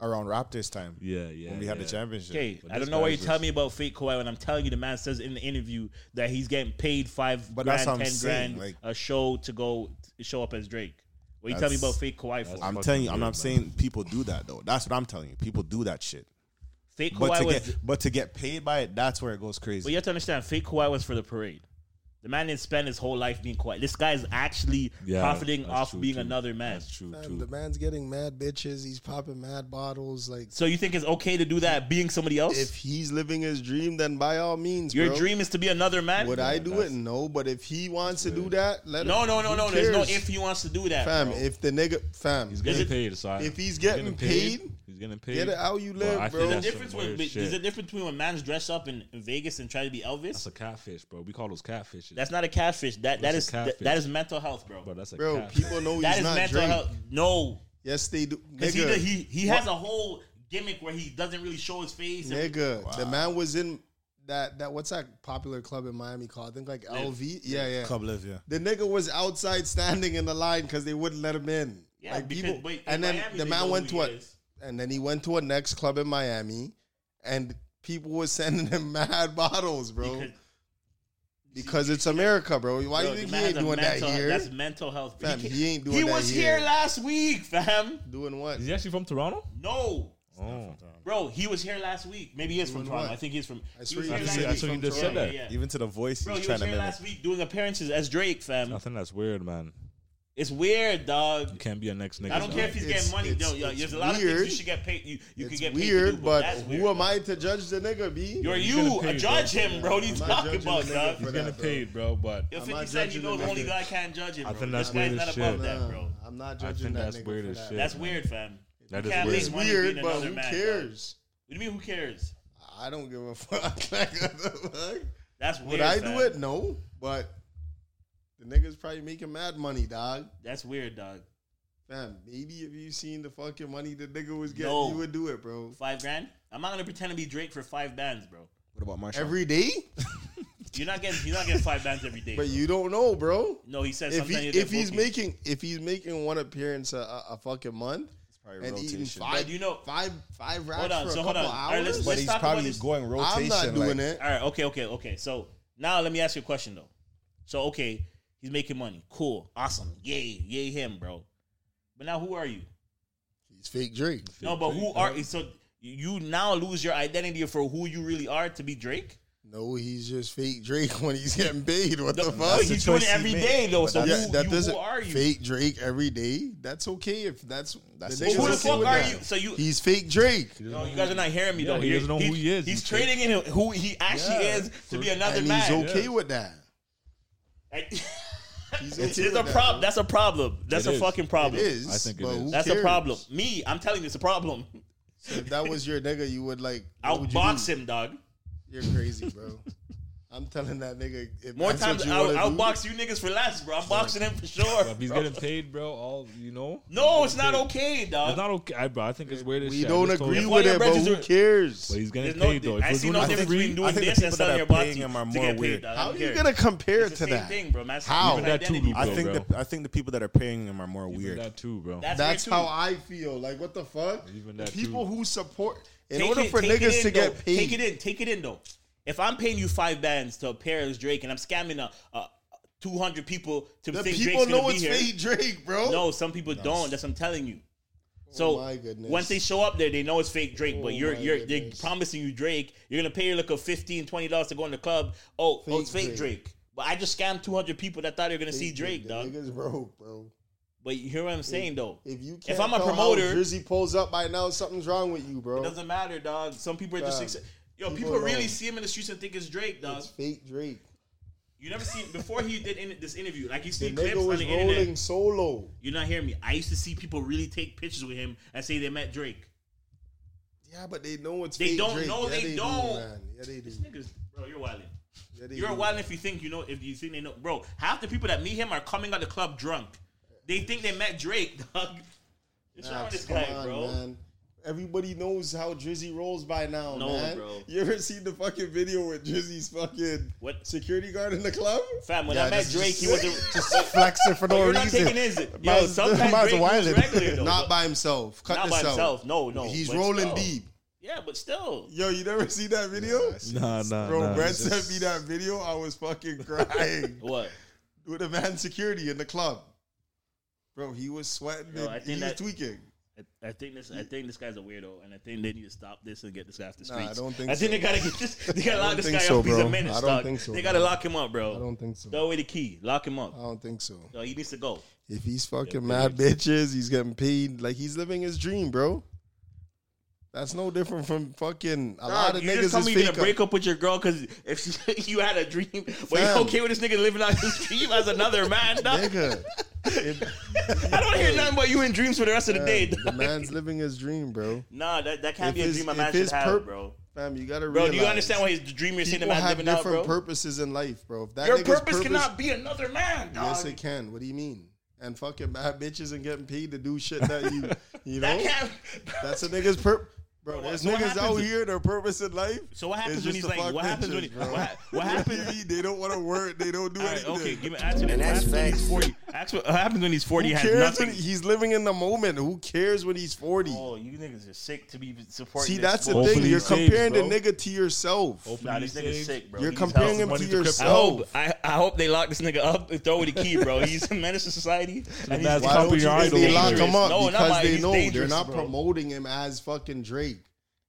Speaker 10: around Raptors time
Speaker 4: Yeah, yeah.
Speaker 10: when we had the
Speaker 4: yeah.
Speaker 10: championship.
Speaker 6: Okay,
Speaker 4: But
Speaker 6: I
Speaker 4: this
Speaker 6: don't know why
Speaker 4: guy's
Speaker 6: you tell
Speaker 4: just-
Speaker 6: me about fake Kawhi when I'm telling you the man says in the interview that he's getting paid five
Speaker 10: But that's
Speaker 6: grand,
Speaker 10: what I'm
Speaker 6: ten
Speaker 10: saying,
Speaker 6: grand
Speaker 10: like-
Speaker 6: a show to go to show up as Drake. What you tell me
Speaker 10: That's-
Speaker 6: about fake Kawhi for?
Speaker 10: I'm
Speaker 4: fucking
Speaker 10: telling you, I'm
Speaker 4: weird,
Speaker 10: not
Speaker 4: man.
Speaker 10: saying people do that though. That's what I'm telling you. People do that shit.
Speaker 6: Fake
Speaker 10: But
Speaker 6: Kawhi
Speaker 10: to
Speaker 6: was
Speaker 10: get but to get paid by it, that's where it goes
Speaker 6: But you
Speaker 10: crazy.
Speaker 6: have to understand, fake Kawhi was for the parade. The man didn't spend his whole life being quiet. This guy is actually
Speaker 4: Yeah,
Speaker 6: profiting
Speaker 4: that's
Speaker 6: off
Speaker 4: true,
Speaker 6: being
Speaker 4: too.
Speaker 6: another man.
Speaker 4: That's true
Speaker 7: Fam, the
Speaker 4: too.
Speaker 7: man's getting mad bitches. He's popping mad bottles. Like,
Speaker 6: So you think it's okay to do that being somebody else?
Speaker 7: if he's living his dream, then by all means,
Speaker 6: Your
Speaker 7: bro.
Speaker 6: dream is to be another man?
Speaker 7: Would I do it? No, but if he wants to do that, let
Speaker 6: no,
Speaker 7: him.
Speaker 6: no, no,
Speaker 7: Who
Speaker 6: no. There's no
Speaker 7: cares?
Speaker 6: if he wants to do that.
Speaker 7: fam.
Speaker 6: bro.
Speaker 7: If the nigga, fam,
Speaker 4: He's
Speaker 6: Is
Speaker 4: getting
Speaker 6: it-
Speaker 4: paid, so I-
Speaker 7: if he's getting paid,
Speaker 4: he's getting paid.
Speaker 7: get it how you live,
Speaker 4: I think
Speaker 7: bro.
Speaker 4: that's
Speaker 6: There's a difference
Speaker 4: some
Speaker 6: when-
Speaker 4: weird
Speaker 6: but there's a
Speaker 4: shit.
Speaker 6: difference between when man's dress up in in Vegas and try to be Elvis.
Speaker 4: That's a catfish, bro. We call those catfishes.
Speaker 6: That's not a catfish. That that
Speaker 4: That's
Speaker 6: is
Speaker 4: a
Speaker 6: that-
Speaker 4: catfish. uh,
Speaker 6: that is mental health, bro.
Speaker 4: bro. That's a
Speaker 7: bro.
Speaker 4: catfish.
Speaker 7: People know
Speaker 6: that
Speaker 7: he's
Speaker 6: is
Speaker 7: not
Speaker 6: mental
Speaker 7: Drake.
Speaker 6: health. No,
Speaker 7: Yes, they do. Nigga,
Speaker 6: because he do- he he has a whole gimmick where he doesn't really show his face. and-
Speaker 7: nigga, the man was in that that what's that popular club in Miami called? I think like LV. Yeah, yeah.
Speaker 10: Club live, yeah.
Speaker 7: The nigga was outside standing in the line because they wouldn't let him in.
Speaker 6: Yeah,
Speaker 7: like
Speaker 6: because-
Speaker 7: people,
Speaker 6: but in
Speaker 7: and then
Speaker 6: Miami,
Speaker 7: the
Speaker 6: they
Speaker 7: man
Speaker 6: know
Speaker 7: went
Speaker 6: who
Speaker 7: to
Speaker 6: he
Speaker 7: a,
Speaker 6: is.
Speaker 7: and then he went to a next club in Miami, and people were sending him mad bottles, bro. Because,
Speaker 6: Because-
Speaker 7: it's America, bro. Why do you
Speaker 6: Yo,
Speaker 7: think
Speaker 6: the man
Speaker 7: he
Speaker 6: has
Speaker 7: ain't
Speaker 6: a
Speaker 7: doing that
Speaker 6: mental-
Speaker 7: here?
Speaker 6: That's mental health.
Speaker 7: Fam,
Speaker 6: can't-
Speaker 7: he ain't doing that
Speaker 6: was
Speaker 7: here.
Speaker 6: last week, fam.
Speaker 7: doing what?
Speaker 4: Is he actually from Toronto?
Speaker 6: No,
Speaker 4: Oh,
Speaker 6: bro, he was here last week. Maybe he is from
Speaker 7: Doing
Speaker 6: Toronto.
Speaker 7: what?
Speaker 6: I think he's from.
Speaker 7: I swear
Speaker 6: he
Speaker 7: you
Speaker 6: was
Speaker 7: just
Speaker 6: here
Speaker 7: said
Speaker 6: last
Speaker 7: he's
Speaker 4: what you
Speaker 7: from
Speaker 4: just said
Speaker 7: Toronto.
Speaker 4: there.
Speaker 6: Yeah, yeah.
Speaker 10: Even to the voice,
Speaker 6: Bro,
Speaker 10: he's
Speaker 6: he
Speaker 10: trying
Speaker 6: was
Speaker 10: to
Speaker 6: here
Speaker 10: mimic.
Speaker 6: last week doing appearances as Drake,
Speaker 4: I
Speaker 6: fam.
Speaker 4: think that's weird, man.
Speaker 6: It's weird,
Speaker 4: You
Speaker 6: dog.
Speaker 4: can't be a next nigga.
Speaker 6: I don't
Speaker 4: dog.
Speaker 6: care if he's getting
Speaker 7: It's-
Speaker 6: money.
Speaker 7: it's-
Speaker 6: though. Yo, there's
Speaker 7: it's
Speaker 6: a lot of things
Speaker 7: weird.
Speaker 6: you should get paid. You, you could
Speaker 7: it's
Speaker 6: get paid. to
Speaker 7: weird,
Speaker 6: do,
Speaker 7: but
Speaker 6: that's weird,
Speaker 7: who am
Speaker 6: bro.
Speaker 7: I to judge the nigga? B,
Speaker 6: You're
Speaker 4: He's getting
Speaker 6: you. Uh,
Speaker 4: paid,
Speaker 6: judge him, bro. What are you
Speaker 7: I'm not
Speaker 6: talking
Speaker 7: judging
Speaker 6: about,
Speaker 7: the nigga
Speaker 6: dog?
Speaker 7: for
Speaker 4: He's getting
Speaker 7: that, bro.
Speaker 4: paid, bro. But
Speaker 6: If
Speaker 7: I'm
Speaker 6: 50
Speaker 7: not
Speaker 6: Cent, you
Speaker 7: judging
Speaker 6: know
Speaker 7: the
Speaker 6: the only
Speaker 7: nigga.
Speaker 6: guy can't judge him.
Speaker 4: I
Speaker 6: bro.
Speaker 4: think
Speaker 6: This
Speaker 4: that's
Speaker 6: guy's
Speaker 4: weird
Speaker 6: not
Speaker 4: as
Speaker 6: above
Speaker 4: shit.
Speaker 6: that, bro.
Speaker 7: I'm not
Speaker 4: I
Speaker 7: judging
Speaker 4: think
Speaker 7: that
Speaker 4: that's
Speaker 7: nigga.
Speaker 4: weird
Speaker 7: for
Speaker 4: as
Speaker 7: that.
Speaker 4: shit.
Speaker 6: That's weird, fam.
Speaker 4: That
Speaker 6: You
Speaker 4: is
Speaker 6: can't
Speaker 4: weird.
Speaker 6: make
Speaker 7: It's
Speaker 6: money
Speaker 7: weird,
Speaker 6: being
Speaker 7: but
Speaker 6: another
Speaker 7: who
Speaker 6: man, dog.
Speaker 7: cares?
Speaker 6: What do you mean? Who cares?
Speaker 7: I don't give a fuck. Like, what the fuck?
Speaker 6: That's weird.
Speaker 7: Would I do
Speaker 6: fam.
Speaker 7: it? No, but the nigga's probably making mad money, dog.
Speaker 6: That's weird, dog.
Speaker 7: Fam, maybe if you seen the fucking money the nigga was getting,
Speaker 6: No.
Speaker 7: you would do it, bro.
Speaker 6: Five grand? I'm not gonna pretend to be Drake for five bands, bro.
Speaker 10: What about Marshall?
Speaker 7: Every day,
Speaker 6: You're not getting you're not getting five bands every day.
Speaker 7: but
Speaker 6: bro.
Speaker 7: you don't know, bro.
Speaker 6: no, he says
Speaker 7: If
Speaker 6: sometimes
Speaker 7: he
Speaker 6: you
Speaker 7: if he's making if he's making one appearance a, a, a fucking month
Speaker 10: probably
Speaker 7: and eating
Speaker 10: rotation.
Speaker 7: five,
Speaker 6: But you know-
Speaker 7: five five racks
Speaker 6: Hold on,
Speaker 7: for
Speaker 6: so
Speaker 7: a
Speaker 6: hold
Speaker 7: couple
Speaker 6: on. All right, let's-
Speaker 7: hours,
Speaker 10: but
Speaker 6: let's
Speaker 10: he's
Speaker 6: talk about
Speaker 10: probably
Speaker 6: this.
Speaker 10: going rotation.
Speaker 7: I'm not doing it.
Speaker 6: All right, okay, okay, okay. So now let me ask you a question though. So okay, he's making money. Cool, awesome, yay, yay him, bro. But now who are you?
Speaker 7: He's fake Drake.
Speaker 6: No, but who are so you now lose your identity for who you really are to be Drake?
Speaker 7: No, he's just fake Drake when he's getting paid. What
Speaker 6: No,
Speaker 7: the
Speaker 6: but
Speaker 7: fuck?
Speaker 6: he's That's the doing it choice he every made. day, though, so
Speaker 7: That's-
Speaker 6: who-
Speaker 7: that
Speaker 6: you- who
Speaker 7: doesn't
Speaker 6: are you?
Speaker 7: fake Drake every day. That's okay if that's
Speaker 6: That's
Speaker 7: the
Speaker 6: the
Speaker 7: niggas
Speaker 6: choice. Who the
Speaker 7: okay
Speaker 6: fuck
Speaker 7: with
Speaker 6: are
Speaker 7: that.
Speaker 6: you? So you-
Speaker 7: he's fake Drake.
Speaker 6: No, you guys are not hearing me
Speaker 7: Yeah,
Speaker 6: though.
Speaker 7: he doesn't
Speaker 6: You're-
Speaker 7: know who he is.
Speaker 6: He's
Speaker 7: He's
Speaker 6: trading in who he actually
Speaker 7: Yeah.
Speaker 6: is to be another
Speaker 7: and
Speaker 6: man.
Speaker 7: He's okay with that.
Speaker 6: It's,
Speaker 7: okay
Speaker 6: it's a
Speaker 7: with that,
Speaker 6: problem.
Speaker 7: bro.
Speaker 6: That's a problem. That's
Speaker 7: It
Speaker 6: a
Speaker 7: is.
Speaker 6: fucking problem.
Speaker 7: It is, I think it but is. who
Speaker 6: That's a
Speaker 7: cares?
Speaker 6: problem. Me, I'm telling you, it's a problem.
Speaker 7: So if that was your nigga, you would like
Speaker 6: I'll
Speaker 7: what would you
Speaker 6: box
Speaker 7: do?
Speaker 6: him, dog.
Speaker 7: You're crazy, bro. I'm telling that nigga. If
Speaker 6: More
Speaker 7: that's what
Speaker 6: times,
Speaker 7: you
Speaker 6: I'll,
Speaker 7: wanna
Speaker 6: I'll
Speaker 7: do-
Speaker 6: box you niggas for less, bro. I'm boxing him for sure.
Speaker 4: If he's
Speaker 6: bro.
Speaker 4: getting paid, bro, all you know.
Speaker 6: No,
Speaker 4: he's
Speaker 6: it's not
Speaker 4: getting
Speaker 6: okay,
Speaker 4: paid.
Speaker 6: dog.
Speaker 4: It's not okay, I, bro. I think it's weird as
Speaker 7: We
Speaker 4: shit. I
Speaker 7: don't
Speaker 4: just told
Speaker 7: agree
Speaker 4: you.
Speaker 7: with it, but who cares?
Speaker 4: But he's getting
Speaker 6: There's no-
Speaker 4: paid though. If
Speaker 6: I
Speaker 4: we're
Speaker 6: see
Speaker 4: doing
Speaker 6: no
Speaker 4: it for
Speaker 6: difference
Speaker 4: free-
Speaker 6: between
Speaker 3: I
Speaker 6: doing
Speaker 3: think the
Speaker 6: this
Speaker 3: people
Speaker 6: and
Speaker 3: that
Speaker 6: selling
Speaker 3: are
Speaker 6: your body
Speaker 3: paying him are
Speaker 6: to
Speaker 3: more
Speaker 6: get
Speaker 3: weird.
Speaker 6: paid. dog. I
Speaker 3: How
Speaker 6: don't
Speaker 3: are you
Speaker 6: care.
Speaker 3: gonna compare
Speaker 6: It's the
Speaker 3: to
Speaker 6: same
Speaker 3: that?
Speaker 6: Thing, bro. Masculine
Speaker 3: How?
Speaker 6: is identity,
Speaker 3: I
Speaker 6: bro.
Speaker 3: think the, I think the people that are paying him are more weird.
Speaker 4: That too, bro.
Speaker 6: That's
Speaker 7: That's
Speaker 6: too.
Speaker 7: how I feel. Like what the fuck?
Speaker 4: Even
Speaker 7: The
Speaker 4: that
Speaker 7: people who support in
Speaker 6: Take
Speaker 7: order
Speaker 6: it-
Speaker 7: for
Speaker 6: take it
Speaker 7: niggas
Speaker 6: in,
Speaker 7: to
Speaker 6: though.
Speaker 7: get
Speaker 6: Take it
Speaker 7: paid.
Speaker 6: in. Take it in though. If I'm paying you five bands to pair as Drake, and I'm scamming a. a 200 people to
Speaker 7: The
Speaker 6: think
Speaker 7: people
Speaker 6: Drake's
Speaker 7: know
Speaker 6: gonna
Speaker 7: it's
Speaker 6: be here.
Speaker 7: fake Drake, bro.
Speaker 6: No, some people don't. That's what I'm telling you. So
Speaker 7: Oh my goodness.
Speaker 6: once they show up there, they know it's fake Drake.
Speaker 7: Oh,
Speaker 6: but you're
Speaker 7: my
Speaker 6: you're they're promising you Drake. You're gonna pay your like a 15 dollars to go in the club. Oh, oh, it's fake
Speaker 7: Drake.
Speaker 6: Drake. But I just scammed 200 people that thought they were gonna see
Speaker 7: Fake
Speaker 6: Drake,
Speaker 7: The
Speaker 6: dog.
Speaker 7: Niggas broke, bro.
Speaker 6: But you hear what I'm saying though.
Speaker 7: If you can't
Speaker 6: if I'm a
Speaker 7: tell how
Speaker 6: promoter, it
Speaker 7: Drizzy pulls up by now, something's wrong with you, bro.
Speaker 6: doesn't matter, dog. Some people are just
Speaker 7: Fam,
Speaker 6: exce- yo.
Speaker 7: people
Speaker 6: People, really
Speaker 7: know.
Speaker 6: see him in the streets and think it's Drake, dog.
Speaker 7: It's fake Drake.
Speaker 6: You never see before he did in this interview. Like you
Speaker 7: The
Speaker 6: see clips
Speaker 7: nigga
Speaker 6: on
Speaker 7: was
Speaker 6: the
Speaker 7: rolling
Speaker 6: internet.
Speaker 7: solo.
Speaker 6: You're not hearing me. I used to see people really take pictures with him and say they met Drake.
Speaker 7: Yeah, but they know it's
Speaker 6: They
Speaker 7: fake
Speaker 6: don't
Speaker 7: Drake.
Speaker 6: know,
Speaker 7: Yeah,
Speaker 6: they
Speaker 7: do,
Speaker 6: don't.
Speaker 7: man. Yeah, they do.
Speaker 6: These niggas, bro, you're wilding.
Speaker 7: Yeah, they
Speaker 6: You're
Speaker 7: do.
Speaker 6: wilding if you think you know. If you think they know, bro, half the people that meet him are coming out the club drunk. They think they met Drake, dog. What's wrong
Speaker 7: Nah,
Speaker 6: with this
Speaker 7: come
Speaker 6: guy,
Speaker 7: on,
Speaker 6: bro?
Speaker 7: man. Everybody knows how Drizzy rolls by now,
Speaker 6: No,
Speaker 7: man.
Speaker 6: bro.
Speaker 7: You ever seen the fucking video with Drizzy's fucking
Speaker 6: What?
Speaker 7: security guard in the club?
Speaker 6: Fam, when
Speaker 7: Yeah,
Speaker 6: I met
Speaker 7: just-
Speaker 6: Drake, he wasn't
Speaker 7: just
Speaker 3: flexing for
Speaker 6: But
Speaker 3: no
Speaker 6: you're not
Speaker 3: reason.
Speaker 6: taking his. Yo,
Speaker 7: Miles-
Speaker 6: sometimes
Speaker 7: Miles
Speaker 6: Drake was
Speaker 7: Wilder.
Speaker 6: regular, though,
Speaker 7: Not
Speaker 6: but-
Speaker 7: by himself. Cut
Speaker 6: Not
Speaker 7: this
Speaker 6: by
Speaker 7: out.
Speaker 6: himself. No, no.
Speaker 7: He's
Speaker 6: but
Speaker 7: rolling
Speaker 6: still.
Speaker 7: deep.
Speaker 6: Yeah, but still.
Speaker 7: Yo, you never seen that video?
Speaker 4: Nah, nah,
Speaker 7: Bro,
Speaker 4: nah.
Speaker 7: Brett sent me that video. I was fucking crying
Speaker 6: What?
Speaker 7: with a man security in the club. Bro, he was sweating.
Speaker 6: Yo,
Speaker 7: and
Speaker 6: I
Speaker 7: he
Speaker 6: think
Speaker 7: was
Speaker 6: that-
Speaker 7: tweaking.
Speaker 6: I, I think this. I think this guy's a weirdo, and I think they need to stop this and get this guy off the
Speaker 7: Nah,
Speaker 6: streets.
Speaker 7: I don't think
Speaker 6: I think
Speaker 7: so.
Speaker 6: they gotta get this. They gotta
Speaker 7: I
Speaker 6: lock
Speaker 7: don't
Speaker 6: this
Speaker 7: think
Speaker 6: guy
Speaker 7: so,
Speaker 6: up. He's
Speaker 7: bro.
Speaker 6: a menace,
Speaker 7: I don't
Speaker 6: dog.
Speaker 7: think so,
Speaker 6: they gotta
Speaker 7: bro.
Speaker 6: lock him up, bro.
Speaker 7: I don't think so.
Speaker 6: Throw away the key. Lock him
Speaker 7: I
Speaker 6: up.
Speaker 7: don't think so.
Speaker 6: Yo, he needs to go.
Speaker 7: If he's fucking mad bitches, he's getting paid. Like he's living his dream, bro. That's no different from fucking a lot of
Speaker 6: you
Speaker 7: niggas
Speaker 6: just
Speaker 7: is
Speaker 6: tell me you're
Speaker 7: fake. uh,
Speaker 6: gonna break up with your girl because if she, you had a dream, but
Speaker 7: Fam.
Speaker 6: you're okay with this nigga living out his dream as another man, dog.
Speaker 7: nigga.
Speaker 6: I don't hear nothing but you in dreams for the rest of the
Speaker 7: Fam,
Speaker 6: day.
Speaker 7: the
Speaker 6: dog.
Speaker 7: man's living his dream, bro.
Speaker 6: Nah, that, that can't
Speaker 7: If
Speaker 6: be a
Speaker 7: his-
Speaker 6: dream a
Speaker 7: if
Speaker 6: man should
Speaker 7: his
Speaker 6: have,
Speaker 7: purp-
Speaker 6: bro.
Speaker 7: Fam, you gotta
Speaker 6: Bro,
Speaker 7: realize.
Speaker 6: do you understand what his dream you're saying the
Speaker 7: people
Speaker 6: man's
Speaker 7: have
Speaker 6: living out,
Speaker 7: different
Speaker 6: bro?
Speaker 7: purposes in life, bro. If that
Speaker 6: Your
Speaker 7: nigga's
Speaker 6: purpose, cannot be another man, dog.
Speaker 7: Yes, it can. What do you mean? And fucking mad bitches and getting paid to do shit that you, you know.
Speaker 6: That can't-
Speaker 7: That's a nigga's purpose. Bro,
Speaker 6: what-
Speaker 7: there's
Speaker 6: so what
Speaker 7: niggas out
Speaker 6: happens-
Speaker 7: here, their purpose in life.
Speaker 6: So what happens
Speaker 7: is
Speaker 6: when
Speaker 7: just
Speaker 6: he's
Speaker 7: to
Speaker 6: like?
Speaker 7: fuck
Speaker 6: What happens when he?
Speaker 7: bitches, bro.
Speaker 6: What, ha- what happens?
Speaker 7: they don't want to work. They don't do
Speaker 6: All right,
Speaker 7: anything.
Speaker 6: okay, give me answer this.
Speaker 7: And
Speaker 6: What
Speaker 7: that's
Speaker 6: happens when he's
Speaker 7: facts.
Speaker 6: forty? Ask what what happens when he's forty?
Speaker 7: Who
Speaker 6: Has
Speaker 7: cares
Speaker 6: nothing.
Speaker 7: when he's living in the moment? Who cares when he's 40?
Speaker 6: oh, you niggas are sick to be supporting.
Speaker 7: See,
Speaker 6: this
Speaker 7: that's the
Speaker 6: bull-
Speaker 7: thing.
Speaker 4: he
Speaker 7: You're
Speaker 4: saves,
Speaker 7: comparing
Speaker 4: bro.
Speaker 7: the nigga to yourself.
Speaker 6: Nah, this nigga's sick, bro.
Speaker 7: You're
Speaker 6: He's
Speaker 7: comparing
Speaker 6: hella-
Speaker 7: him to
Speaker 4: to crypto.
Speaker 6: I
Speaker 7: yourself.
Speaker 6: hope I, I hope they lock this nigga up and throw away the key, bro. He's a menace to society. and he's
Speaker 4: man's
Speaker 7: Why
Speaker 4: Copy
Speaker 7: don't
Speaker 4: your
Speaker 7: you think they
Speaker 4: idol.
Speaker 7: lock him up?
Speaker 6: No, not
Speaker 7: because
Speaker 6: mine.
Speaker 7: they
Speaker 6: He's
Speaker 7: know they're
Speaker 6: dangerous,
Speaker 7: not
Speaker 6: bro.
Speaker 7: promoting him as fucking Drake.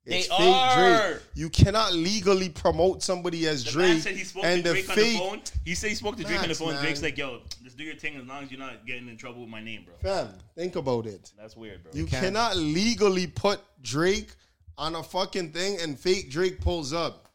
Speaker 7: It's
Speaker 6: They
Speaker 7: fake
Speaker 6: are.
Speaker 7: Drake. You cannot legally promote somebody as
Speaker 6: The
Speaker 7: Drake
Speaker 6: man said he spoke
Speaker 7: and
Speaker 6: to
Speaker 7: the
Speaker 6: Drake on the
Speaker 7: fake
Speaker 6: phone. He said he spoke to Drake on the
Speaker 7: Facts,
Speaker 6: phone.
Speaker 7: man.
Speaker 6: Drake's like, "Yo, just do your thing as long as you're not getting in trouble with my name, bro."
Speaker 7: fam. Think about it.
Speaker 6: That's weird, bro.
Speaker 7: You cannot legally put Drake on a fucking thing and fake Drake pulls up.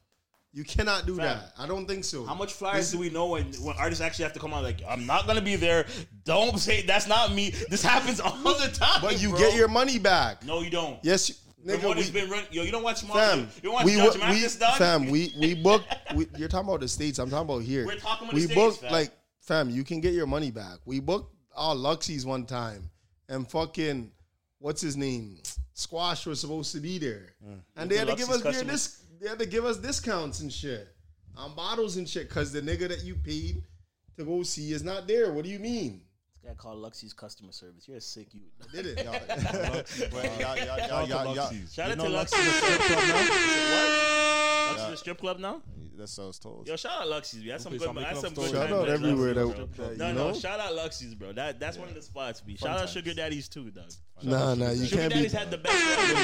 Speaker 7: You cannot do
Speaker 6: Fam.
Speaker 7: that. I don't think so.
Speaker 6: How much flyers do we know when, when artists actually have to come out like, "I'm not gonna be there. Don't say that's not me." This happens all the time.
Speaker 7: But you
Speaker 6: bro.
Speaker 7: get your money back.
Speaker 6: no, you don't.
Speaker 7: Yes, you- nigga.
Speaker 6: Promoter's
Speaker 7: We,
Speaker 6: been run. Yo, you don't watch tomorrow.
Speaker 7: fam,
Speaker 6: You don't watch
Speaker 7: we,
Speaker 6: Judge
Speaker 7: wo- we,
Speaker 6: Mathis, dog.
Speaker 7: fam, we we booked. We, you're talking about the states. I'm talking about here.
Speaker 6: We're talking about
Speaker 7: we
Speaker 6: the States,
Speaker 7: booked
Speaker 6: fam.
Speaker 7: like fam. You can get your money back. We booked all Luxies one time, and fucking what's his name? Squash was supposed to be there, and they had to
Speaker 6: Mm. Luxies
Speaker 7: give us beer
Speaker 6: customers.
Speaker 7: dis- They had to give us discounts and shit on bottles and shit because the nigga that you paid to go see is not there. What do you mean?
Speaker 6: This guy called Luxie's customer service. You're a sick you.
Speaker 7: Did it?
Speaker 3: Y'all- y'all- y'all- y'all- y'all- y'all-
Speaker 4: Luxies.
Speaker 6: Shout
Speaker 3: You
Speaker 6: out
Speaker 3: know
Speaker 6: to
Speaker 3: Luxies
Speaker 6: Luxie.
Speaker 3: is set up now?
Speaker 6: What? Luxy the strip club now?
Speaker 3: That's what I was told.
Speaker 6: Yo, shout out Luxy's. That's some
Speaker 3: Don't play
Speaker 6: good.
Speaker 3: Zombie
Speaker 6: That's some
Speaker 3: Club Story.
Speaker 6: good. time
Speaker 3: Shout out
Speaker 6: at Luxy's,
Speaker 3: everywhere that-
Speaker 6: bro.
Speaker 3: that you
Speaker 6: No, no.
Speaker 3: know.
Speaker 6: Shout out Luxy's, bro. That that's one of the spots. B.
Speaker 3: Fun
Speaker 6: Shout out
Speaker 3: times.
Speaker 6: Sugar Daddies too, dog.
Speaker 7: Nah, nah, you
Speaker 6: Sugar
Speaker 7: can't be-
Speaker 6: Daddies had the best.
Speaker 7: You're,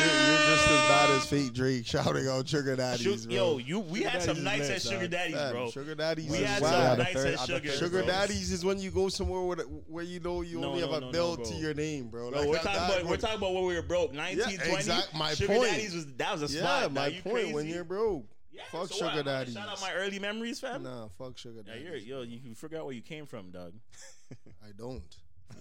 Speaker 7: you're just as bad as fake Drake shouting out Sugar Daddies,
Speaker 6: Shoot-
Speaker 7: bro.
Speaker 6: yo, you- we had some
Speaker 7: Daddies
Speaker 6: nights
Speaker 7: is
Speaker 6: at Sugar
Speaker 7: dog.
Speaker 6: Daddies,
Speaker 7: Fam,
Speaker 6: bro.
Speaker 7: Sugar Daddies,
Speaker 6: We
Speaker 7: is
Speaker 6: had
Speaker 7: wild. uh,
Speaker 6: some nights at Sugar.
Speaker 7: Sugar
Speaker 6: bro.
Speaker 7: Daddies is when you go somewhere with, where you know you
Speaker 6: No,
Speaker 7: only
Speaker 6: no,
Speaker 7: have a
Speaker 6: no, no,
Speaker 7: bill
Speaker 6: bro.
Speaker 7: to your name, bro.
Speaker 6: No,
Speaker 7: Like,
Speaker 6: we're
Speaker 7: that-
Speaker 6: talking
Speaker 7: that
Speaker 6: about we're
Speaker 7: would-
Speaker 6: talking about when we were broke. 1920.
Speaker 7: Yeah, exact- my
Speaker 6: Sugar
Speaker 7: point.
Speaker 6: Daddies was that was a
Speaker 7: Yeah,
Speaker 6: spot.
Speaker 7: my
Speaker 6: dog. You
Speaker 7: point, when
Speaker 6: crazy?
Speaker 7: you're broke,
Speaker 6: Yeah,
Speaker 7: fuck
Speaker 6: so
Speaker 7: Sugar
Speaker 6: what? I'm gonna
Speaker 7: Daddies.
Speaker 6: Shout out my early memories, fam.
Speaker 7: Nah, fuck Sugar
Speaker 6: Yeah,
Speaker 7: Daddies.
Speaker 6: you're, yo, you can figure out where you came from, dog.
Speaker 7: I don't.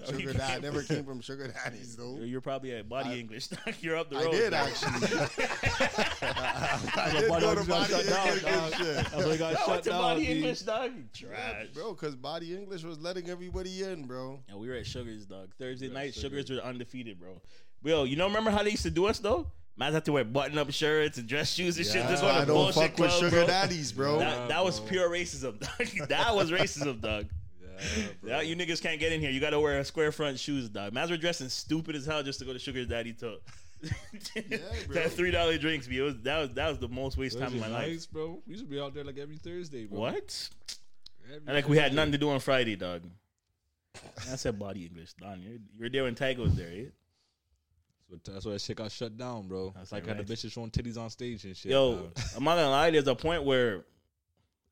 Speaker 6: Yo, you
Speaker 7: Sugar Dad I
Speaker 6: came
Speaker 7: never
Speaker 6: from-
Speaker 7: came from Sugar Daddies though.
Speaker 6: You're, you're probably at Body
Speaker 7: I-
Speaker 6: English. dog. you're up the
Speaker 7: I
Speaker 6: road.
Speaker 7: did,
Speaker 6: dog.
Speaker 7: I did go to Body English and shit.
Speaker 6: I went to Body English, dog. You
Speaker 7: Yeah,
Speaker 6: Trash.
Speaker 7: bro, because Body English was letting everybody in, bro.
Speaker 6: And we were at Sugars, dog. Thursday night, Sugars were undefeated, bro. Yo, you know, remember how they used to do us though? Might have to wear button-up shirts and dress shoes and shit.
Speaker 7: Yeah,
Speaker 6: Just go to
Speaker 7: I don't
Speaker 6: bullshit
Speaker 7: fuck with
Speaker 6: club,
Speaker 7: sugar
Speaker 6: bro.
Speaker 7: daddies, bro.
Speaker 6: That, that
Speaker 7: Yeah,
Speaker 6: was pure racism, dog. that was racism, dog. That- e- you niggas can't get in here. You gotta wear square front shoes, dog. Might as well dressing stupid as hell just to go to Sugar's Daddy Tuck. that three dollar drinks, be it was that was that was the most waste time of my life.
Speaker 4: nights, bro. We used to be out there like every Thursday, bro.
Speaker 6: What?
Speaker 4: Every
Speaker 6: And like we had
Speaker 4: Thursday.
Speaker 6: nothing to do on Friday, dog. I said body English, Don. You're, you're there when Tag was there, eh?
Speaker 4: But that's why that shit got shut down, bro. It's like
Speaker 6: like,
Speaker 4: had the bitches showing titties on stage and shit.
Speaker 6: Yo,
Speaker 4: dog.
Speaker 6: I'm not gonna lie. There's a point where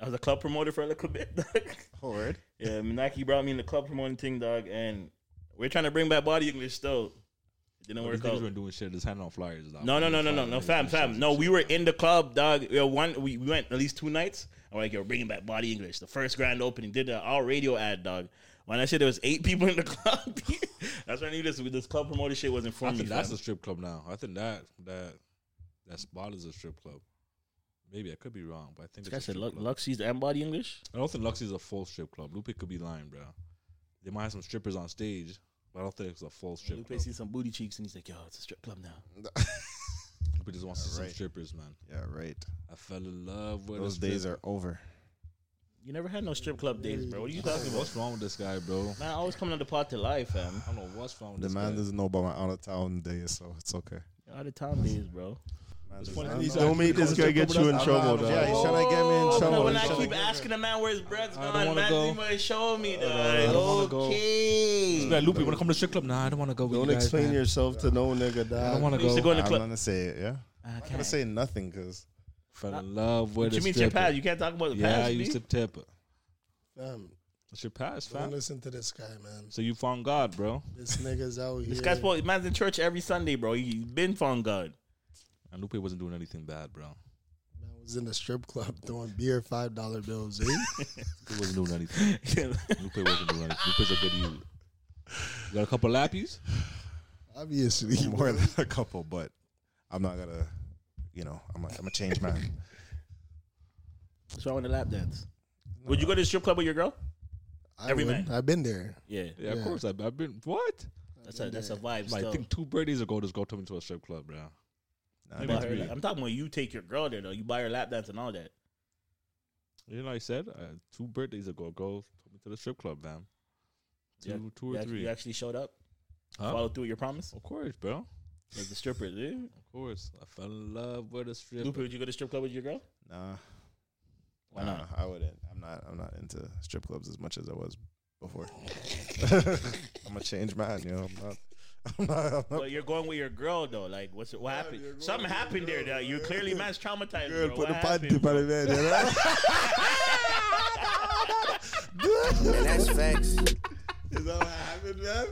Speaker 6: I was a club promoter for a little bit. Dog.
Speaker 3: Word.
Speaker 6: Yeah, Minaki brought me in the club promoting thing, dog, and we're trying to bring back body English still. It didn't
Speaker 4: But
Speaker 6: work
Speaker 4: Oh, these niggas
Speaker 6: out.
Speaker 4: weren't doing shit, just handing out flyers. dog.
Speaker 6: No, no, no, no, no,
Speaker 4: Flyers,
Speaker 6: no,
Speaker 4: like,
Speaker 6: fam,
Speaker 4: doing
Speaker 6: fam.
Speaker 4: shit.
Speaker 6: No, we were in the club, dog. Yo, one, we, we went at least two nights. I'm like, yo, bringing back Body English, the first grand opening. Did an all radio ad, dog. When I said there was eight people in the club, that's when I knew this this club promoter shit wasn't for
Speaker 4: I
Speaker 6: me.
Speaker 4: think that's
Speaker 6: fam.
Speaker 4: a strip club now. I think that that that spot is a strip club. Maybe I could be wrong, but I
Speaker 6: This
Speaker 4: think it's
Speaker 6: guy
Speaker 4: a
Speaker 6: said
Speaker 4: strip
Speaker 6: Lu-
Speaker 4: club.
Speaker 6: Luxy's and Body English.
Speaker 4: I don't think Luxy's a full strip club. Lupe could be lying, bro. They might have some strippers on stage, but I don't think it's a full strip
Speaker 6: Lupe
Speaker 4: club.
Speaker 6: sees some booty cheeks and he's like, yo, it's a strip club now.
Speaker 4: Lupe just wants to see
Speaker 3: Right.
Speaker 4: some strippers, man.
Speaker 3: Yeah, right.
Speaker 4: I fell in love with a
Speaker 3: Those days
Speaker 4: stripper.
Speaker 3: are over.
Speaker 6: You never had no strip club days, bro. What are you talking about?
Speaker 4: What's wrong with this guy, bro?
Speaker 6: Man, I always coming on the pot to life, fam.
Speaker 4: I don't know what's wrong with
Speaker 3: The
Speaker 4: this
Speaker 3: man
Speaker 4: guy.
Speaker 3: doesn't know about my out of town days, so it's okay.
Speaker 6: Out of town days, bro.
Speaker 3: Man,
Speaker 4: Just
Speaker 3: does
Speaker 4: one of
Speaker 3: not
Speaker 4: these
Speaker 3: know.
Speaker 4: Don't make this guy get you in
Speaker 3: I'm
Speaker 4: trouble,
Speaker 3: not-
Speaker 4: dog.
Speaker 3: Yeah, he's trying to get me in
Speaker 6: Oh,
Speaker 3: trouble.
Speaker 6: when I
Speaker 3: He's trying
Speaker 6: keep
Speaker 3: to get-
Speaker 6: asking the man where his bread's
Speaker 4: I don't
Speaker 6: gone,
Speaker 4: wanna
Speaker 6: man,
Speaker 4: go.
Speaker 6: you must show me, dog.
Speaker 4: I don't wanna go.
Speaker 6: okay.
Speaker 4: Like, Lupe, want to come to the strip club? Nah, I don't want to go with
Speaker 7: Don't
Speaker 4: you guys,
Speaker 7: explain
Speaker 4: man.
Speaker 7: yourself to no nigga, dog.
Speaker 4: I don't want to
Speaker 6: We used to go
Speaker 4: go.
Speaker 6: in the
Speaker 3: I'm not
Speaker 6: club.
Speaker 3: gonna say it. Yeah, I'm not gonna say nothing because
Speaker 4: Fell in love with
Speaker 6: What
Speaker 4: a
Speaker 6: you mean it's your
Speaker 4: stripper.
Speaker 6: past? You can't talk about the
Speaker 4: yeah,
Speaker 6: past.
Speaker 4: I
Speaker 6: B?
Speaker 4: used to tip her.
Speaker 7: Fam,
Speaker 4: It's your past,
Speaker 7: don't
Speaker 4: fam.
Speaker 7: listen to this guy, man.
Speaker 4: So you found God, bro.
Speaker 7: This nigga's out here.
Speaker 6: This guy's supposed man's in church every Sunday, bro. He's been found God.
Speaker 4: And Lupe wasn't doing anything bad, bro.
Speaker 7: man was in the strip club throwing beer five dollar bills. Eh?
Speaker 4: Lupe wasn't doing anything. Lupe wasn't doing anything. Lupe's a good you. You got a couple lappies?
Speaker 7: Obviously,
Speaker 3: more than a couple, but I'm not gonna, you know, I'm a, I'm a change man.
Speaker 6: so I want to lap dance. Would you go to the strip club with your girl?
Speaker 7: I
Speaker 6: Every man.
Speaker 7: would. I've been there.
Speaker 6: Yeah,
Speaker 4: Yeah, of
Speaker 7: Yeah.
Speaker 4: course. I've, I've been. What?
Speaker 6: that's a that's a vibe.
Speaker 4: Like, I
Speaker 6: still.
Speaker 4: think two birdies ago, this girl took me to a strip club, bro.
Speaker 3: Nah,
Speaker 6: Buy
Speaker 3: that's
Speaker 6: her
Speaker 3: me.
Speaker 6: lap- I'm talking when you take your girl there though. You buy her lap dance and all that.
Speaker 4: You know, what I said uh, two birthdays ago, a girl took me to the strip club, man. Two,
Speaker 6: Yeah.
Speaker 4: two or
Speaker 6: you act-
Speaker 4: three.
Speaker 6: You actually showed up.
Speaker 4: Huh?
Speaker 6: Follow through with your promise.
Speaker 4: Of course, bro.
Speaker 6: Like the stripper, dude.
Speaker 4: Of course, I fell in love with a stripper.
Speaker 6: Lupe, would you go to strip club with your girl?
Speaker 3: Nah,
Speaker 6: Why
Speaker 3: nah,
Speaker 6: not?
Speaker 3: I wouldn't. I'm not. I'm not into strip clubs as much as I was before. I'm a change man. You know, I'm not. I'm not. I'm not
Speaker 6: But you're going with your girl though. Like, what's what happened? Something happened there. That you clearly man's traumatized.
Speaker 7: Girl,
Speaker 6: bro.
Speaker 7: put
Speaker 6: What
Speaker 7: the panty
Speaker 6: happened?
Speaker 7: on the man. You know?
Speaker 9: And that's facts.
Speaker 7: Is that what happened, man?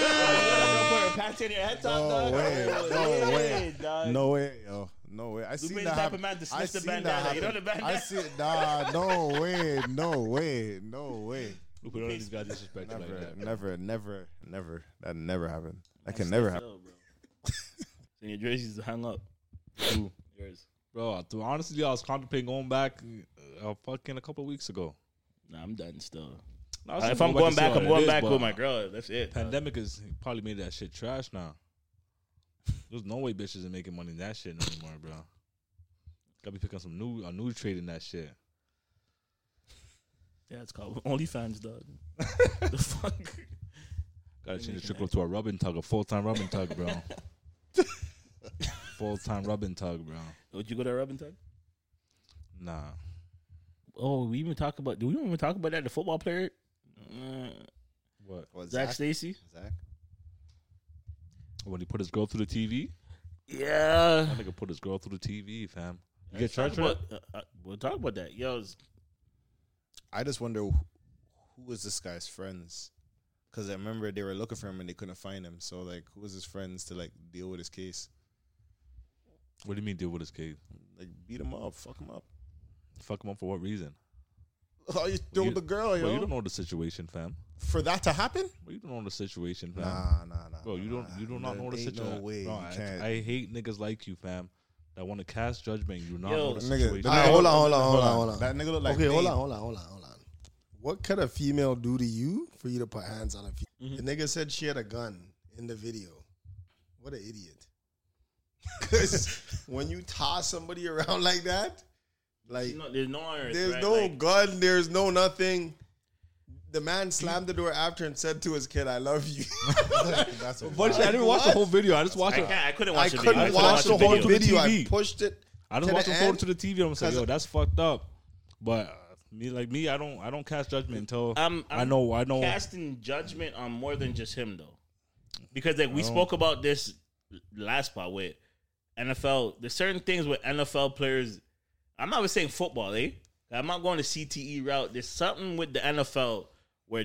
Speaker 6: Girl, put her panty in your head top,
Speaker 3: No
Speaker 6: dog.
Speaker 3: way.
Speaker 6: Oh,
Speaker 3: No
Speaker 6: yeah,
Speaker 3: way.
Speaker 6: dog.
Speaker 3: No way, yo. No way. I
Speaker 6: Lupe
Speaker 3: seen
Speaker 6: the
Speaker 3: that
Speaker 6: type
Speaker 3: happen.
Speaker 6: of man to
Speaker 3: I
Speaker 6: snitch the
Speaker 3: seen that
Speaker 6: bandana. You know
Speaker 3: happen.
Speaker 6: the bandana?
Speaker 3: I see. Nah, no way. No way. No way.
Speaker 4: Lupe, don't let these guys disrespect you like
Speaker 3: Never,
Speaker 4: that.
Speaker 3: never, never, never. That never happened. That can never happen.
Speaker 6: Yo, bro. And your jerseys hung up. Yours.
Speaker 4: Bro, to, honestly, I was contemplating going back uh, fucking a couple weeks ago.
Speaker 6: Nah, I'm done still.
Speaker 4: I was
Speaker 6: Uh, if
Speaker 4: thinking
Speaker 6: I'm going back,
Speaker 4: to see
Speaker 6: I'm
Speaker 4: how it
Speaker 6: going
Speaker 4: is,
Speaker 6: back
Speaker 4: but
Speaker 6: with my girl. That's it. dog.
Speaker 4: Pandemic has probably made that shit trash now. There's no way bitches are making money in that shit no anymore, bro. Gotta be picking some new a new trade in that shit.
Speaker 6: Yeah, it's called OnlyFans, dog. the fuck?
Speaker 4: Gotta change the trickle to a rubbing tug, a full time rubbing tug, bro. full time rub and tug, bro.
Speaker 6: Would you go to a rub and tug?
Speaker 4: Nah.
Speaker 6: Oh, we even talk about. Do we even talk about that? The football player, uh,
Speaker 4: What?
Speaker 6: Zach, Stacy.
Speaker 3: Zach.
Speaker 4: When he put his girl through the TV.
Speaker 6: Yeah.
Speaker 4: That nigga put his girl through the TV, fam. You get
Speaker 6: Let's talk
Speaker 4: charged for that?
Speaker 6: about- uh, uh, we'll talk about that. Yo, it's-
Speaker 10: I just wonder who who was this guy's friends. Because I remember they were looking for him and they couldn't find him. So like, who was his friends to like deal with his case?
Speaker 4: What do you mean deal with his case?
Speaker 10: Like beat him up, fuck him up.
Speaker 4: Fuck him up for what reason?
Speaker 10: Oh, you threw the girl,
Speaker 4: Well,
Speaker 10: yo.
Speaker 4: you don't know the situation, fam.
Speaker 10: for that to happen?
Speaker 4: Well, you don't know the situation, fam.
Speaker 10: Nah, nah, nah,
Speaker 4: Bro, you don't you do not
Speaker 10: There
Speaker 4: know the
Speaker 10: ain't no
Speaker 4: situation.
Speaker 10: way
Speaker 4: Bro,
Speaker 10: you
Speaker 4: I,
Speaker 10: can't.
Speaker 4: I hate niggas like you, fam. That want to cast judgment. You do not know the
Speaker 7: nigga,
Speaker 4: situation.
Speaker 7: all right, hold on, hold on, hold on, hold on. okay. Hold
Speaker 4: Bane.
Speaker 7: on, hold on, hold on, hold on. What could a female do to you for you to put hands on a
Speaker 6: Mm-hmm.
Speaker 7: female? The nigga said she had a gun in the video. What an idiot! Because when you toss somebody around like that, like
Speaker 6: no- there's no on earth,
Speaker 7: there's
Speaker 6: right?
Speaker 7: no
Speaker 6: Like-
Speaker 7: gun, there's no nothing. The man slammed the door after and said to his kid, "I love you."
Speaker 3: That's what
Speaker 4: But I didn't watch the whole video. I just watched
Speaker 7: I
Speaker 4: it.
Speaker 7: can't- I couldn't watch I the video. couldn't I just watch watched the the whole video. video. I pushed it
Speaker 4: I
Speaker 7: to
Speaker 4: didn't
Speaker 7: the
Speaker 4: watch the whole
Speaker 7: end
Speaker 4: to the TV. I'm like,
Speaker 7: 'cause-
Speaker 4: yo, that's fucked up. But uh, me, like me, I don't, I don't cast judgment until
Speaker 6: I'm, I'm
Speaker 4: I know, I know.
Speaker 6: casting judgment on more than just him though, because like we
Speaker 4: I don't-
Speaker 6: spoke about this last part with NFL. There's certain things with NFL players. I'm not even saying football, eh? I'm not going to CTE E route. There's something with the NFL where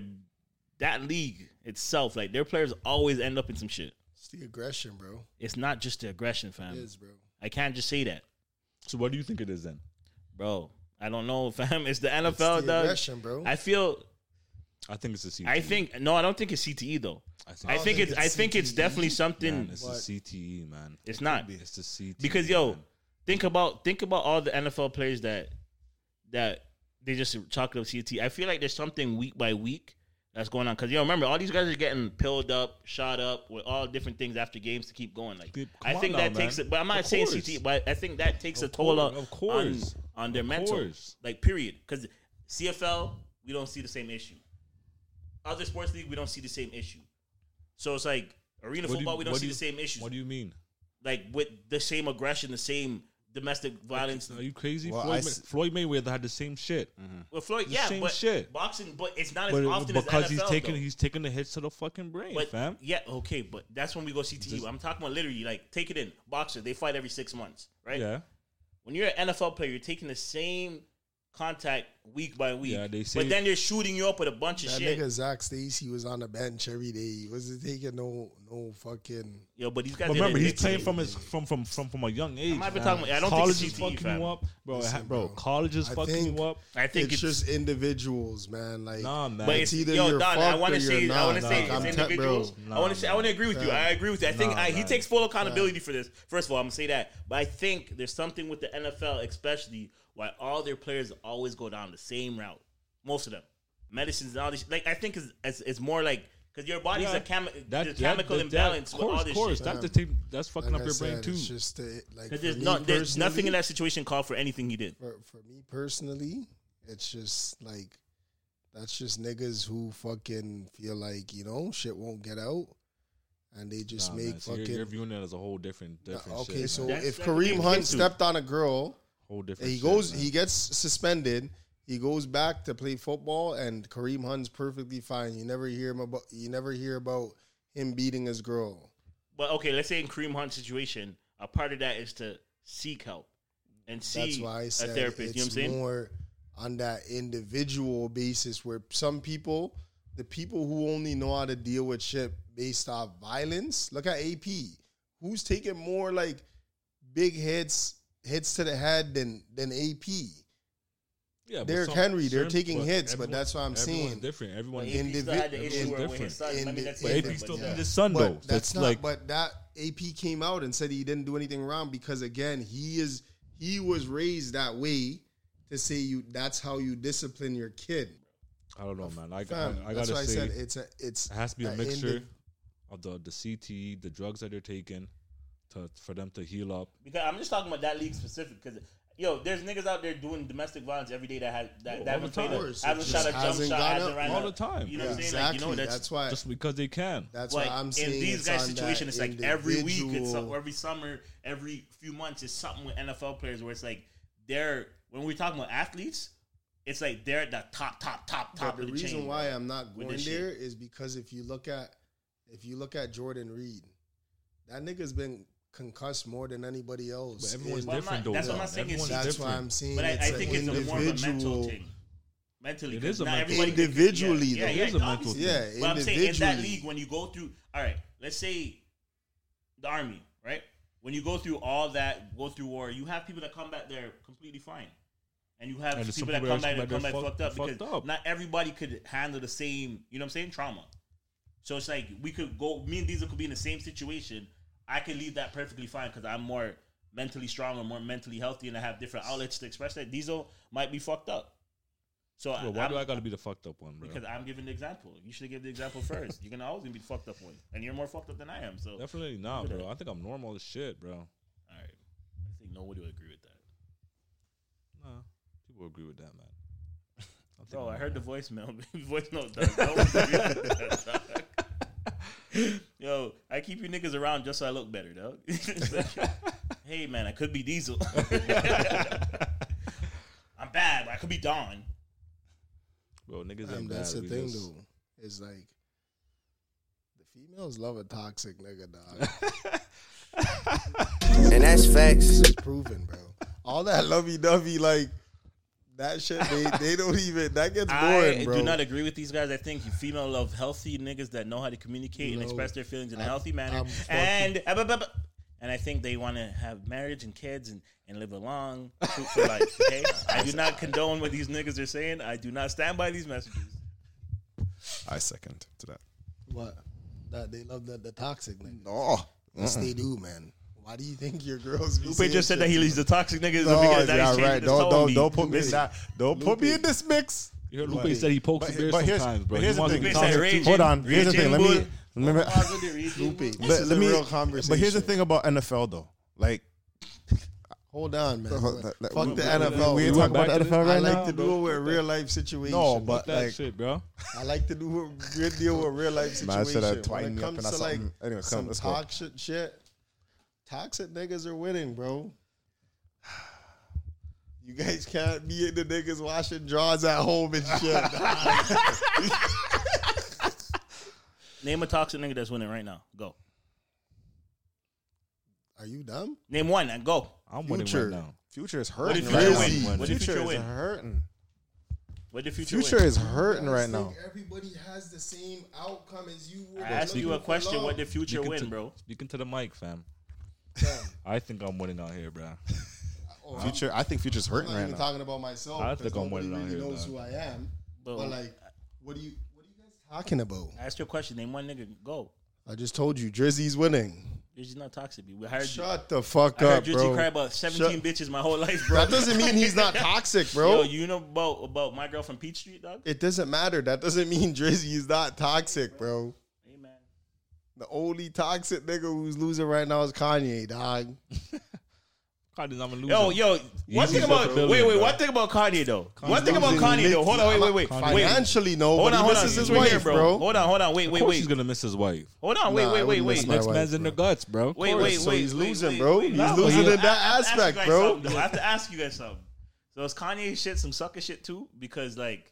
Speaker 6: that league itself, like their players, always end up in some shit.
Speaker 7: It's the aggression, bro.
Speaker 6: It's not just the aggression, fam.
Speaker 7: It is, bro.
Speaker 6: I can't just say that.
Speaker 4: So what do you think it is then,
Speaker 6: bro? I don't know, fam. It's the NFL,
Speaker 7: the
Speaker 6: dog.
Speaker 7: aggression, bro.
Speaker 6: I feel.
Speaker 4: I think it's a CTE.
Speaker 6: I think no, I don't think it's CTE though. I think,
Speaker 4: I don't think
Speaker 6: it's, I
Speaker 4: it's
Speaker 6: think it's
Speaker 4: CTE.
Speaker 6: definitely something.
Speaker 4: Man, E. it's a CTE, man.
Speaker 6: It's not.
Speaker 4: It's a E, CTE.
Speaker 6: because yo, think about think about all the NFL players that that they just chalk it up CTE. I feel like there's something week by week that's going on. Because yo, remember all these guys are getting pilled up, shot up with all different things after games to keep going. Like I
Speaker 4: on
Speaker 6: think
Speaker 4: now,
Speaker 6: that
Speaker 4: man.
Speaker 6: takes it, but I'm not
Speaker 4: Of
Speaker 6: saying
Speaker 4: course.
Speaker 6: CTE, but I think that takes a
Speaker 4: Of
Speaker 6: toll
Speaker 4: course,
Speaker 6: on
Speaker 4: of course.
Speaker 6: on, on their
Speaker 4: Of
Speaker 6: mental,
Speaker 4: course.
Speaker 6: like period. Because CFL, we don't see the same issue. Other sports league, we don't see the same issue. So it's like arena
Speaker 4: What do you-
Speaker 6: football, we don't
Speaker 4: what
Speaker 6: see
Speaker 4: do
Speaker 6: the
Speaker 4: you-
Speaker 6: same issues.
Speaker 4: What do you mean?
Speaker 6: Like with the same aggression, the same domestic violence.
Speaker 4: Are you crazy?
Speaker 6: Well, I
Speaker 4: Floyd,
Speaker 6: s-
Speaker 4: Ma- Floyd Mayweather had the same shit.
Speaker 6: Well, Floyd,
Speaker 4: The
Speaker 6: yeah,
Speaker 4: same
Speaker 6: but
Speaker 4: shit.
Speaker 6: boxing, but Mm-hmm. it's not
Speaker 4: But
Speaker 6: as
Speaker 4: it-
Speaker 6: often
Speaker 4: because
Speaker 6: as NFL,
Speaker 4: he's taking
Speaker 6: though.
Speaker 4: he's taking the hits to the fucking brain,
Speaker 6: but,
Speaker 4: fam.
Speaker 6: Yeah, okay, but that's when we go CTE. I'm talking about literally, like, take it in. Boxer, they fight every six months, right?
Speaker 4: Yeah.
Speaker 6: When you're an NFL player, you're taking the same contact week by week.
Speaker 4: Yeah, they say-
Speaker 6: but then they're shooting you up with a bunch of
Speaker 7: That
Speaker 6: shit.
Speaker 7: nigga Zach Stacy was on the bench every day. He wasn't taking no no fucking.
Speaker 6: Yo, but these
Speaker 4: But remember, he's playing from his from from from from a young age.
Speaker 7: not
Speaker 4: man.
Speaker 7: even talking about- I don't think
Speaker 4: college
Speaker 7: it's
Speaker 4: is
Speaker 7: CTE,
Speaker 6: E,
Speaker 4: fucking
Speaker 7: fam.
Speaker 4: you up, bro.
Speaker 7: Listen,
Speaker 4: ha- bro, college is fucking you up.
Speaker 7: it's, just individuals, man. Like,
Speaker 4: Nah, man.
Speaker 6: But
Speaker 7: it's
Speaker 6: it's-
Speaker 7: either
Speaker 6: yo,
Speaker 7: you're
Speaker 6: Don, I
Speaker 7: fucked
Speaker 6: wanna
Speaker 7: or
Speaker 6: say-
Speaker 7: you're
Speaker 6: I
Speaker 7: not.
Speaker 6: wanna say it's
Speaker 7: I'm te-
Speaker 6: individuals.
Speaker 7: bro.
Speaker 6: I want to say I want to agree with you.
Speaker 7: Nah.
Speaker 6: I agree with you. I think
Speaker 7: Nah,
Speaker 6: I, he
Speaker 7: man.
Speaker 6: takes full accountability for this. First of all, I'm gonna say that, but I think there's something with the NFL, especially why all their players always go down the same route. Most of them, medicines and all this. Like I think it's it's, it's more like because your body's
Speaker 4: Yeah.
Speaker 6: a chemi-
Speaker 4: That-
Speaker 6: the
Speaker 4: that-
Speaker 6: chemical
Speaker 4: that- that-
Speaker 6: imbalance with all
Speaker 4: course,
Speaker 6: this
Speaker 4: course.
Speaker 6: shit.
Speaker 4: That's the thing that's fucking
Speaker 7: Um, Like
Speaker 4: up
Speaker 7: I
Speaker 4: your brain
Speaker 7: said,
Speaker 4: too.
Speaker 7: It's just a, like
Speaker 6: 'Cause
Speaker 7: for
Speaker 6: there's,
Speaker 7: me
Speaker 6: not, there's
Speaker 7: personally-
Speaker 6: nothing in that situation called for anything he did.
Speaker 7: For, for me personally, it's just like that's just niggas who fucking feel like you know shit won't get out, and they just
Speaker 4: Nah,
Speaker 7: make
Speaker 4: man, so
Speaker 7: fucking.
Speaker 4: you're, you're viewing that as a whole different different.
Speaker 7: okay,
Speaker 4: shit,
Speaker 7: so
Speaker 4: man.
Speaker 7: if Kareem Hunt stepped on a girl,
Speaker 4: Whole different
Speaker 7: He
Speaker 4: shit,
Speaker 7: goes,
Speaker 4: man.
Speaker 7: he gets suspended. He goes back to play football, and Kareem Hunt's perfectly fine. You never hear him about. You never hear about him beating his girl.
Speaker 6: But okay, let's say in Kareem Hunt's situation, a part of that is to seek help and see
Speaker 7: That's why I said
Speaker 6: a therapist.
Speaker 7: it's
Speaker 6: You know what I'm saying?
Speaker 7: more on that individual basis, where some people, the people who only know how to deal with shit based off violence. Look at AP, who's taking more like big hits, hits to the head than than AP.
Speaker 4: Yeah, but
Speaker 7: Derrick
Speaker 4: some-
Speaker 7: Henry, they're
Speaker 4: certain-
Speaker 7: taking hits, but
Speaker 4: everyone-
Speaker 7: that's what I'm
Speaker 4: everyone's
Speaker 7: saying.
Speaker 4: Different. Everyone
Speaker 7: But AP still had the issue
Speaker 4: everyone's
Speaker 7: where when his son- I mean, that's
Speaker 4: But AP
Speaker 7: different,
Speaker 4: still
Speaker 7: but yeah.
Speaker 4: beat his son though.
Speaker 7: But that's not.
Speaker 4: like
Speaker 7: but that AP came out and said he didn't do anything wrong because again, he is he was raised that way to say you. That's how you discipline your kid.
Speaker 4: I don't know, man. I,
Speaker 7: Fam,
Speaker 4: I, I
Speaker 7: that's
Speaker 4: gotta
Speaker 7: why I
Speaker 4: say,
Speaker 7: said it's a- it's
Speaker 4: it has to be a
Speaker 7: a
Speaker 4: mixture
Speaker 7: indiv-
Speaker 4: of the E, the CTE, the drugs that they're taking, to for them to heal up.
Speaker 6: Because I'm just talking about that league specific. Because Yo, there's niggas out there doing domestic violence every day that has that,
Speaker 4: Yo,
Speaker 6: that
Speaker 4: all
Speaker 6: haven't
Speaker 4: the
Speaker 6: played,
Speaker 4: time.
Speaker 6: a, haven't
Speaker 4: It
Speaker 6: shot a
Speaker 4: just
Speaker 6: jump
Speaker 4: hasn't
Speaker 6: shot,
Speaker 4: gone
Speaker 6: hasn't
Speaker 4: up.
Speaker 6: ran
Speaker 4: All
Speaker 6: a-
Speaker 4: the time.
Speaker 6: You know what I'm saying? Like, you know,
Speaker 4: Exactly.
Speaker 6: that's,
Speaker 4: That's why- Just because they can. That's why
Speaker 6: like,
Speaker 4: I'm
Speaker 6: in
Speaker 4: saying
Speaker 6: these
Speaker 4: it's
Speaker 6: guys'
Speaker 4: on that
Speaker 6: situation, it's like every week, it's
Speaker 4: individual-
Speaker 6: or every summer, every few months, it's something with NFL players where it's like they're when we're talking about athletes, it's like they're at the top, top, top, top
Speaker 7: But the
Speaker 6: of the
Speaker 7: reason
Speaker 6: chain,
Speaker 7: why
Speaker 6: bro,
Speaker 7: I'm not
Speaker 6: with
Speaker 7: going there
Speaker 6: this
Speaker 7: is
Speaker 6: shit.
Speaker 7: because if you look at if you look at Jordan Reed, that nigga's been concussed more than anybody else.
Speaker 4: But everyone's
Speaker 7: in-
Speaker 4: different, But I'm not- though, that's what I'm though.
Speaker 7: That's
Speaker 4: saying, it's-
Speaker 7: why I'm saying.
Speaker 6: But I,
Speaker 7: it's
Speaker 6: I
Speaker 7: an
Speaker 6: think it's a more of a mental
Speaker 7: individual-
Speaker 6: thing. Mentally,
Speaker 7: It
Speaker 6: 'cause
Speaker 7: is a
Speaker 6: not
Speaker 7: mental
Speaker 6: everybody
Speaker 7: thing. Individually,
Speaker 6: yeah, yeah,
Speaker 7: though. It is
Speaker 6: yeah,
Speaker 7: a mental
Speaker 6: obviously.
Speaker 7: thing. Yeah,
Speaker 6: but I'm saying in that
Speaker 7: individually.
Speaker 6: league, when you go through, all right, let's say the army, right? When you go through all that, go through war, you have people that come back there completely fine, and you have
Speaker 4: And there's
Speaker 6: people that
Speaker 4: some people
Speaker 6: come
Speaker 4: that
Speaker 6: back and come
Speaker 4: come
Speaker 6: back
Speaker 4: back
Speaker 6: fucked,
Speaker 4: there
Speaker 6: up
Speaker 4: fucked-
Speaker 6: because
Speaker 4: fucked up.
Speaker 6: not everybody could handle the same. You know what I'm saying? Trauma. So it's like we could go. Me and Diesel could be in the same situation. I could leave that perfectly fine because I'm more mentally strong or more mentally healthy, and I have different outlets to express that. Diesel might be fucked up. So I-
Speaker 4: Bro, why
Speaker 6: I'm-
Speaker 4: do I gotta be the fucked up one, bro?
Speaker 6: because I'm giving the example. You should give the example first. You're gonna always gonna be the fucked up one, and you're more fucked up than I am. So
Speaker 4: Definitely not,
Speaker 6: Look at
Speaker 4: bro.
Speaker 6: that.
Speaker 4: I think I'm normal as shit, bro. All
Speaker 6: right. I think nobody would agree with that.
Speaker 4: Nah, people agree with that, man.
Speaker 6: Bro, I heard the voicemail. Voice note, dog. No one's agree with that, dog. Yo, I keep you niggas around just so I look better, dog. hey, man, I could be Diesel. I'm bad, but I could be Don.
Speaker 4: Bro, niggas
Speaker 7: Um,
Speaker 4: ain't
Speaker 7: that's
Speaker 4: bad.
Speaker 7: the
Speaker 4: We
Speaker 7: thing,
Speaker 4: just-
Speaker 7: though. Is like the females love a toxic nigga, dog.
Speaker 9: And that's facts.
Speaker 7: It's proven, bro. All that lovey dovey, like that shit, they, they don't even that gets boring,
Speaker 6: I
Speaker 7: bro.
Speaker 6: do not agree with these guys. I think female love healthy niggas that know how to communicate and
Speaker 7: No.
Speaker 6: express their feelings in a
Speaker 7: I'm-
Speaker 6: healthy manner.
Speaker 7: I'm fucking-
Speaker 6: And uh, bu- bu- bu- and I think they want to have marriage and kids and, and live a long, fruitful life. Okay, I do not condone what these niggas are saying. I do not stand by these messages.
Speaker 10: I second to that.
Speaker 7: What? That they love the, the toxic nigga.
Speaker 10: No.
Speaker 7: Yes,
Speaker 10: Mm-mm.
Speaker 7: they do, man. Why do you think your girls? Be
Speaker 6: Lupe
Speaker 7: saying
Speaker 6: just said
Speaker 7: shit
Speaker 6: that he
Speaker 7: to
Speaker 6: leaves
Speaker 7: them?
Speaker 6: the toxic niggas No,
Speaker 3: Oh,
Speaker 6: because now he's yeah, changing right. his Don't- tone. don't- don't put me in
Speaker 7: Lupe.
Speaker 6: that-
Speaker 3: Don't put me in this mix.
Speaker 4: You heard Lupe said he pokes
Speaker 3: but,
Speaker 4: the bear
Speaker 3: but here's,
Speaker 4: sometimes, bro.
Speaker 3: But
Speaker 4: He
Speaker 3: here's the
Speaker 4: wants to
Speaker 3: thing.
Speaker 4: be
Speaker 3: Tom,
Speaker 4: toxic.
Speaker 3: hold on.
Speaker 4: Raging
Speaker 3: Here's the thing. Let
Speaker 4: bull.
Speaker 3: me. Remember,
Speaker 7: Lupe.
Speaker 3: but let me. But here's the
Speaker 7: conversation.
Speaker 3: thing about NFL though. Like,
Speaker 7: Hold on, man.
Speaker 3: Hold on.
Speaker 7: Fuck
Speaker 3: We-
Speaker 7: the
Speaker 3: we-
Speaker 7: NFL.
Speaker 3: we
Speaker 7: bro.
Speaker 3: talking about the NFL
Speaker 7: I
Speaker 3: right
Speaker 7: like
Speaker 3: now,
Speaker 7: to
Speaker 3: bro.
Speaker 7: do it with
Speaker 3: Fuck that.
Speaker 7: real life situations.
Speaker 3: No, but,
Speaker 7: Fuck that
Speaker 3: like-
Speaker 7: shit,
Speaker 4: bro.
Speaker 7: I like to do a real deal with real life
Speaker 3: Man, I
Speaker 7: situations.
Speaker 3: said I'd twine
Speaker 7: when
Speaker 3: me
Speaker 7: it
Speaker 3: up
Speaker 7: comes
Speaker 3: and
Speaker 7: to
Speaker 3: that's
Speaker 7: like
Speaker 3: something. Anyway, come,
Speaker 7: some
Speaker 3: let's go.
Speaker 7: toxic shit, toxic niggas are winning, bro. You guys can't be in the niggas washing drawers at home and shit.
Speaker 6: Name a toxic nigga that's winning right now. Go.
Speaker 7: Are you dumb?
Speaker 6: Name one and go.
Speaker 4: I'm
Speaker 6: winning right Future.
Speaker 4: now.
Speaker 3: Future is
Speaker 6: What did
Speaker 3: hurting
Speaker 6: Future
Speaker 3: right
Speaker 6: win?
Speaker 3: now.
Speaker 6: What did
Speaker 3: Future
Speaker 6: Future
Speaker 3: is
Speaker 6: win?
Speaker 3: hurting.
Speaker 6: What did Future,
Speaker 3: Future
Speaker 6: win?
Speaker 3: is hurting
Speaker 7: I
Speaker 3: right
Speaker 7: think
Speaker 3: now.
Speaker 7: Everybody has the same outcome as you.
Speaker 6: I
Speaker 7: were
Speaker 6: asked
Speaker 7: looking
Speaker 6: you a
Speaker 7: for
Speaker 6: question.
Speaker 7: love.
Speaker 6: What did Future
Speaker 4: Speaking
Speaker 6: win,
Speaker 4: to-
Speaker 6: bro?
Speaker 4: Speaking to the mic, fam. I think I'm winning out here, bro.
Speaker 3: Future, I think Future's hurting
Speaker 7: I'm not
Speaker 3: right
Speaker 7: even
Speaker 3: now.
Speaker 7: talking about myself.
Speaker 4: I
Speaker 7: 'cause
Speaker 4: think I'm
Speaker 7: nobody
Speaker 4: winning out
Speaker 7: really
Speaker 4: here,
Speaker 7: knows
Speaker 4: dog.
Speaker 7: who I am.
Speaker 6: But-
Speaker 7: But, like, what do you what are you guys talking about?
Speaker 6: I asked you a question. Name one nigga. Go.
Speaker 7: I just told you, Drizzy's winning.
Speaker 6: Drizzy's not toxic. B. We hired
Speaker 7: Shut
Speaker 6: you.
Speaker 7: the fuck
Speaker 6: I heard
Speaker 7: up,
Speaker 6: Drizzy
Speaker 7: bro.
Speaker 6: cry about 17
Speaker 7: Shut-
Speaker 6: bitches my whole life, bro.
Speaker 7: That doesn't mean he's not toxic, bro.
Speaker 6: Yo, you know about about my girl from Peach Street, dog?
Speaker 7: It doesn't matter. That doesn't mean Drizzy is not toxic, bro.
Speaker 6: Amen.
Speaker 7: The only toxic nigga who's losing right now is Kanye, dog.
Speaker 4: God, I'm a loser.
Speaker 6: Yo, yo. One
Speaker 4: Yeezy's
Speaker 6: thing
Speaker 4: worth
Speaker 6: about
Speaker 4: a billion,
Speaker 6: wait, wait.
Speaker 4: bro.
Speaker 6: One thing about Kanye though. One thing about Kanye though. Hold on, wait, wait, wait. wait.
Speaker 7: Financially, no.
Speaker 6: Hold on,
Speaker 7: but he
Speaker 6: hold on.
Speaker 7: misses his
Speaker 6: Wait
Speaker 7: wife,
Speaker 6: here, bro.
Speaker 7: bro.
Speaker 6: Hold on, hold on. Wait,
Speaker 4: Of
Speaker 6: wait,
Speaker 4: course
Speaker 6: wait.
Speaker 4: he's gonna miss his wife.
Speaker 6: Hold on, wait,
Speaker 7: Nah, I
Speaker 6: wait, wait,
Speaker 7: wouldn't
Speaker 6: wait.
Speaker 7: miss my
Speaker 4: Next
Speaker 7: wife,
Speaker 4: man's in the guts, bro.
Speaker 6: Wait,
Speaker 7: course.
Speaker 6: wait,
Speaker 7: So
Speaker 6: wait.
Speaker 7: he's
Speaker 6: wait,
Speaker 7: losing,
Speaker 6: wait,
Speaker 7: bro.
Speaker 6: wait.
Speaker 7: He's
Speaker 6: Nah,
Speaker 7: losing
Speaker 6: but
Speaker 7: in
Speaker 6: you-
Speaker 7: that
Speaker 6: I have to ask you
Speaker 7: aspect,
Speaker 6: guys
Speaker 7: bro.
Speaker 6: something, though. I have to ask you guys something. So is Kanye shit some sucker shit too? Because like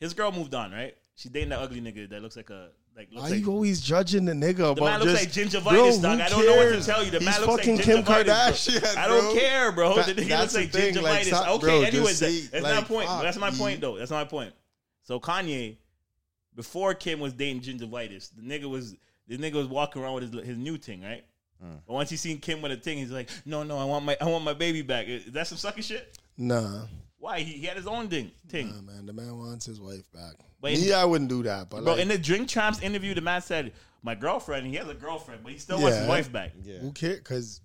Speaker 6: his girl moved on, right? She's dating that ugly nigga that looks like a like looks
Speaker 7: Why
Speaker 6: like
Speaker 7: you always judging the nigga about
Speaker 6: the man looks like
Speaker 7: just-
Speaker 6: gingivitis,
Speaker 7: Bro, who
Speaker 6: dog. I don't know what to
Speaker 7: cares?
Speaker 6: tell you. The
Speaker 7: He's
Speaker 6: man looks
Speaker 7: fucking
Speaker 6: like
Speaker 7: Kim
Speaker 6: gingivitis, bro.
Speaker 7: Kardashian.
Speaker 6: I don't
Speaker 7: bro.
Speaker 6: care, bro.
Speaker 7: That-
Speaker 6: the nigga
Speaker 7: that's
Speaker 6: looks
Speaker 7: the
Speaker 6: like
Speaker 7: thing,
Speaker 6: gingivitis.
Speaker 7: like, stop,
Speaker 6: okay,
Speaker 7: bro, just
Speaker 6: anyways, that-
Speaker 7: say,
Speaker 6: that's my
Speaker 7: like,
Speaker 6: point.
Speaker 7: fuck,
Speaker 6: That's my
Speaker 7: B.
Speaker 6: point, though. That's my point. So Kanye, before Kim was dating gingivitis, the nigga was the nigga was walking around with his his new thing, right?
Speaker 7: Mm.
Speaker 6: But once he seen Kim with a thing, he's like, "No, no, I want my I want my baby back." Is that some sucky shit?
Speaker 7: Nah,
Speaker 6: Why he, he had his own thing thing.
Speaker 7: nah, man. The man wants his wife back.
Speaker 6: But-
Speaker 7: Me, I wouldn't do that, but
Speaker 6: Bro,
Speaker 7: like,
Speaker 6: in the Drink Champs interview, the man said, "My girlfriend." He has a girlfriend, but he still wants his wife back.
Speaker 7: Who cares? Because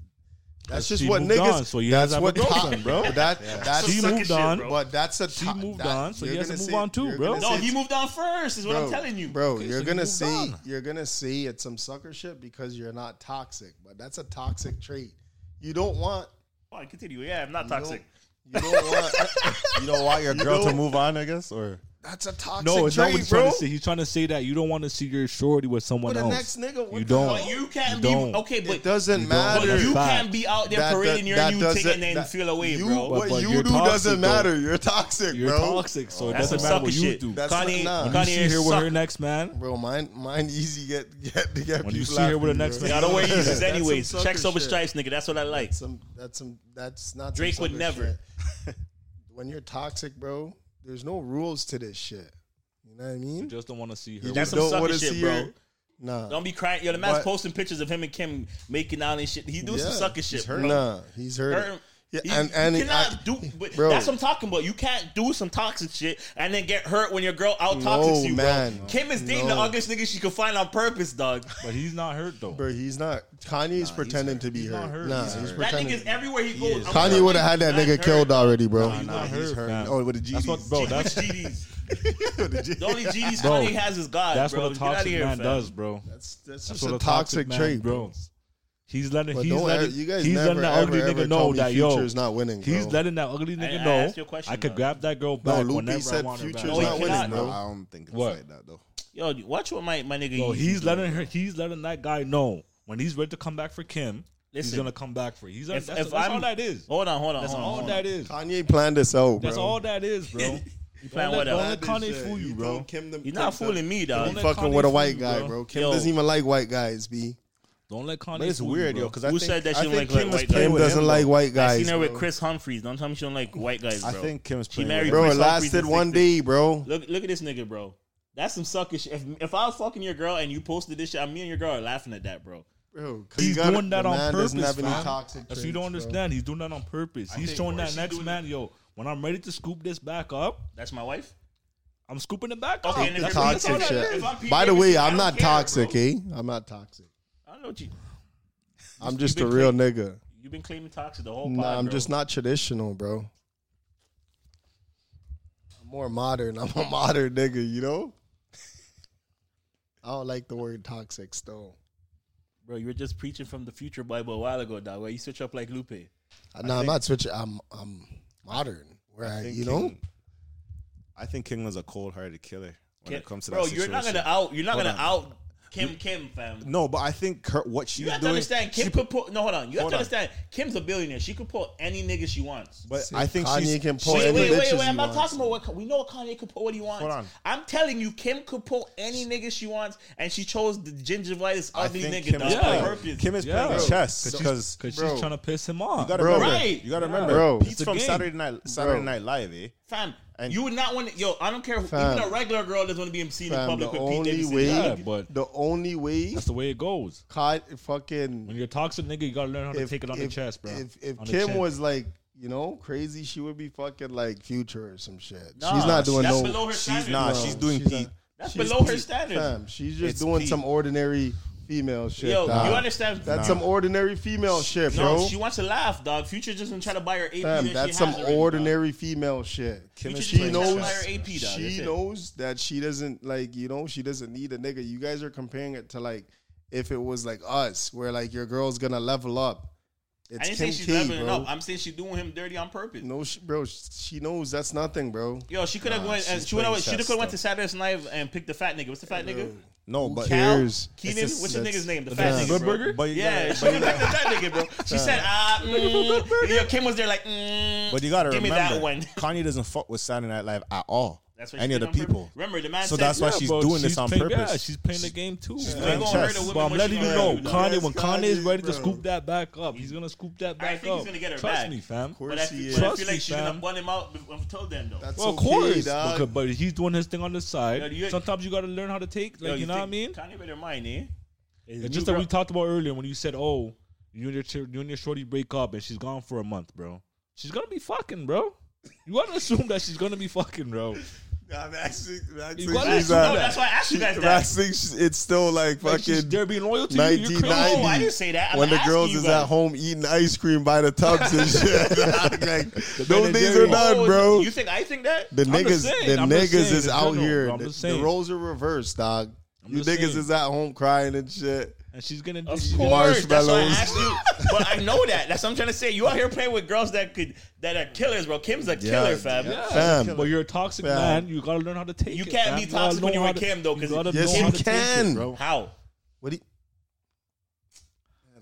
Speaker 4: Cause
Speaker 7: that's just
Speaker 4: she
Speaker 7: what
Speaker 4: moved
Speaker 7: niggas.
Speaker 4: on, so he has
Speaker 7: that's
Speaker 4: to have a
Speaker 7: what
Speaker 4: girlfriend, bro.
Speaker 7: That that's
Speaker 4: She
Speaker 7: suck
Speaker 4: moved
Speaker 7: shit,
Speaker 4: on.
Speaker 7: bro. but that's a she
Speaker 4: moved on, so he has to move on too, bro.
Speaker 6: No, he moved on first. Is what I'm
Speaker 7: Bro,
Speaker 6: telling you,
Speaker 7: bro. you're
Speaker 4: so
Speaker 7: gonna
Speaker 4: moved
Speaker 7: say
Speaker 4: on.
Speaker 7: you're gonna say it's some sucker shit because you're not toxic, but that's a toxic trait. You don't want
Speaker 6: Fine, continue. Yeah, I'm not toxic.
Speaker 3: You don't want you don't want your
Speaker 6: You
Speaker 3: girl to
Speaker 6: don't-
Speaker 3: move on, I guess, or
Speaker 7: That's a toxic
Speaker 4: No, it's not what
Speaker 7: trait,
Speaker 4: he's
Speaker 7: bro.
Speaker 4: trying to say. He's trying to say that you don't want to see your shorty with someone
Speaker 7: With the
Speaker 4: else.
Speaker 7: next nigga, what
Speaker 4: you
Speaker 7: the
Speaker 4: don't.
Speaker 7: hell?
Speaker 6: You can't
Speaker 4: you
Speaker 6: be
Speaker 4: don't.
Speaker 6: okay, but
Speaker 7: It doesn't
Speaker 4: You don't.
Speaker 7: matter.
Speaker 6: But you
Speaker 4: Fact.
Speaker 6: can't be out there
Speaker 7: That
Speaker 6: parading
Speaker 7: do-
Speaker 6: your
Speaker 7: that
Speaker 6: new tick
Speaker 7: doesn't-
Speaker 6: and then
Speaker 7: that-
Speaker 6: feel away,
Speaker 7: you-
Speaker 6: bro.
Speaker 7: What
Speaker 4: but
Speaker 7: you
Speaker 4: you're
Speaker 7: do
Speaker 4: toxic,
Speaker 7: doesn't
Speaker 4: though.
Speaker 7: matter. You're toxic,
Speaker 4: You're
Speaker 7: bro.
Speaker 4: toxic, so it
Speaker 6: That's
Speaker 4: doesn't
Speaker 6: some
Speaker 4: matter what
Speaker 6: sucker
Speaker 4: you
Speaker 6: shit.
Speaker 4: do.
Speaker 7: That's
Speaker 6: Kanye-
Speaker 7: not.
Speaker 4: When
Speaker 7: Nah.
Speaker 4: you
Speaker 6: Kanye
Speaker 4: see her with
Speaker 6: suck.
Speaker 4: her next man,
Speaker 7: Bro, mine, mine easy get get to get
Speaker 4: When you
Speaker 7: people.
Speaker 4: see her with
Speaker 7: laughing,
Speaker 4: a next
Speaker 7: bro.
Speaker 4: nigga,
Speaker 6: I don't wear Yeezys
Speaker 7: That's some
Speaker 6: anyways.
Speaker 7: sucker
Speaker 6: Check sober
Speaker 7: shit.
Speaker 6: stripes, nigga. That's what I like.
Speaker 7: That's some that's some that's not some
Speaker 6: Drake would
Speaker 7: sucker
Speaker 6: never.
Speaker 7: shit. when you're toxic, bro, there's no rules to this shit. You know what I
Speaker 4: you
Speaker 7: mean?
Speaker 4: just don't want to see her.
Speaker 7: You
Speaker 4: with
Speaker 6: That's
Speaker 7: just
Speaker 4: her.
Speaker 6: some
Speaker 7: don't
Speaker 6: sucker
Speaker 7: want to
Speaker 6: shit,
Speaker 7: see
Speaker 6: bro.
Speaker 7: her. Nah,
Speaker 6: Don't be crying. Yo, the man's
Speaker 7: But-
Speaker 6: posting pictures of him and Kim making out and shit. He doing some
Speaker 7: Yeah,
Speaker 6: sucker shit,
Speaker 7: he's
Speaker 6: bro.
Speaker 7: hurting. Nah, he's hurting.
Speaker 6: Hurting.
Speaker 7: Yeah,
Speaker 6: You-
Speaker 7: and
Speaker 6: you
Speaker 7: and
Speaker 6: cannot
Speaker 7: I-
Speaker 6: do, but
Speaker 7: bro.
Speaker 6: that's what I'm talking about. You can't do some toxic shit and then get hurt when your girl out toxics
Speaker 7: No,
Speaker 6: you,
Speaker 7: man.
Speaker 6: bro. Kim is dating the
Speaker 7: No.
Speaker 6: ugliest nigga she could find on purpose, dog.
Speaker 4: But he's not hurt though.
Speaker 7: Bro, he's not. Kanye's pretending to be
Speaker 4: He's
Speaker 7: hurt.
Speaker 4: not hurt.
Speaker 7: Nah,
Speaker 4: He's hurt.
Speaker 7: he's,
Speaker 6: That
Speaker 7: pretending.
Speaker 6: nigga is everywhere he goes. I'm
Speaker 7: Kanye
Speaker 6: hurt.
Speaker 7: would have had that
Speaker 6: Not
Speaker 7: nigga
Speaker 6: hurt.
Speaker 7: killed already, bro.
Speaker 4: He's not hurt, fam.
Speaker 3: oh with the
Speaker 4: That's
Speaker 3: GD.
Speaker 4: what, bro.
Speaker 6: G-
Speaker 4: That's
Speaker 6: GDs. The only GDs
Speaker 4: Bro,
Speaker 6: Kanye has is God,
Speaker 4: that's
Speaker 6: bro.
Speaker 4: what a
Speaker 6: Get outta
Speaker 4: toxic
Speaker 6: here,
Speaker 4: man
Speaker 6: fam.
Speaker 4: does, bro.
Speaker 7: That's that's
Speaker 4: That's
Speaker 7: just
Speaker 4: what
Speaker 7: a toxic
Speaker 4: man-
Speaker 7: trait,
Speaker 4: bro. He's letting
Speaker 7: But
Speaker 4: he's
Speaker 7: don't
Speaker 4: letting
Speaker 7: ever- you guys
Speaker 4: he's
Speaker 7: never,
Speaker 4: letting that
Speaker 7: ever,
Speaker 4: ugly
Speaker 7: ever
Speaker 4: nigga
Speaker 7: tell
Speaker 4: know
Speaker 7: me
Speaker 4: that yo
Speaker 7: Future's not winning,
Speaker 4: He's
Speaker 7: bro.
Speaker 4: letting that ugly
Speaker 6: I
Speaker 4: nigga
Speaker 6: asked you a
Speaker 4: know
Speaker 6: question,
Speaker 4: I could
Speaker 6: though.
Speaker 4: grab that girl
Speaker 7: No,
Speaker 4: back
Speaker 7: Lupe
Speaker 4: whenever I
Speaker 7: said
Speaker 4: want her back.
Speaker 7: Future's
Speaker 6: he
Speaker 7: not winning,
Speaker 6: cannot,
Speaker 7: bro.
Speaker 3: I don't think it's
Speaker 4: What?
Speaker 3: like that though.
Speaker 6: Yo, watch what my, my nigga.
Speaker 4: Yo,
Speaker 6: Yeezy
Speaker 4: he's
Speaker 6: do.
Speaker 4: letting her. He's letting that guy know when he's ready to come back for Kim. he's
Speaker 6: Listen.
Speaker 4: gonna come back for. He's
Speaker 6: If,
Speaker 4: that's,
Speaker 6: if
Speaker 4: that's
Speaker 6: I'm,
Speaker 4: all that is.
Speaker 6: Hold on, hold on.
Speaker 4: That's
Speaker 6: hold on,
Speaker 4: all
Speaker 6: hold
Speaker 4: that
Speaker 6: on.
Speaker 4: is.
Speaker 7: Kanye planned this out, bro.
Speaker 4: That's all that is, bro.
Speaker 6: You
Speaker 4: Don't
Speaker 6: playing
Speaker 4: let-
Speaker 6: what
Speaker 4: don't
Speaker 6: up?
Speaker 4: let Kanye fool you, bro.
Speaker 6: You're not fooling me,
Speaker 4: Don't
Speaker 6: dog.
Speaker 4: let
Speaker 7: Fucking
Speaker 4: Kanye
Speaker 7: with a
Speaker 4: fool
Speaker 7: white
Speaker 4: you,
Speaker 7: guy,
Speaker 4: bro.
Speaker 7: bro. Kim
Speaker 6: Yo.
Speaker 7: doesn't even like white guys, b.
Speaker 4: Don't let Kanye.
Speaker 3: But it's
Speaker 4: fool
Speaker 3: weird,
Speaker 4: you,
Speaker 3: yo,
Speaker 4: bro.
Speaker 3: because I
Speaker 6: Who
Speaker 3: think
Speaker 6: said that
Speaker 3: I
Speaker 6: she don't
Speaker 3: think
Speaker 6: like
Speaker 3: Kim
Speaker 6: white
Speaker 3: was
Speaker 6: guys?
Speaker 3: playing
Speaker 7: Kim
Speaker 3: with
Speaker 7: doesn't
Speaker 3: him,
Speaker 7: like
Speaker 3: though.
Speaker 7: white guys.
Speaker 6: I seen her with
Speaker 7: bro.
Speaker 6: Chris Humphries. Don't tell me she don't like white guys, bro.
Speaker 3: I think Kim's
Speaker 6: she
Speaker 3: playing.
Speaker 6: married
Speaker 3: with him.
Speaker 7: Bro, it
Speaker 6: Chris Humphries
Speaker 7: lasted
Speaker 6: in
Speaker 7: one
Speaker 6: sixth grade.
Speaker 7: day, bro.
Speaker 6: Look, look at this nigga, bro. That's some sucker shit. If, if I was fucking your girl and you posted this shit, I me and your girl are laughing at that, bro.
Speaker 7: Bro, 'cause
Speaker 4: He's
Speaker 7: you gotta-
Speaker 4: doing that
Speaker 7: the
Speaker 4: on
Speaker 7: man
Speaker 4: purpose.
Speaker 7: Doesn't have any
Speaker 4: fam.
Speaker 7: toxic
Speaker 4: That's what you don't
Speaker 7: traits, bro.
Speaker 4: understand. He's doing that on purpose. He's showing that next man, yo. When I'm ready to scoop this back up,
Speaker 6: That's my wife.
Speaker 4: I'm scooping it back
Speaker 6: Okay,
Speaker 4: up.
Speaker 6: and if
Speaker 4: That's
Speaker 6: you're
Speaker 4: all
Speaker 6: being
Speaker 4: that
Speaker 7: Toxic
Speaker 6: That's
Speaker 4: is.
Speaker 6: all that is.
Speaker 7: shit.
Speaker 6: If I'm Pete
Speaker 7: By the way,
Speaker 6: Davidson, I
Speaker 7: I'm
Speaker 6: don't
Speaker 7: not
Speaker 6: care,
Speaker 7: toxic,
Speaker 6: bro.
Speaker 7: eh? I'm not toxic.
Speaker 6: I don't know what you.
Speaker 7: I'm just a
Speaker 6: been
Speaker 7: real nigga.
Speaker 6: You've been claiming toxic the whole.
Speaker 7: Nah,
Speaker 6: pod,
Speaker 7: I'm
Speaker 6: bro.
Speaker 7: just not traditional, bro. I'm more modern. I'm a modern nigga, you know? I don't like the word toxic still.
Speaker 6: Bro, you were just preaching from the future Bible a while ago, dog. Where you switch up like Lupe.
Speaker 7: Nah, I'm not switching. I'm I'm modern. Where I,
Speaker 3: I think
Speaker 7: you know?
Speaker 3: King- I think King was a cold-hearted killer when it comes to
Speaker 6: bro,
Speaker 3: that
Speaker 6: you're
Speaker 3: situation.
Speaker 6: not gonna out. You're not
Speaker 3: Hold
Speaker 6: gonna
Speaker 3: on.
Speaker 6: out Kim Kim fam.
Speaker 3: No, but I think her, what she's
Speaker 6: You have to
Speaker 3: doing.
Speaker 6: understand, Kim
Speaker 3: she-
Speaker 6: could pull. No, hold on. You
Speaker 3: Hold
Speaker 6: have to
Speaker 3: on.
Speaker 6: understand, Kim's a billionaire. She could pull any nigga she wants.
Speaker 3: but
Speaker 7: See,
Speaker 3: I think
Speaker 7: Kanye
Speaker 3: she's,
Speaker 7: can pull
Speaker 6: Wait,
Speaker 7: any
Speaker 6: wait, wait,
Speaker 7: bitches
Speaker 6: wait.
Speaker 7: he
Speaker 6: I'm not
Speaker 7: wants.
Speaker 6: talking about what we know. Kanye can pull what he wants.
Speaker 3: Hold on.
Speaker 6: I'm telling you, Kim could pull any nigga she wants, and she chose the gingivitis
Speaker 3: I
Speaker 6: ugly
Speaker 3: think
Speaker 6: nigga.
Speaker 3: Kim,
Speaker 6: dog,
Speaker 3: is
Speaker 6: on
Speaker 4: playing-
Speaker 3: playing,
Speaker 6: purpose.
Speaker 3: Kim is
Speaker 4: Yeah.
Speaker 3: playing chess
Speaker 4: Cause
Speaker 3: because
Speaker 4: Because
Speaker 7: Bro.
Speaker 4: she's trying to piss him off.
Speaker 3: you gotta
Speaker 7: Bro.
Speaker 3: remember.
Speaker 6: Right.
Speaker 3: You gotta
Speaker 7: Yeah.
Speaker 3: remember.
Speaker 7: Bro.
Speaker 3: Pete's
Speaker 4: It's a
Speaker 3: from
Speaker 4: game.
Speaker 3: Saturday Night Saturday
Speaker 7: Bro.
Speaker 3: Night Live, eh?
Speaker 6: Fam,
Speaker 3: And-
Speaker 6: you would not want to. Yo, I don't care.
Speaker 7: Fam.
Speaker 6: even a regular girl doesn't want to be seen in
Speaker 7: Fam,
Speaker 6: public
Speaker 7: the
Speaker 6: with Pete
Speaker 7: only
Speaker 6: Davidson.
Speaker 7: way,
Speaker 4: Yeah, but-
Speaker 7: the only way,
Speaker 4: That's the way it goes.
Speaker 7: caught
Speaker 4: When
Speaker 7: fucking.
Speaker 4: you're a toxic nigga, you gotta learn how to take it on the chest, bro.
Speaker 7: If, if
Speaker 4: On the
Speaker 7: Kim
Speaker 4: chin.
Speaker 7: was like, you know, crazy, she would be fucking like Future or some shit.
Speaker 6: Nah,
Speaker 7: she's not doing
Speaker 6: that's
Speaker 7: no.
Speaker 6: below her standard.
Speaker 3: Nah,
Speaker 7: No,
Speaker 3: she's doing
Speaker 7: she's
Speaker 3: Pete.
Speaker 7: not-
Speaker 6: that's
Speaker 7: she's
Speaker 6: below her
Speaker 7: Pete,
Speaker 6: standard.
Speaker 7: Fam, she's just
Speaker 3: It's
Speaker 7: doing
Speaker 3: Pete.
Speaker 7: some ordinary female shit.
Speaker 6: Yo,
Speaker 7: dog.
Speaker 6: you understand?
Speaker 7: That's some ordinary female shit,
Speaker 6: no,
Speaker 7: bro.
Speaker 6: she wants to laugh, dog. Future just gonna try to buy her AP.
Speaker 7: Fam,
Speaker 6: that she
Speaker 7: that's
Speaker 6: has
Speaker 7: some
Speaker 6: already, dog.
Speaker 7: ordinary female shit.
Speaker 3: Kim
Speaker 6: You
Speaker 3: is
Speaker 6: just
Speaker 7: She
Speaker 3: playing
Speaker 6: Like, that's
Speaker 7: knows.
Speaker 6: why
Speaker 3: chess.
Speaker 6: her AP, dog. That's
Speaker 7: she
Speaker 6: it.
Speaker 7: knows that she doesn't like. You know, she doesn't need a nigga. You guys are comparing it to like if it was like us, where like your girl's gonna level up.
Speaker 6: I
Speaker 7: It's
Speaker 6: didn't
Speaker 7: Kim
Speaker 6: say she's
Speaker 7: K,
Speaker 6: leveling
Speaker 7: bro.
Speaker 6: up. I'm saying she's doing him dirty on purpose.
Speaker 7: no, she, bro, she knows that's nothing, bro.
Speaker 6: Yo, she could have
Speaker 3: Nah,
Speaker 6: went. And
Speaker 3: she's
Speaker 6: she would
Speaker 3: playing
Speaker 6: have. She
Speaker 3: chess
Speaker 6: could have went
Speaker 3: though.
Speaker 6: to Saturday's Night and picked the fat nigga. What's the fat nigga?
Speaker 3: No,
Speaker 7: Who
Speaker 3: but
Speaker 7: cares?
Speaker 6: Al
Speaker 7: Here's-
Speaker 6: Keenan.
Speaker 3: It's just-
Speaker 6: What's the
Speaker 7: that's-
Speaker 6: nigga's name? The
Speaker 7: that's-
Speaker 6: fat nigga. Bro.
Speaker 3: But you
Speaker 6: Yeah,
Speaker 3: gotta-
Speaker 6: she
Speaker 3: but
Speaker 6: picked
Speaker 3: you
Speaker 6: the
Speaker 3: gotta-
Speaker 6: fat nigga, bro. She said, "Ah, mm. yo, Kim was there like, mm,
Speaker 3: But you gotta
Speaker 6: give
Speaker 3: remember,
Speaker 6: me that one."
Speaker 3: Kanye doesn't fuck with Saturday Night Live at all.
Speaker 6: That's what she
Speaker 3: any of
Speaker 6: did
Speaker 3: the
Speaker 6: on purpose.
Speaker 3: people.
Speaker 6: Remember, the man
Speaker 3: So
Speaker 6: said-
Speaker 3: that's why
Speaker 6: Yeah,
Speaker 3: she's
Speaker 4: bro,
Speaker 3: doing this on
Speaker 4: playing-
Speaker 3: purpose.
Speaker 4: Yeah, she's playing the game too.
Speaker 3: she's
Speaker 4: bro.
Speaker 3: playing
Speaker 6: gonna hurt
Speaker 3: chess.
Speaker 6: a woman
Speaker 4: But I'm
Speaker 6: when
Speaker 4: letting
Speaker 6: she
Speaker 4: you
Speaker 6: gonna
Speaker 4: know,
Speaker 6: hurt you,
Speaker 4: Kanye,
Speaker 7: dog.
Speaker 4: when
Speaker 7: Yes,
Speaker 4: Kanye's ready to
Speaker 7: Kanye, bro.
Speaker 4: scoop that back up, he's gonna scoop that
Speaker 6: I
Speaker 4: back
Speaker 6: think
Speaker 4: up.
Speaker 6: he's gonna get her
Speaker 4: Trust
Speaker 6: back.
Speaker 4: me, fam.
Speaker 7: course
Speaker 6: But I,
Speaker 7: he
Speaker 6: feel-
Speaker 7: is.
Speaker 6: but I feel
Speaker 4: Trust me,
Speaker 6: like she's gonna
Speaker 4: fam.
Speaker 6: bun him out until then, though.
Speaker 7: That's
Speaker 4: Well, of
Speaker 7: okay,
Speaker 4: course,
Speaker 7: dog.
Speaker 4: Because- but he's doing his thing on the side.
Speaker 6: Yo, you-
Speaker 4: Sometimes you gotta learn how to take, like
Speaker 6: Yo,
Speaker 4: you, know what
Speaker 6: think
Speaker 4: I mean.
Speaker 6: Kanye better mind, eh?
Speaker 4: It's just like we talked about earlier when you said, "Oh, you and your ch- you and your shorty break up and she's gone for a month, bro. She's gonna be fucking, bro. You gotta assume that she's gonna be fucking, bro.
Speaker 7: I'm actually,
Speaker 4: You gotta
Speaker 7: she's
Speaker 4: assume-
Speaker 7: not-
Speaker 6: No, that's why I asked you guys
Speaker 7: I'm
Speaker 6: that.
Speaker 7: actually- she's- it's still like
Speaker 4: Like she's
Speaker 7: fucking
Speaker 4: there being loyal to you. You're
Speaker 7: 1990.
Speaker 4: crazy.
Speaker 6: No, I didn't say that. I'm
Speaker 7: when the
Speaker 6: asking
Speaker 7: girls
Speaker 6: you
Speaker 7: is
Speaker 6: guys.
Speaker 7: at home eating ice cream by the tubs and shit. Like, those
Speaker 4: Ben and
Speaker 7: days are
Speaker 4: Jerry's.
Speaker 7: done, bro.
Speaker 6: Oh, You think I think that?
Speaker 7: The
Speaker 4: I'm just
Speaker 7: niggas,
Speaker 4: saying,
Speaker 7: the
Speaker 4: I'm just
Speaker 7: niggas
Speaker 4: saying
Speaker 7: is
Speaker 4: in
Speaker 7: out
Speaker 4: general,
Speaker 7: here.
Speaker 4: bro, I'm
Speaker 7: The,
Speaker 4: just
Speaker 7: the
Speaker 4: saying.
Speaker 7: roles are reversed, dog. you
Speaker 4: just
Speaker 7: niggas
Speaker 4: saying.
Speaker 7: is at home crying and shit.
Speaker 4: And she's gonna do
Speaker 6: Of
Speaker 4: she's gonna-
Speaker 6: course, that's why I
Speaker 7: Marshmallows.
Speaker 6: asked you. But I know that. That's what I'm trying to say. You out here playing with girls that could that are killers, bro. Kim's a killer, fam.
Speaker 4: Yeah.
Speaker 7: Fam.
Speaker 4: But you're a toxic
Speaker 7: Fam.
Speaker 4: man. You gotta learn how to take
Speaker 6: You
Speaker 4: it.
Speaker 6: can't
Speaker 4: fam.
Speaker 6: be
Speaker 4: You gotta
Speaker 6: toxic when
Speaker 4: know
Speaker 6: you're
Speaker 4: how
Speaker 6: with
Speaker 4: to-
Speaker 6: Kim, though, 'cause
Speaker 4: gotta
Speaker 7: Yes,
Speaker 4: know
Speaker 7: you
Speaker 4: how to take
Speaker 7: can.
Speaker 4: it, bro.
Speaker 6: How?
Speaker 7: What do you?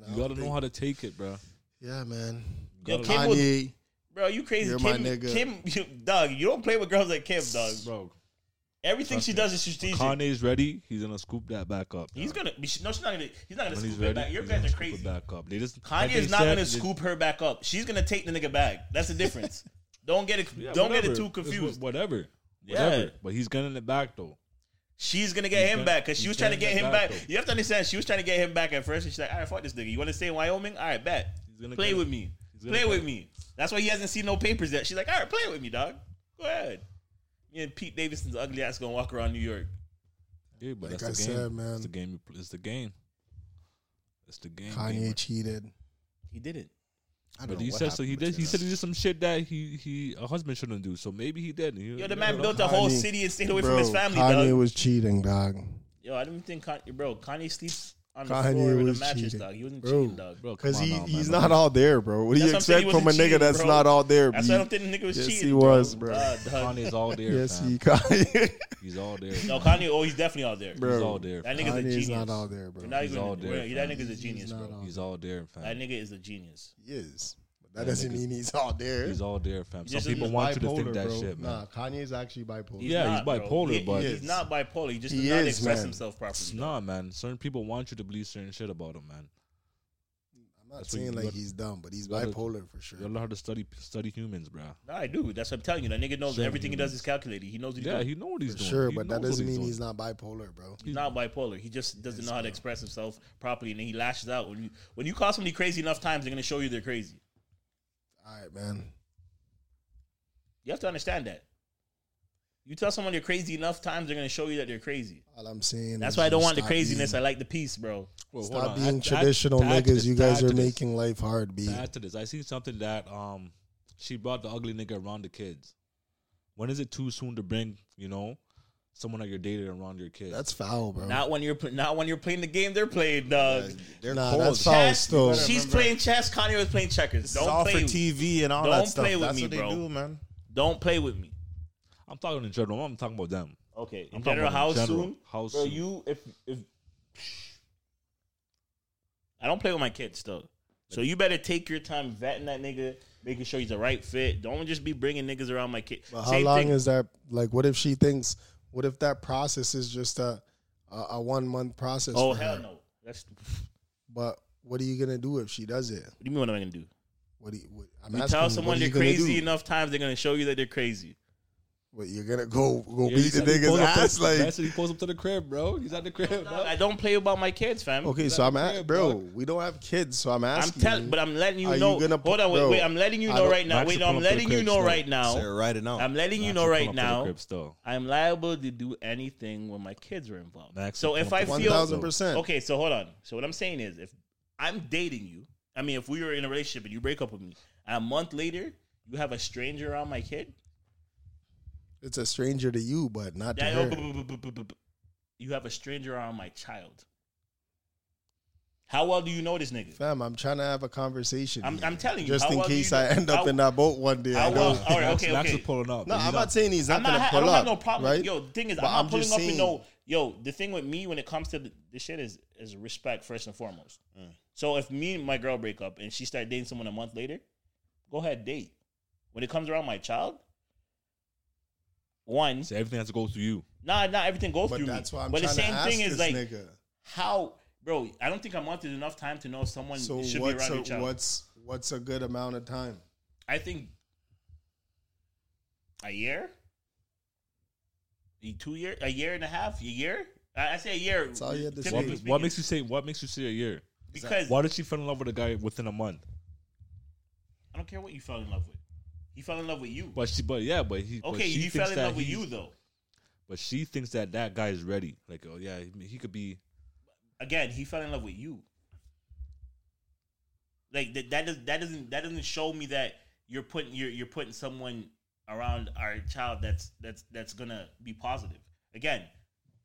Speaker 4: You gotta know how to take it, bro.
Speaker 7: Yeah, man.
Speaker 6: Yo,
Speaker 4: Gotta-
Speaker 6: Kim was-
Speaker 7: Kanye.
Speaker 6: Bro, you crazy.
Speaker 7: You're
Speaker 6: Kim,
Speaker 7: my nigga.
Speaker 6: Kim, you, dog, you don't play with girls like Kim, dog.
Speaker 4: Bro,
Speaker 6: Everything
Speaker 4: trust
Speaker 6: she
Speaker 4: me.
Speaker 6: does is strategic.
Speaker 4: When Kanye's ready. He's gonna scoop that back up.
Speaker 6: He's
Speaker 4: dog.
Speaker 6: gonna. be- No, she's not gonna. He's not gonna
Speaker 4: When
Speaker 6: scoop
Speaker 4: he's
Speaker 6: it
Speaker 4: ready,
Speaker 6: back. Your
Speaker 4: he's
Speaker 6: guys
Speaker 4: gonna
Speaker 6: are
Speaker 4: scoop it
Speaker 6: crazy.
Speaker 4: back up. They just like
Speaker 6: Kanye
Speaker 4: they
Speaker 6: is not
Speaker 4: said,
Speaker 6: gonna
Speaker 4: they-
Speaker 6: scoop her back up. She's gonna take the nigga back. That's the difference. don't get it.
Speaker 4: Yeah,
Speaker 6: don't get it
Speaker 4: whatever.
Speaker 6: too
Speaker 4: It's
Speaker 6: confused.
Speaker 4: wh- Whatever.
Speaker 6: Yeah.
Speaker 4: Whatever. But he's getting it back though.
Speaker 6: She's gonna get
Speaker 4: He's
Speaker 6: him
Speaker 4: gonna-
Speaker 6: back because she
Speaker 4: he's
Speaker 6: was trying to get
Speaker 4: getting
Speaker 6: him back.
Speaker 4: that back, though.
Speaker 6: You have to understand, she was trying to get him back at first, and she's like, "All right, fuck this nigga. You want to stay in Wyoming? All right, bet.
Speaker 4: He's gonna
Speaker 6: Play
Speaker 4: get
Speaker 6: with
Speaker 4: it.
Speaker 6: me.
Speaker 4: He's gonna
Speaker 6: Play
Speaker 4: get
Speaker 6: with
Speaker 4: it.
Speaker 6: me." That's why he hasn't seen no papers yet. She's like, "All right, play with me, dog. Go ahead." Me and Pete Davidson's ugly ass gonna walk around New York.
Speaker 4: Yeah, but
Speaker 7: Like
Speaker 4: that's
Speaker 7: I
Speaker 4: the game.
Speaker 7: said, man.
Speaker 4: It's the game. you pl- It's the game. It's the game. gamer.
Speaker 7: Kanye cheated.
Speaker 6: He didn't.
Speaker 7: I
Speaker 4: But
Speaker 7: know
Speaker 4: he
Speaker 7: what
Speaker 4: said so.
Speaker 7: happened
Speaker 4: He
Speaker 7: between
Speaker 4: did. He
Speaker 7: us.
Speaker 4: said he did some shit that he he a husband shouldn't do. So maybe he did. You-
Speaker 6: Yo,
Speaker 4: you
Speaker 6: the man
Speaker 4: don't
Speaker 6: built
Speaker 4: know.
Speaker 6: a whole
Speaker 7: Kanye-
Speaker 6: city and stayed away from his family,
Speaker 7: Kanye
Speaker 6: dog.
Speaker 7: was cheating, dog.
Speaker 6: Yo, I didn't think Kanye, bro. Kanye sleeps on the
Speaker 7: Kanye
Speaker 6: floor with
Speaker 7: was
Speaker 6: a mattress,
Speaker 7: cheating.
Speaker 6: dog. He wasn't
Speaker 7: Bro.
Speaker 6: cheating, dog.
Speaker 4: Bro, come
Speaker 7: Because
Speaker 4: on
Speaker 7: he,
Speaker 4: now, man.
Speaker 7: he's
Speaker 4: Don't
Speaker 7: not all there, bro. What do
Speaker 6: That's
Speaker 7: you
Speaker 6: what I'm saying,
Speaker 7: expect
Speaker 6: he
Speaker 7: from a
Speaker 6: wasn't
Speaker 7: nigga
Speaker 6: cheating,
Speaker 7: that's
Speaker 6: bro.
Speaker 7: not all there?
Speaker 6: That's
Speaker 7: B?
Speaker 6: why I don't think the nigga was
Speaker 7: Yes,
Speaker 6: cheating.
Speaker 7: he was, bro.
Speaker 6: Ah, dog.
Speaker 4: Kanye's all there.
Speaker 7: Yes,
Speaker 4: fam.
Speaker 7: he Kanye.
Speaker 4: He's all there.
Speaker 6: No,
Speaker 4: fam.
Speaker 6: Kanye. Oh, he's definitely out there.
Speaker 7: Bro.
Speaker 4: He's all there.
Speaker 6: That
Speaker 4: fam.
Speaker 6: nigga's a
Speaker 7: Kanye's
Speaker 6: genius.
Speaker 7: not out there, bro.
Speaker 6: We're not
Speaker 4: He's
Speaker 6: even-
Speaker 4: all there,
Speaker 6: we're- That
Speaker 4: fam.
Speaker 6: nigga's a
Speaker 7: He's
Speaker 6: genius,
Speaker 7: not
Speaker 6: bro.
Speaker 7: all-
Speaker 4: He's all there, fam.
Speaker 6: That nigga is a genius.
Speaker 7: He is. But that
Speaker 4: That
Speaker 7: doesn't
Speaker 4: nigga's-
Speaker 7: mean he's all there.
Speaker 4: He's all there, fam. Some
Speaker 6: Just
Speaker 4: people
Speaker 6: he's
Speaker 4: want you to think that
Speaker 7: bro.
Speaker 4: shit, man.
Speaker 7: Nah, Kanye's actually bipolar.
Speaker 6: He's
Speaker 4: Yeah, he's
Speaker 6: bro.
Speaker 4: bipolar,
Speaker 6: He-
Speaker 4: but-
Speaker 6: he's not bipolar. He just
Speaker 7: He
Speaker 6: does not
Speaker 7: is,
Speaker 6: express
Speaker 7: man.
Speaker 6: himself
Speaker 4: It's
Speaker 6: properly.
Speaker 4: not, man. Certain people want you to believe certain shit about him, man.
Speaker 7: I'm not
Speaker 4: That's what
Speaker 7: saying
Speaker 4: you
Speaker 7: like
Speaker 4: gotta-
Speaker 7: he's dumb, but he's
Speaker 4: you gotta-
Speaker 7: bipolar for
Speaker 4: You
Speaker 7: sure.
Speaker 4: gotta learn how to study study humans, bro.
Speaker 6: Nah, I do. That's what I'm telling you. That nigga knows
Speaker 4: Sure,
Speaker 6: everything he
Speaker 4: he
Speaker 6: does is
Speaker 4: knows.
Speaker 6: calculated. He knows what he's
Speaker 4: Yeah,
Speaker 6: doing.
Speaker 4: he know what he's doing.
Speaker 7: Sure,
Speaker 4: He
Speaker 7: but
Speaker 4: knows
Speaker 7: that
Speaker 4: what
Speaker 7: doesn't mean
Speaker 4: doing.
Speaker 7: he's not bipolar, bro.
Speaker 6: He's not bipolar. He just doesn't
Speaker 7: Yes,
Speaker 6: know how to
Speaker 7: bro.
Speaker 6: express himself properly, and then he lashes out. When you when you call somebody crazy enough times, they're gonna show you they're crazy.
Speaker 7: All right, man.
Speaker 6: You have to understand that. You tell someone you're crazy enough times, they're gonna show you that they're crazy.
Speaker 7: All I'm saying
Speaker 6: That's
Speaker 7: is
Speaker 6: why I don't
Speaker 7: you
Speaker 6: want the
Speaker 7: stop
Speaker 6: craziness.
Speaker 7: being-
Speaker 6: I like the peace, bro.
Speaker 4: Whoa, hold
Speaker 7: Stop
Speaker 4: on.
Speaker 7: being
Speaker 4: Add- add-
Speaker 7: traditional
Speaker 4: add to
Speaker 7: niggas.
Speaker 4: this,
Speaker 7: you guys
Speaker 4: add
Speaker 7: are
Speaker 4: to this.
Speaker 7: making life hard, B.
Speaker 4: To add to this, I seen something that um she brought the ugly nigga around the kids. When is it too soon to bring you know someone that you're dating around your kids?
Speaker 7: That's foul, bro.
Speaker 6: Not when you're pl- not when you're playing the game they're playing, dog.
Speaker 10: They're
Speaker 7: Nah,
Speaker 10: cold.
Speaker 7: that's foul
Speaker 6: Chess,
Speaker 7: still.
Speaker 6: she's playing chess. Kanye was playing checkers.
Speaker 10: It's
Speaker 6: Don't
Speaker 10: all
Speaker 6: play.
Speaker 10: for
Speaker 6: with-
Speaker 10: TV and all
Speaker 6: Don't
Speaker 10: that stuff.
Speaker 6: play with
Speaker 10: That's
Speaker 6: me,
Speaker 10: what
Speaker 6: bro.
Speaker 10: they do, man.
Speaker 6: Don't play with me.
Speaker 4: I'm talking in general. I'm talking about them.
Speaker 6: Okay. In
Speaker 4: I'm talking
Speaker 6: general,
Speaker 4: about in
Speaker 6: how
Speaker 4: general.
Speaker 6: soon?
Speaker 4: How
Speaker 6: bro,
Speaker 4: soon?
Speaker 6: you if if I don't play with my kids though, so you better take your time vetting that nigga, making sure he's the right fit. Don't just be bringing niggas around my kid.
Speaker 7: But how long is that? Like, what if she thinks? What if that process is just a a, a one month process?
Speaker 6: Oh
Speaker 7: for
Speaker 6: hell
Speaker 7: her?
Speaker 6: no! That's what
Speaker 7: But what are you gonna do if she does it?
Speaker 6: do you mean? What am I gonna do?
Speaker 7: What do you? What, I'm
Speaker 6: You
Speaker 7: asking
Speaker 6: tell
Speaker 7: what
Speaker 6: someone
Speaker 7: are
Speaker 6: they're
Speaker 7: you gonna
Speaker 6: crazy
Speaker 7: do?
Speaker 6: enough times, they're gonna show you that they're crazy.
Speaker 7: What, you're gonna go go
Speaker 4: Yeah,
Speaker 7: beat the
Speaker 4: said he
Speaker 7: nigga's
Speaker 4: pulls up to-
Speaker 7: ass like.
Speaker 4: Brad said he pulls up to the crib, bro. He's at the crib. bro.
Speaker 6: I don't play about my kids, fam.
Speaker 7: Okay, so I'm
Speaker 4: crib,
Speaker 7: at, bro.
Speaker 4: dog.
Speaker 7: We don't have kids, so I'm
Speaker 6: I'm
Speaker 7: asking.
Speaker 6: telling,
Speaker 7: you,
Speaker 6: but I'm letting you
Speaker 7: are
Speaker 6: know.
Speaker 7: gonna
Speaker 6: hold
Speaker 7: put-
Speaker 6: on, wait,
Speaker 7: bro,
Speaker 6: wait. I'm letting you
Speaker 7: I
Speaker 6: know
Speaker 7: don't-
Speaker 6: right now.
Speaker 4: Max
Speaker 6: Wait,
Speaker 4: should
Speaker 6: no,
Speaker 4: pull
Speaker 6: I'm
Speaker 4: up to the
Speaker 6: letting you
Speaker 4: crib
Speaker 6: know
Speaker 4: still.
Speaker 6: right
Speaker 10: So
Speaker 6: now.
Speaker 10: you're right now.
Speaker 6: I'm letting you
Speaker 4: Max
Speaker 6: know
Speaker 4: should pull
Speaker 6: right
Speaker 4: up to the
Speaker 6: now.
Speaker 4: crib still.
Speaker 6: I'm liable to do anything when my kids are involved.
Speaker 4: Max
Speaker 6: so
Speaker 4: should
Speaker 6: if
Speaker 4: pull up
Speaker 6: I
Speaker 4: to the
Speaker 7: one
Speaker 4: crib
Speaker 6: feel
Speaker 7: thousand
Speaker 4: still.
Speaker 7: percent.
Speaker 6: okay, so hold on. So what I'm saying is, if I'm dating you, I mean, if we were in a relationship and you break up with me, and a month later you have a stranger around my kid,
Speaker 7: It's a stranger to you, but not to
Speaker 6: that- oh,
Speaker 7: her.
Speaker 6: bu- bu- bu- bu- bu- bu- you have a stranger around my child. How well do you know this nigga?
Speaker 7: Fam, I'm trying to have a conversation.
Speaker 6: I'm-
Speaker 7: here,
Speaker 6: I'm telling you,
Speaker 7: just
Speaker 6: how
Speaker 7: in
Speaker 6: well do you
Speaker 7: case I
Speaker 6: know-
Speaker 7: end up
Speaker 6: how-
Speaker 7: in that boat one day.
Speaker 6: How
Speaker 7: I
Speaker 6: well?
Speaker 7: know.
Speaker 6: All right,
Speaker 4: Max,
Speaker 6: okay,
Speaker 4: Max
Speaker 6: okay.
Speaker 4: is pulling up.
Speaker 7: No,
Speaker 4: He's
Speaker 7: I'm
Speaker 4: not-
Speaker 7: not saying he's not,
Speaker 6: I'm not.
Speaker 7: gonna
Speaker 6: ha- I
Speaker 7: pull
Speaker 6: don't
Speaker 7: up.
Speaker 6: have no problem.
Speaker 7: Right?
Speaker 6: Yo, the thing is,
Speaker 7: But
Speaker 6: I'm not
Speaker 7: I'm
Speaker 6: pulling
Speaker 7: just
Speaker 6: up
Speaker 7: saying-
Speaker 6: with no. Yo, the thing with me when it comes to the, the shit is is respect first and foremost.
Speaker 7: Mm.
Speaker 6: So if me and my girl break up and she start dating someone a month later, go ahead date. When it comes around my child, one,
Speaker 4: So everything has to go through you.
Speaker 6: nah, not everything goes
Speaker 7: But
Speaker 6: through
Speaker 7: that's
Speaker 6: me.
Speaker 7: why I'm
Speaker 6: but the
Speaker 7: trying to
Speaker 6: same
Speaker 7: ask
Speaker 6: thing is
Speaker 7: this
Speaker 6: like
Speaker 7: nigga.
Speaker 6: how, bro. I don't think a month is enough time to know if someone
Speaker 7: So
Speaker 6: should be around your
Speaker 7: what's a,
Speaker 6: child.
Speaker 7: what's what's a good amount of time?
Speaker 6: I think a year, a two year, a year and a half, a year. I, I say a year.
Speaker 7: That's all you had to
Speaker 4: What,
Speaker 7: say.
Speaker 6: typically
Speaker 4: what makes you say? What makes you say a year?
Speaker 6: Because
Speaker 4: Why did she fall in love with a guy within a month?
Speaker 6: I don't care what you fell in love with. He fell in love with you.
Speaker 4: But she, but yeah, but he. but
Speaker 6: okay,
Speaker 4: she
Speaker 6: you
Speaker 4: thinks
Speaker 6: fell in
Speaker 4: that
Speaker 6: love with
Speaker 4: he's-
Speaker 6: you though.
Speaker 4: But she thinks that that guy is ready. Like, oh yeah, he- he could be.
Speaker 6: Again, he fell in love with you. Like that, that does that doesn't that doesn't show me that you're putting you're you're putting someone around our child that's that's that's gonna be positive. Again,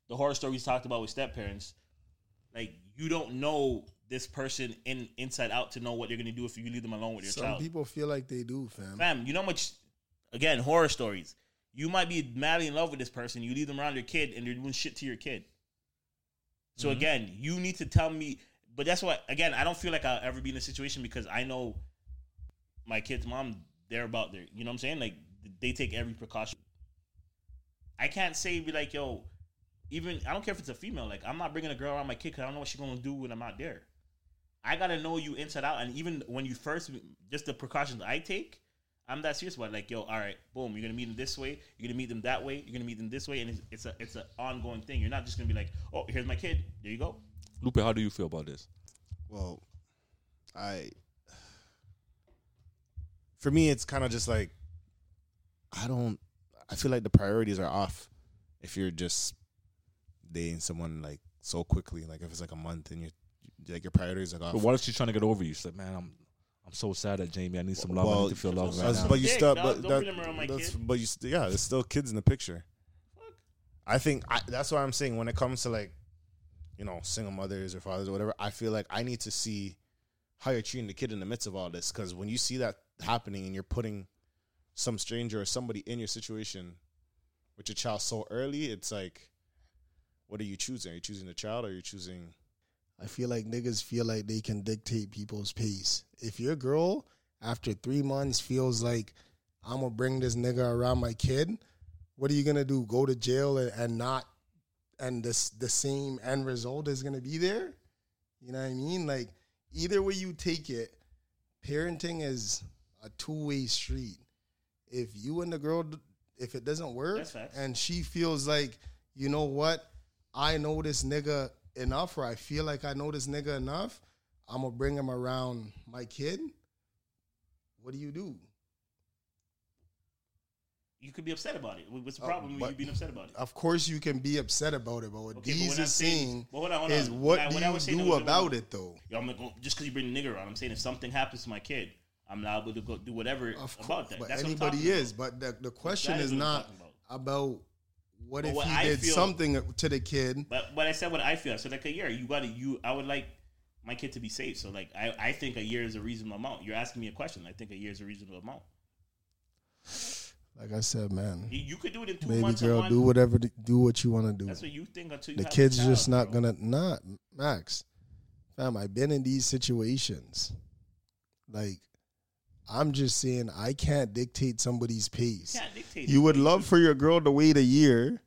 Speaker 6: the horror stories talked about with step parents, like you don't know this person in inside out to know what they're gonna do if you leave them alone with your
Speaker 7: Some
Speaker 6: child.
Speaker 7: people feel like they do, fam.
Speaker 6: Fam, you know how much again, horror stories. You might be madly in love with this person, you leave them around your kid and they're doing shit to your kid. So
Speaker 7: Mhm.
Speaker 6: again, you need to tell me but that's why again, I don't feel like I'll ever be in a situation because I know my kid's mom, they're about there. You know what I'm saying? Like they take every precaution. I can't say be like, yo, even I don't care if it's a female. Like I'm not bringing a girl around my kid because I don't know what she's gonna do when I'm out there. I gotta know you inside out, and even when you first, just the precautions I take, I'm that serious about. it. Like, yo, all right, boom, you're gonna meet them this way, you're gonna meet them that way, you're gonna meet them this way, and it's, it's a it's an ongoing thing. You're not just gonna be like, oh, here's my kid, there you go.
Speaker 4: Lupe, how do you feel about this?
Speaker 10: Well, I for me it's kind of just like I don't I feel like the priorities are off if you're just dating someone like so quickly like if it's like a month and you like your priorities are off.
Speaker 4: But what if she's trying to get over you? She's like, man, I'm I'm so sad that Jamie. I need some love. I need to feel love right
Speaker 10: that's-
Speaker 4: now.
Speaker 10: But you
Speaker 4: Yeah,
Speaker 10: still,
Speaker 4: no,
Speaker 10: but
Speaker 4: don't
Speaker 10: that-
Speaker 4: bring them around my
Speaker 10: that's-
Speaker 4: kid.
Speaker 10: but you, st- yeah, there's still kids in the picture. I think I, that's what I'm saying when it comes to like, you know, single mothers or fathers or whatever. I feel like I need to see how you're treating the kid in the midst of all this because when you see that happening and you're putting some stranger or somebody in your situation with your child so early, it's like, what are you choosing? Are you choosing the child or are you choosing?
Speaker 7: I feel like niggas feel like they can dictate people's pace. If your girl after three months feels like I'm gonna bring this nigga around my kid, what are you gonna do? Go to jail and, and not and this the same end result is gonna be there? You know what I mean? Like either way you take it, parenting is a two way street. If you and the girl, d- if it doesn't work,
Speaker 6: That's facts.
Speaker 7: and she feels like, you know what, I know this nigga enough, or I feel like I know this nigga enough, I'm gonna bring him around my kid. What do you do?
Speaker 6: You could be upset about it. What's the problem with
Speaker 7: Oh, but-
Speaker 6: you being upset about it?
Speaker 7: Of course, you can be upset about it, but what
Speaker 6: Okay, but
Speaker 7: these
Speaker 6: when I'm
Speaker 7: is
Speaker 6: saying-
Speaker 7: saying
Speaker 6: but hold on, hold on.
Speaker 7: is what
Speaker 6: When I-
Speaker 7: do
Speaker 6: when I
Speaker 7: you
Speaker 6: was saying
Speaker 7: do
Speaker 6: there was a
Speaker 7: about
Speaker 6: woman-
Speaker 7: it though?
Speaker 6: Yo, I'm gonna go, just because you bring the nigger around. I'm saying if something happens to my kid, I'm not able to go do whatever about that.
Speaker 7: But
Speaker 6: That's what I'm
Speaker 7: anybody
Speaker 6: talking
Speaker 7: is. But the, the question
Speaker 6: is
Speaker 7: is
Speaker 6: what I'm
Speaker 7: not
Speaker 6: talking about.
Speaker 7: about what
Speaker 6: But
Speaker 7: if
Speaker 6: what
Speaker 7: he
Speaker 6: I
Speaker 7: did
Speaker 6: feel-
Speaker 7: something to the kid.
Speaker 6: But but I said what I feel. I said like a year. You got to you. I would like my kid to be safe. So like I I think a year is a reasonable amount. You're asking me a question. I think a year is a reasonable amount.
Speaker 7: Like I said, man,
Speaker 6: You- you could do it in two
Speaker 7: baby
Speaker 6: months or
Speaker 7: girl,
Speaker 6: one-
Speaker 7: do whatever, th- do what you want to do.
Speaker 6: That's what you think until you
Speaker 7: the
Speaker 6: have a
Speaker 7: kid's just
Speaker 6: child,
Speaker 7: not gonna not Max, fam. I've been in these situations. Like, I'm just saying, I can't dictate somebody's pace.
Speaker 6: can't dictate
Speaker 7: You would love for your girl to wait a year,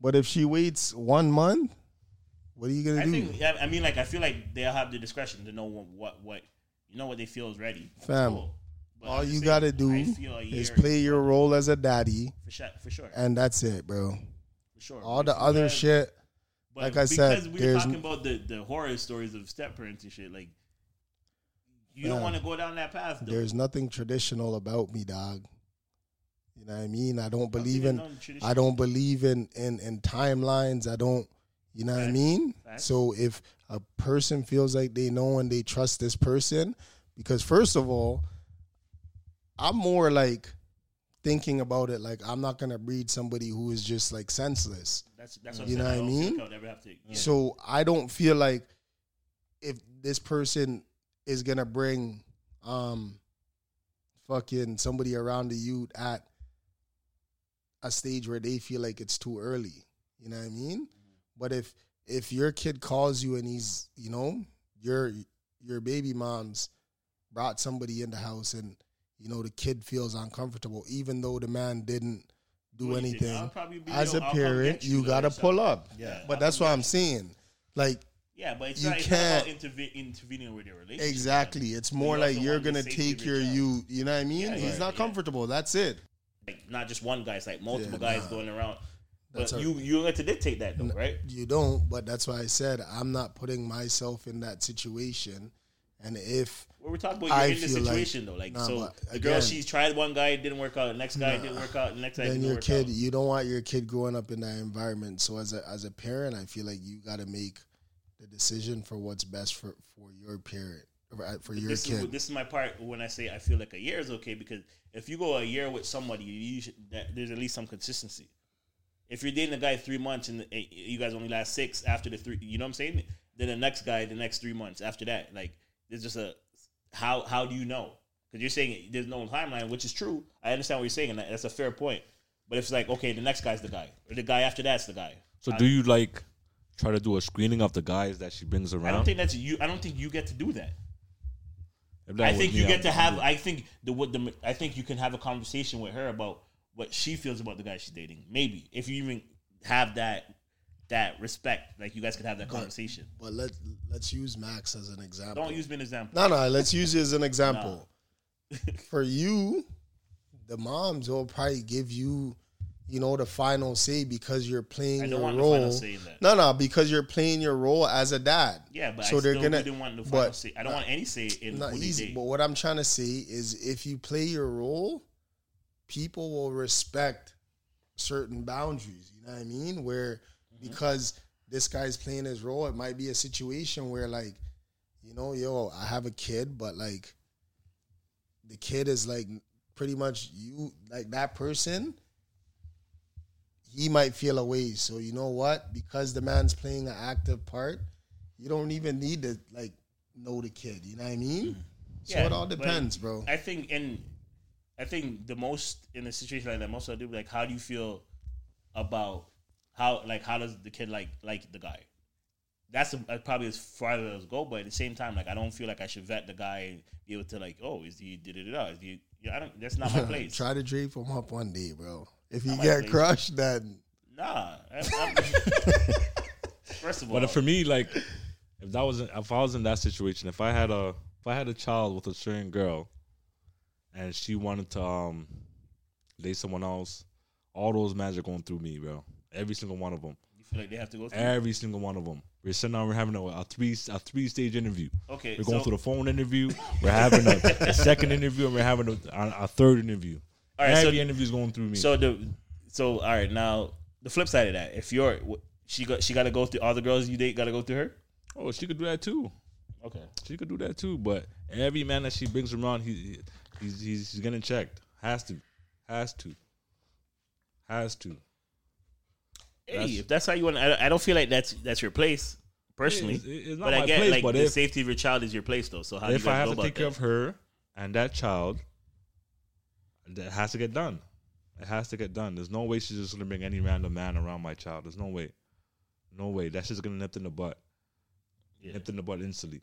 Speaker 7: but if she waits one month, what are you gonna
Speaker 6: I
Speaker 7: do?
Speaker 6: think. I I mean, like I feel like they'll have the discretion to know what what, what you know what they feel is ready.
Speaker 7: Fam,
Speaker 6: Cool. But
Speaker 7: all
Speaker 6: I'm
Speaker 7: you
Speaker 6: saying,
Speaker 7: gotta do
Speaker 6: I feel a
Speaker 7: is
Speaker 6: year
Speaker 7: play your role as a daddy,
Speaker 6: For sure- for sure.
Speaker 7: and that's it, bro.
Speaker 6: For sure.
Speaker 7: All the
Speaker 6: Because-
Speaker 7: other shit,
Speaker 6: But
Speaker 7: like I
Speaker 6: because
Speaker 7: said,
Speaker 6: we were
Speaker 7: there's
Speaker 6: talking about the, the horror stories of step parents and shit. Like, you don't
Speaker 7: Yeah.
Speaker 6: want to go down that path. Though.
Speaker 7: there's nothing traditional about me, dog. You know what I mean? I don't believe
Speaker 6: there's
Speaker 7: in
Speaker 6: nothing traditional.
Speaker 7: I don't believe in in in timelines. I don't you know what I mean?
Speaker 6: Facts.
Speaker 7: So if a person feels like they know and they trust this person, because first of all, I'm more like thinking about it like I'm not gonna breed somebody who is just like senseless.
Speaker 6: That's that's what
Speaker 7: you know what I
Speaker 6: I'm saying.
Speaker 7: mean.
Speaker 6: I don't feel like I'll ever have to. yeah.
Speaker 7: So I don't feel like if this person is gonna bring um fucking somebody around the youth at a stage where they feel like it's too early. You know what I mean?
Speaker 6: Mm-hmm.
Speaker 7: But if if your kid calls you and he's you know your your baby mom's brought somebody in the house and you know the kid feels uncomfortable even though the man didn't do
Speaker 6: Do anything. I'll
Speaker 7: anything
Speaker 6: probably be-
Speaker 7: as
Speaker 6: I'll
Speaker 7: a
Speaker 6: probably
Speaker 7: parent
Speaker 6: get you
Speaker 7: you
Speaker 6: though
Speaker 7: gotta
Speaker 6: yourself.
Speaker 7: pull up
Speaker 6: Yeah.
Speaker 7: but that's what i'm saying like
Speaker 6: yeah, but it's
Speaker 7: you
Speaker 6: not, it's
Speaker 7: can't
Speaker 6: not about interve- intervening with their relationship.
Speaker 7: exactly it's more
Speaker 6: you also
Speaker 7: like you're
Speaker 6: want the
Speaker 7: gonna
Speaker 6: safety of
Speaker 7: take
Speaker 6: your
Speaker 7: your you you know what i mean
Speaker 6: Yeah,
Speaker 7: he's
Speaker 6: yeah,
Speaker 7: not comfortable that's it
Speaker 6: Like not just one guy. It's like multiple
Speaker 7: Yeah,
Speaker 6: guys going around. But
Speaker 7: That's a-
Speaker 6: you you get to dictate that though, right?
Speaker 7: You don't, but that's why I said I'm not putting myself in that situation. And if
Speaker 6: Well, we're talking about you're in this
Speaker 7: feel like-
Speaker 6: situation though, like
Speaker 7: nah,
Speaker 6: so
Speaker 7: but
Speaker 6: the girl
Speaker 7: again,
Speaker 6: she tried one guy it didn't work out, the next guy it
Speaker 7: Nah.
Speaker 6: didn't work out, the next guy it
Speaker 7: then
Speaker 6: didn't
Speaker 7: your
Speaker 6: work
Speaker 7: kid,
Speaker 6: out.
Speaker 7: you don't want your kid growing up in that environment. So as a as a parent, I feel like you got to make the decision for what's best for for your parent for, uh, for your
Speaker 6: this
Speaker 7: kid.
Speaker 6: Is, this is my part when I say I feel like a year is okay because if you go a year with somebody, you should, that, there's at least some consistency. If you're dating a guy three months and eh, you guys only last six after the three, you know what I'm saying? Then the next guy, the next three months after that, like there's just a how how do you know? Because you're saying there's no timeline, which is true. I understand what you're saying, and that- that's a fair point. But it's like okay, the next guy's the guy, or the guy after that's the guy.
Speaker 4: So
Speaker 6: I-
Speaker 4: do you like try to do a screening of the guys that she brings around?
Speaker 6: I don't think that's you. I don't think you get to do that.
Speaker 4: If that
Speaker 6: I
Speaker 4: was
Speaker 6: think
Speaker 4: me,
Speaker 6: you
Speaker 4: I
Speaker 6: get to
Speaker 4: would
Speaker 6: have.
Speaker 4: do it.
Speaker 6: I think the what the I think you can have a conversation with her about what she feels about the guy she's dating. Maybe if you even have that that respect, like you guys could have that conversation.
Speaker 7: But let let's use Max as an example.
Speaker 6: Don't use me as an example.
Speaker 7: No, no. Let's use you as an example. For you, the moms will probably give you, you know, the final say because you're playing
Speaker 6: I don't
Speaker 7: your
Speaker 6: want the
Speaker 7: role.
Speaker 6: final say in that.
Speaker 7: No, no, because you're playing your role as a dad.
Speaker 6: Yeah, but I still didn't want the final say. I don't want any say in
Speaker 7: not
Speaker 6: who they
Speaker 7: easy.
Speaker 6: date.
Speaker 7: But what I'm trying to say is, if you play your role, people will respect certain boundaries. You know what I mean? Where because this guy's playing his role, it might be a situation where like, you know, yo, I have a kid, but like, the kid is like pretty much you, like that person. He might feel away. So you know what? Because the man's playing an active part, you don't even need to like know the kid. You know what I mean? So it all
Speaker 6: but
Speaker 7: depends, bro.
Speaker 6: I think and I think the most in a situation like that, most I do like, how do you feel about how like how does the kid like like the guy? That's a, that's probably as far as I'll go, but at the same time, like I don't feel like I should vet the guy and be able to like, oh, is he did it out? Is he? You know, I don't. That's not my place.
Speaker 7: Try to drape him up one day, bro. If you
Speaker 6: Not my
Speaker 7: get
Speaker 6: place.
Speaker 7: crushed, then
Speaker 6: Nah. I- I'm- first of all,
Speaker 4: But for me, like, if that wasn't, if I was in that situation, if I had a, if I had a child with a certain girl, and she wanted to um, date someone else, all those mans are going through me, bro. Every single one of them.
Speaker 6: You feel like they have to go through you?
Speaker 4: every single one of them. We're sitting down, we're having a, a three a three stage interview.
Speaker 6: Okay,
Speaker 4: we're going
Speaker 6: so-
Speaker 4: through the phone interview. We're having a, a second interview, and we're having a, a, a third interview.
Speaker 6: All right,
Speaker 4: every
Speaker 6: so-
Speaker 4: interview's going through me.
Speaker 6: So the so all right now the flip side of that, if you're wh- she got she got to go through all the girls you date got to go through her.
Speaker 4: Oh, she could do that too.
Speaker 6: Okay.
Speaker 4: She could do that too, but every man that she brings around, he, he's he's he's getting checked. Has to, has to, has to.
Speaker 6: Hey,
Speaker 4: That's-
Speaker 6: if that's how you want, I, I don't feel like that's that's your place personally.
Speaker 4: It- it's- it's not
Speaker 6: but
Speaker 4: my
Speaker 6: I get
Speaker 4: place,
Speaker 6: like
Speaker 4: but
Speaker 6: the
Speaker 4: if-
Speaker 6: safety of your child is your place though. So how do you
Speaker 4: if I
Speaker 6: guys
Speaker 4: have
Speaker 6: go
Speaker 4: to
Speaker 6: about
Speaker 4: take
Speaker 6: that?
Speaker 4: care of her and that child, that has to get done. It has to get done. There's no way she's just gonna bring any random man around my child. There's no way, no way. That's just gonna nip in the butt, nipped in the butt instantly.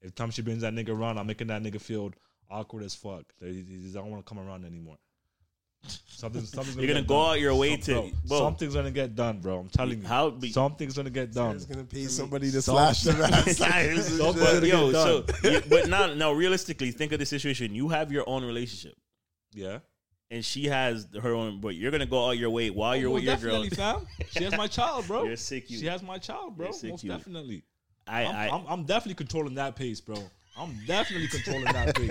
Speaker 4: If time she brings that nigga around, I'm making that nigga feel awkward as fuck. That He, he just don't want to come around anymore. Something, something's
Speaker 6: You're
Speaker 4: get
Speaker 6: gonna go
Speaker 4: done.
Speaker 6: out your way
Speaker 4: Some-
Speaker 6: to-
Speaker 4: bro,
Speaker 6: bro.
Speaker 4: something's gonna get done, bro. I'm telling you,
Speaker 6: How-
Speaker 4: something's gonna get done. It's
Speaker 7: gonna pay somebody to
Speaker 4: slash
Speaker 7: the man.
Speaker 6: but, yo, so you- but now now realistically, think of the situation. You have your own relationship.
Speaker 4: Yeah.
Speaker 6: And she has her own, but you're gonna go all your way while you're with your girl.
Speaker 4: Oh, definitely, fam. She has my child, bro.
Speaker 6: You're sick, you.
Speaker 4: She has my child, bro.
Speaker 6: You're sick,
Speaker 4: Most
Speaker 6: you.
Speaker 4: definitely.
Speaker 6: I-
Speaker 4: I'm,
Speaker 6: I-
Speaker 4: am I'm definitely controlling that pace, bro. I'm definitely controlling that pace.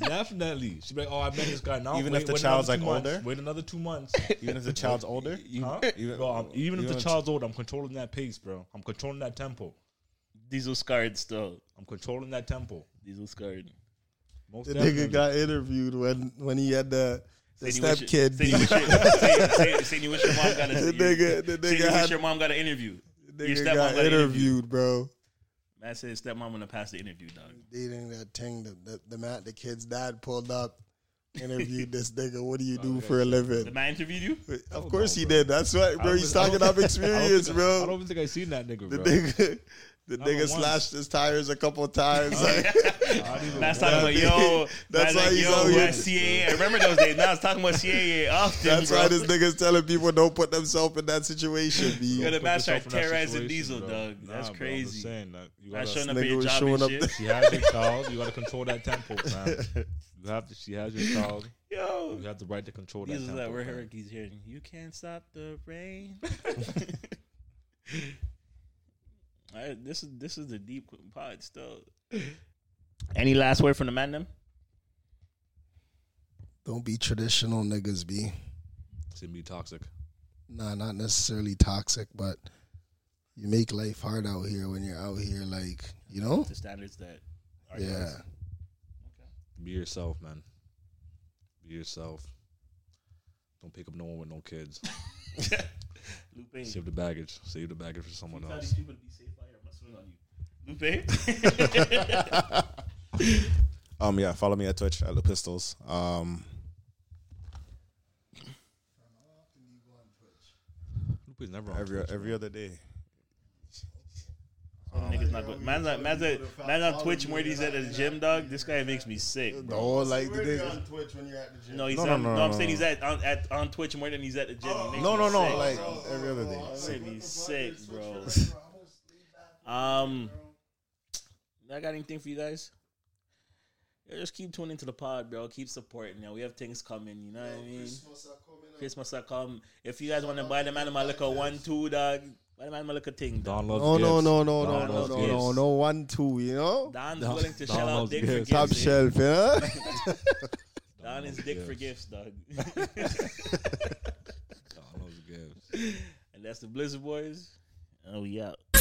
Speaker 4: definitely. She's like, oh, I met this guy now.
Speaker 10: Even
Speaker 4: wait-
Speaker 10: if the
Speaker 4: wait
Speaker 10: child's,
Speaker 4: another two
Speaker 10: like,
Speaker 4: months.
Speaker 10: older?
Speaker 4: wait another two months.
Speaker 10: Even if the child's older?
Speaker 4: Huh?
Speaker 10: Even-
Speaker 4: bro, I'm- even if
Speaker 10: even
Speaker 4: the
Speaker 10: if-
Speaker 4: child's older, I'm controlling that pace, bro. I'm controlling that tempo.
Speaker 6: Diesel scarred still.
Speaker 4: I'm controlling that tempo.
Speaker 6: Diesel scarred.
Speaker 4: Most
Speaker 7: the
Speaker 4: definitely.
Speaker 7: nigga got interviewed when when he had the the
Speaker 6: Saying you wish-
Speaker 7: step kid.
Speaker 6: saying you wish your- saying- saying- saying you wish your mom got a-
Speaker 7: the nigga. The
Speaker 6: saying you
Speaker 7: nigga
Speaker 6: wish
Speaker 7: had
Speaker 6: your mom got an interview.
Speaker 7: the
Speaker 6: Your
Speaker 7: nigga
Speaker 6: stepmom
Speaker 7: got
Speaker 6: got an interview.
Speaker 7: interviewed, bro.
Speaker 6: Man said his stepmom gonna pass the interview, dog.
Speaker 7: Dating that thing. The the, the man, the kid's dad pulled up, interviewed this nigga. What do you do for a living?
Speaker 6: The man interviewed you?
Speaker 7: Of course he did. That's right,
Speaker 4: I
Speaker 7: bro.
Speaker 4: don't
Speaker 7: He's
Speaker 4: think- I don't
Speaker 7: talking off
Speaker 4: think- I don't
Speaker 7: experience,
Speaker 4: think-
Speaker 7: bro.
Speaker 4: I don't even think I seen that nigga,
Speaker 7: The
Speaker 4: bro.
Speaker 7: nigga, the
Speaker 4: Not
Speaker 7: nigga
Speaker 4: once.
Speaker 7: slashed his tires a couple times. like,
Speaker 6: Man's talking about yo. That's
Speaker 7: That's why
Speaker 6: like,
Speaker 7: he's out
Speaker 6: yo, who
Speaker 7: here.
Speaker 6: CAA. I remember those days. Now I was talking about CAA often.
Speaker 7: That's
Speaker 6: bro.
Speaker 7: why this nigga's telling people don't put themselves in that situation. B.
Speaker 6: Yo, the man
Speaker 4: yourself
Speaker 6: started
Speaker 4: in that
Speaker 6: terrorizing
Speaker 4: situation,
Speaker 6: Diesel,
Speaker 4: bro.
Speaker 6: dog.
Speaker 4: Nah,
Speaker 6: That's
Speaker 4: bro, I'm
Speaker 6: crazy.
Speaker 4: just saying that you
Speaker 6: Not
Speaker 4: gotta-
Speaker 6: showing up
Speaker 7: Nigga
Speaker 6: at your
Speaker 7: was
Speaker 6: job
Speaker 7: showing
Speaker 6: and
Speaker 7: up
Speaker 6: shit.
Speaker 7: there.
Speaker 4: She has your child. You gotta control that tempo, man. You have to. She has your child.
Speaker 6: Yo.
Speaker 4: You have the right to control that
Speaker 6: Diesel's
Speaker 4: tempo.
Speaker 6: like, we're
Speaker 4: fam.
Speaker 6: here. He's hearing, you can't stop the rain. All right, this is this is the deep pod still. Any last word from the man? Them?
Speaker 7: Don't be traditional niggas, B.
Speaker 4: It's gonna be toxic.
Speaker 7: Nah, not necessarily toxic, but you make life hard out here when you're out here, like, you know?
Speaker 6: The standards that are
Speaker 7: Yeah.
Speaker 6: yours.
Speaker 4: Be yourself, man. Be yourself. Don't pick up no one with no kids.
Speaker 6: Lupe.
Speaker 4: Save the baggage. Save the baggage for someone
Speaker 6: Tell
Speaker 4: else.
Speaker 6: these people to be safe out here. I'm gonna swing on you. Lupe.
Speaker 10: Um, yeah, follow me at Twitch at the Pistols. Um,
Speaker 4: Lupe's never on
Speaker 10: every
Speaker 4: Twitch,
Speaker 10: every
Speaker 4: bro.
Speaker 10: other day.
Speaker 6: Niggas not
Speaker 7: Oh,
Speaker 6: good. Man's on, man's on, man's on Twitch more than he's at the gym, dog. This guy makes me sick. bro.
Speaker 10: No, like
Speaker 7: Where
Speaker 10: the
Speaker 7: you're
Speaker 10: day.
Speaker 7: on Twitch when you're at the gym.
Speaker 6: No, he's
Speaker 10: No,
Speaker 6: on,
Speaker 10: no,
Speaker 6: no,
Speaker 10: no,
Speaker 6: I'm
Speaker 10: no,
Speaker 6: saying
Speaker 10: no.
Speaker 6: he's at on, at on Twitch more than he's at the gym. It makes
Speaker 10: No,
Speaker 6: me
Speaker 10: no, no,
Speaker 6: sick.
Speaker 10: like every other day.
Speaker 6: It makes me sick, bro. Um, I got anything for you guys? Yo, just keep tuning into the pod, bro. Keep supporting. Yo. We have things coming. You know what I mean? Christmas are coming. If you guys want to buy the man of my liquor one two dog, buy the man of my liquor thing. Dog.
Speaker 4: Download
Speaker 7: No, Oh, no,
Speaker 4: gifts.
Speaker 7: no, no, no,
Speaker 4: Download
Speaker 7: no, no,
Speaker 4: gifts.
Speaker 7: no, no. One, two, you know?
Speaker 6: Don's
Speaker 4: Don-
Speaker 6: willing to
Speaker 4: Don
Speaker 6: shell out
Speaker 4: loves
Speaker 6: dick for gifts.
Speaker 4: gifts.
Speaker 7: Top
Speaker 6: eh?
Speaker 7: shelf, yeah?
Speaker 6: Don is dick for gifts, dog.
Speaker 4: All those gifts.
Speaker 6: and that's the Blizzard Boys. Oh yeah.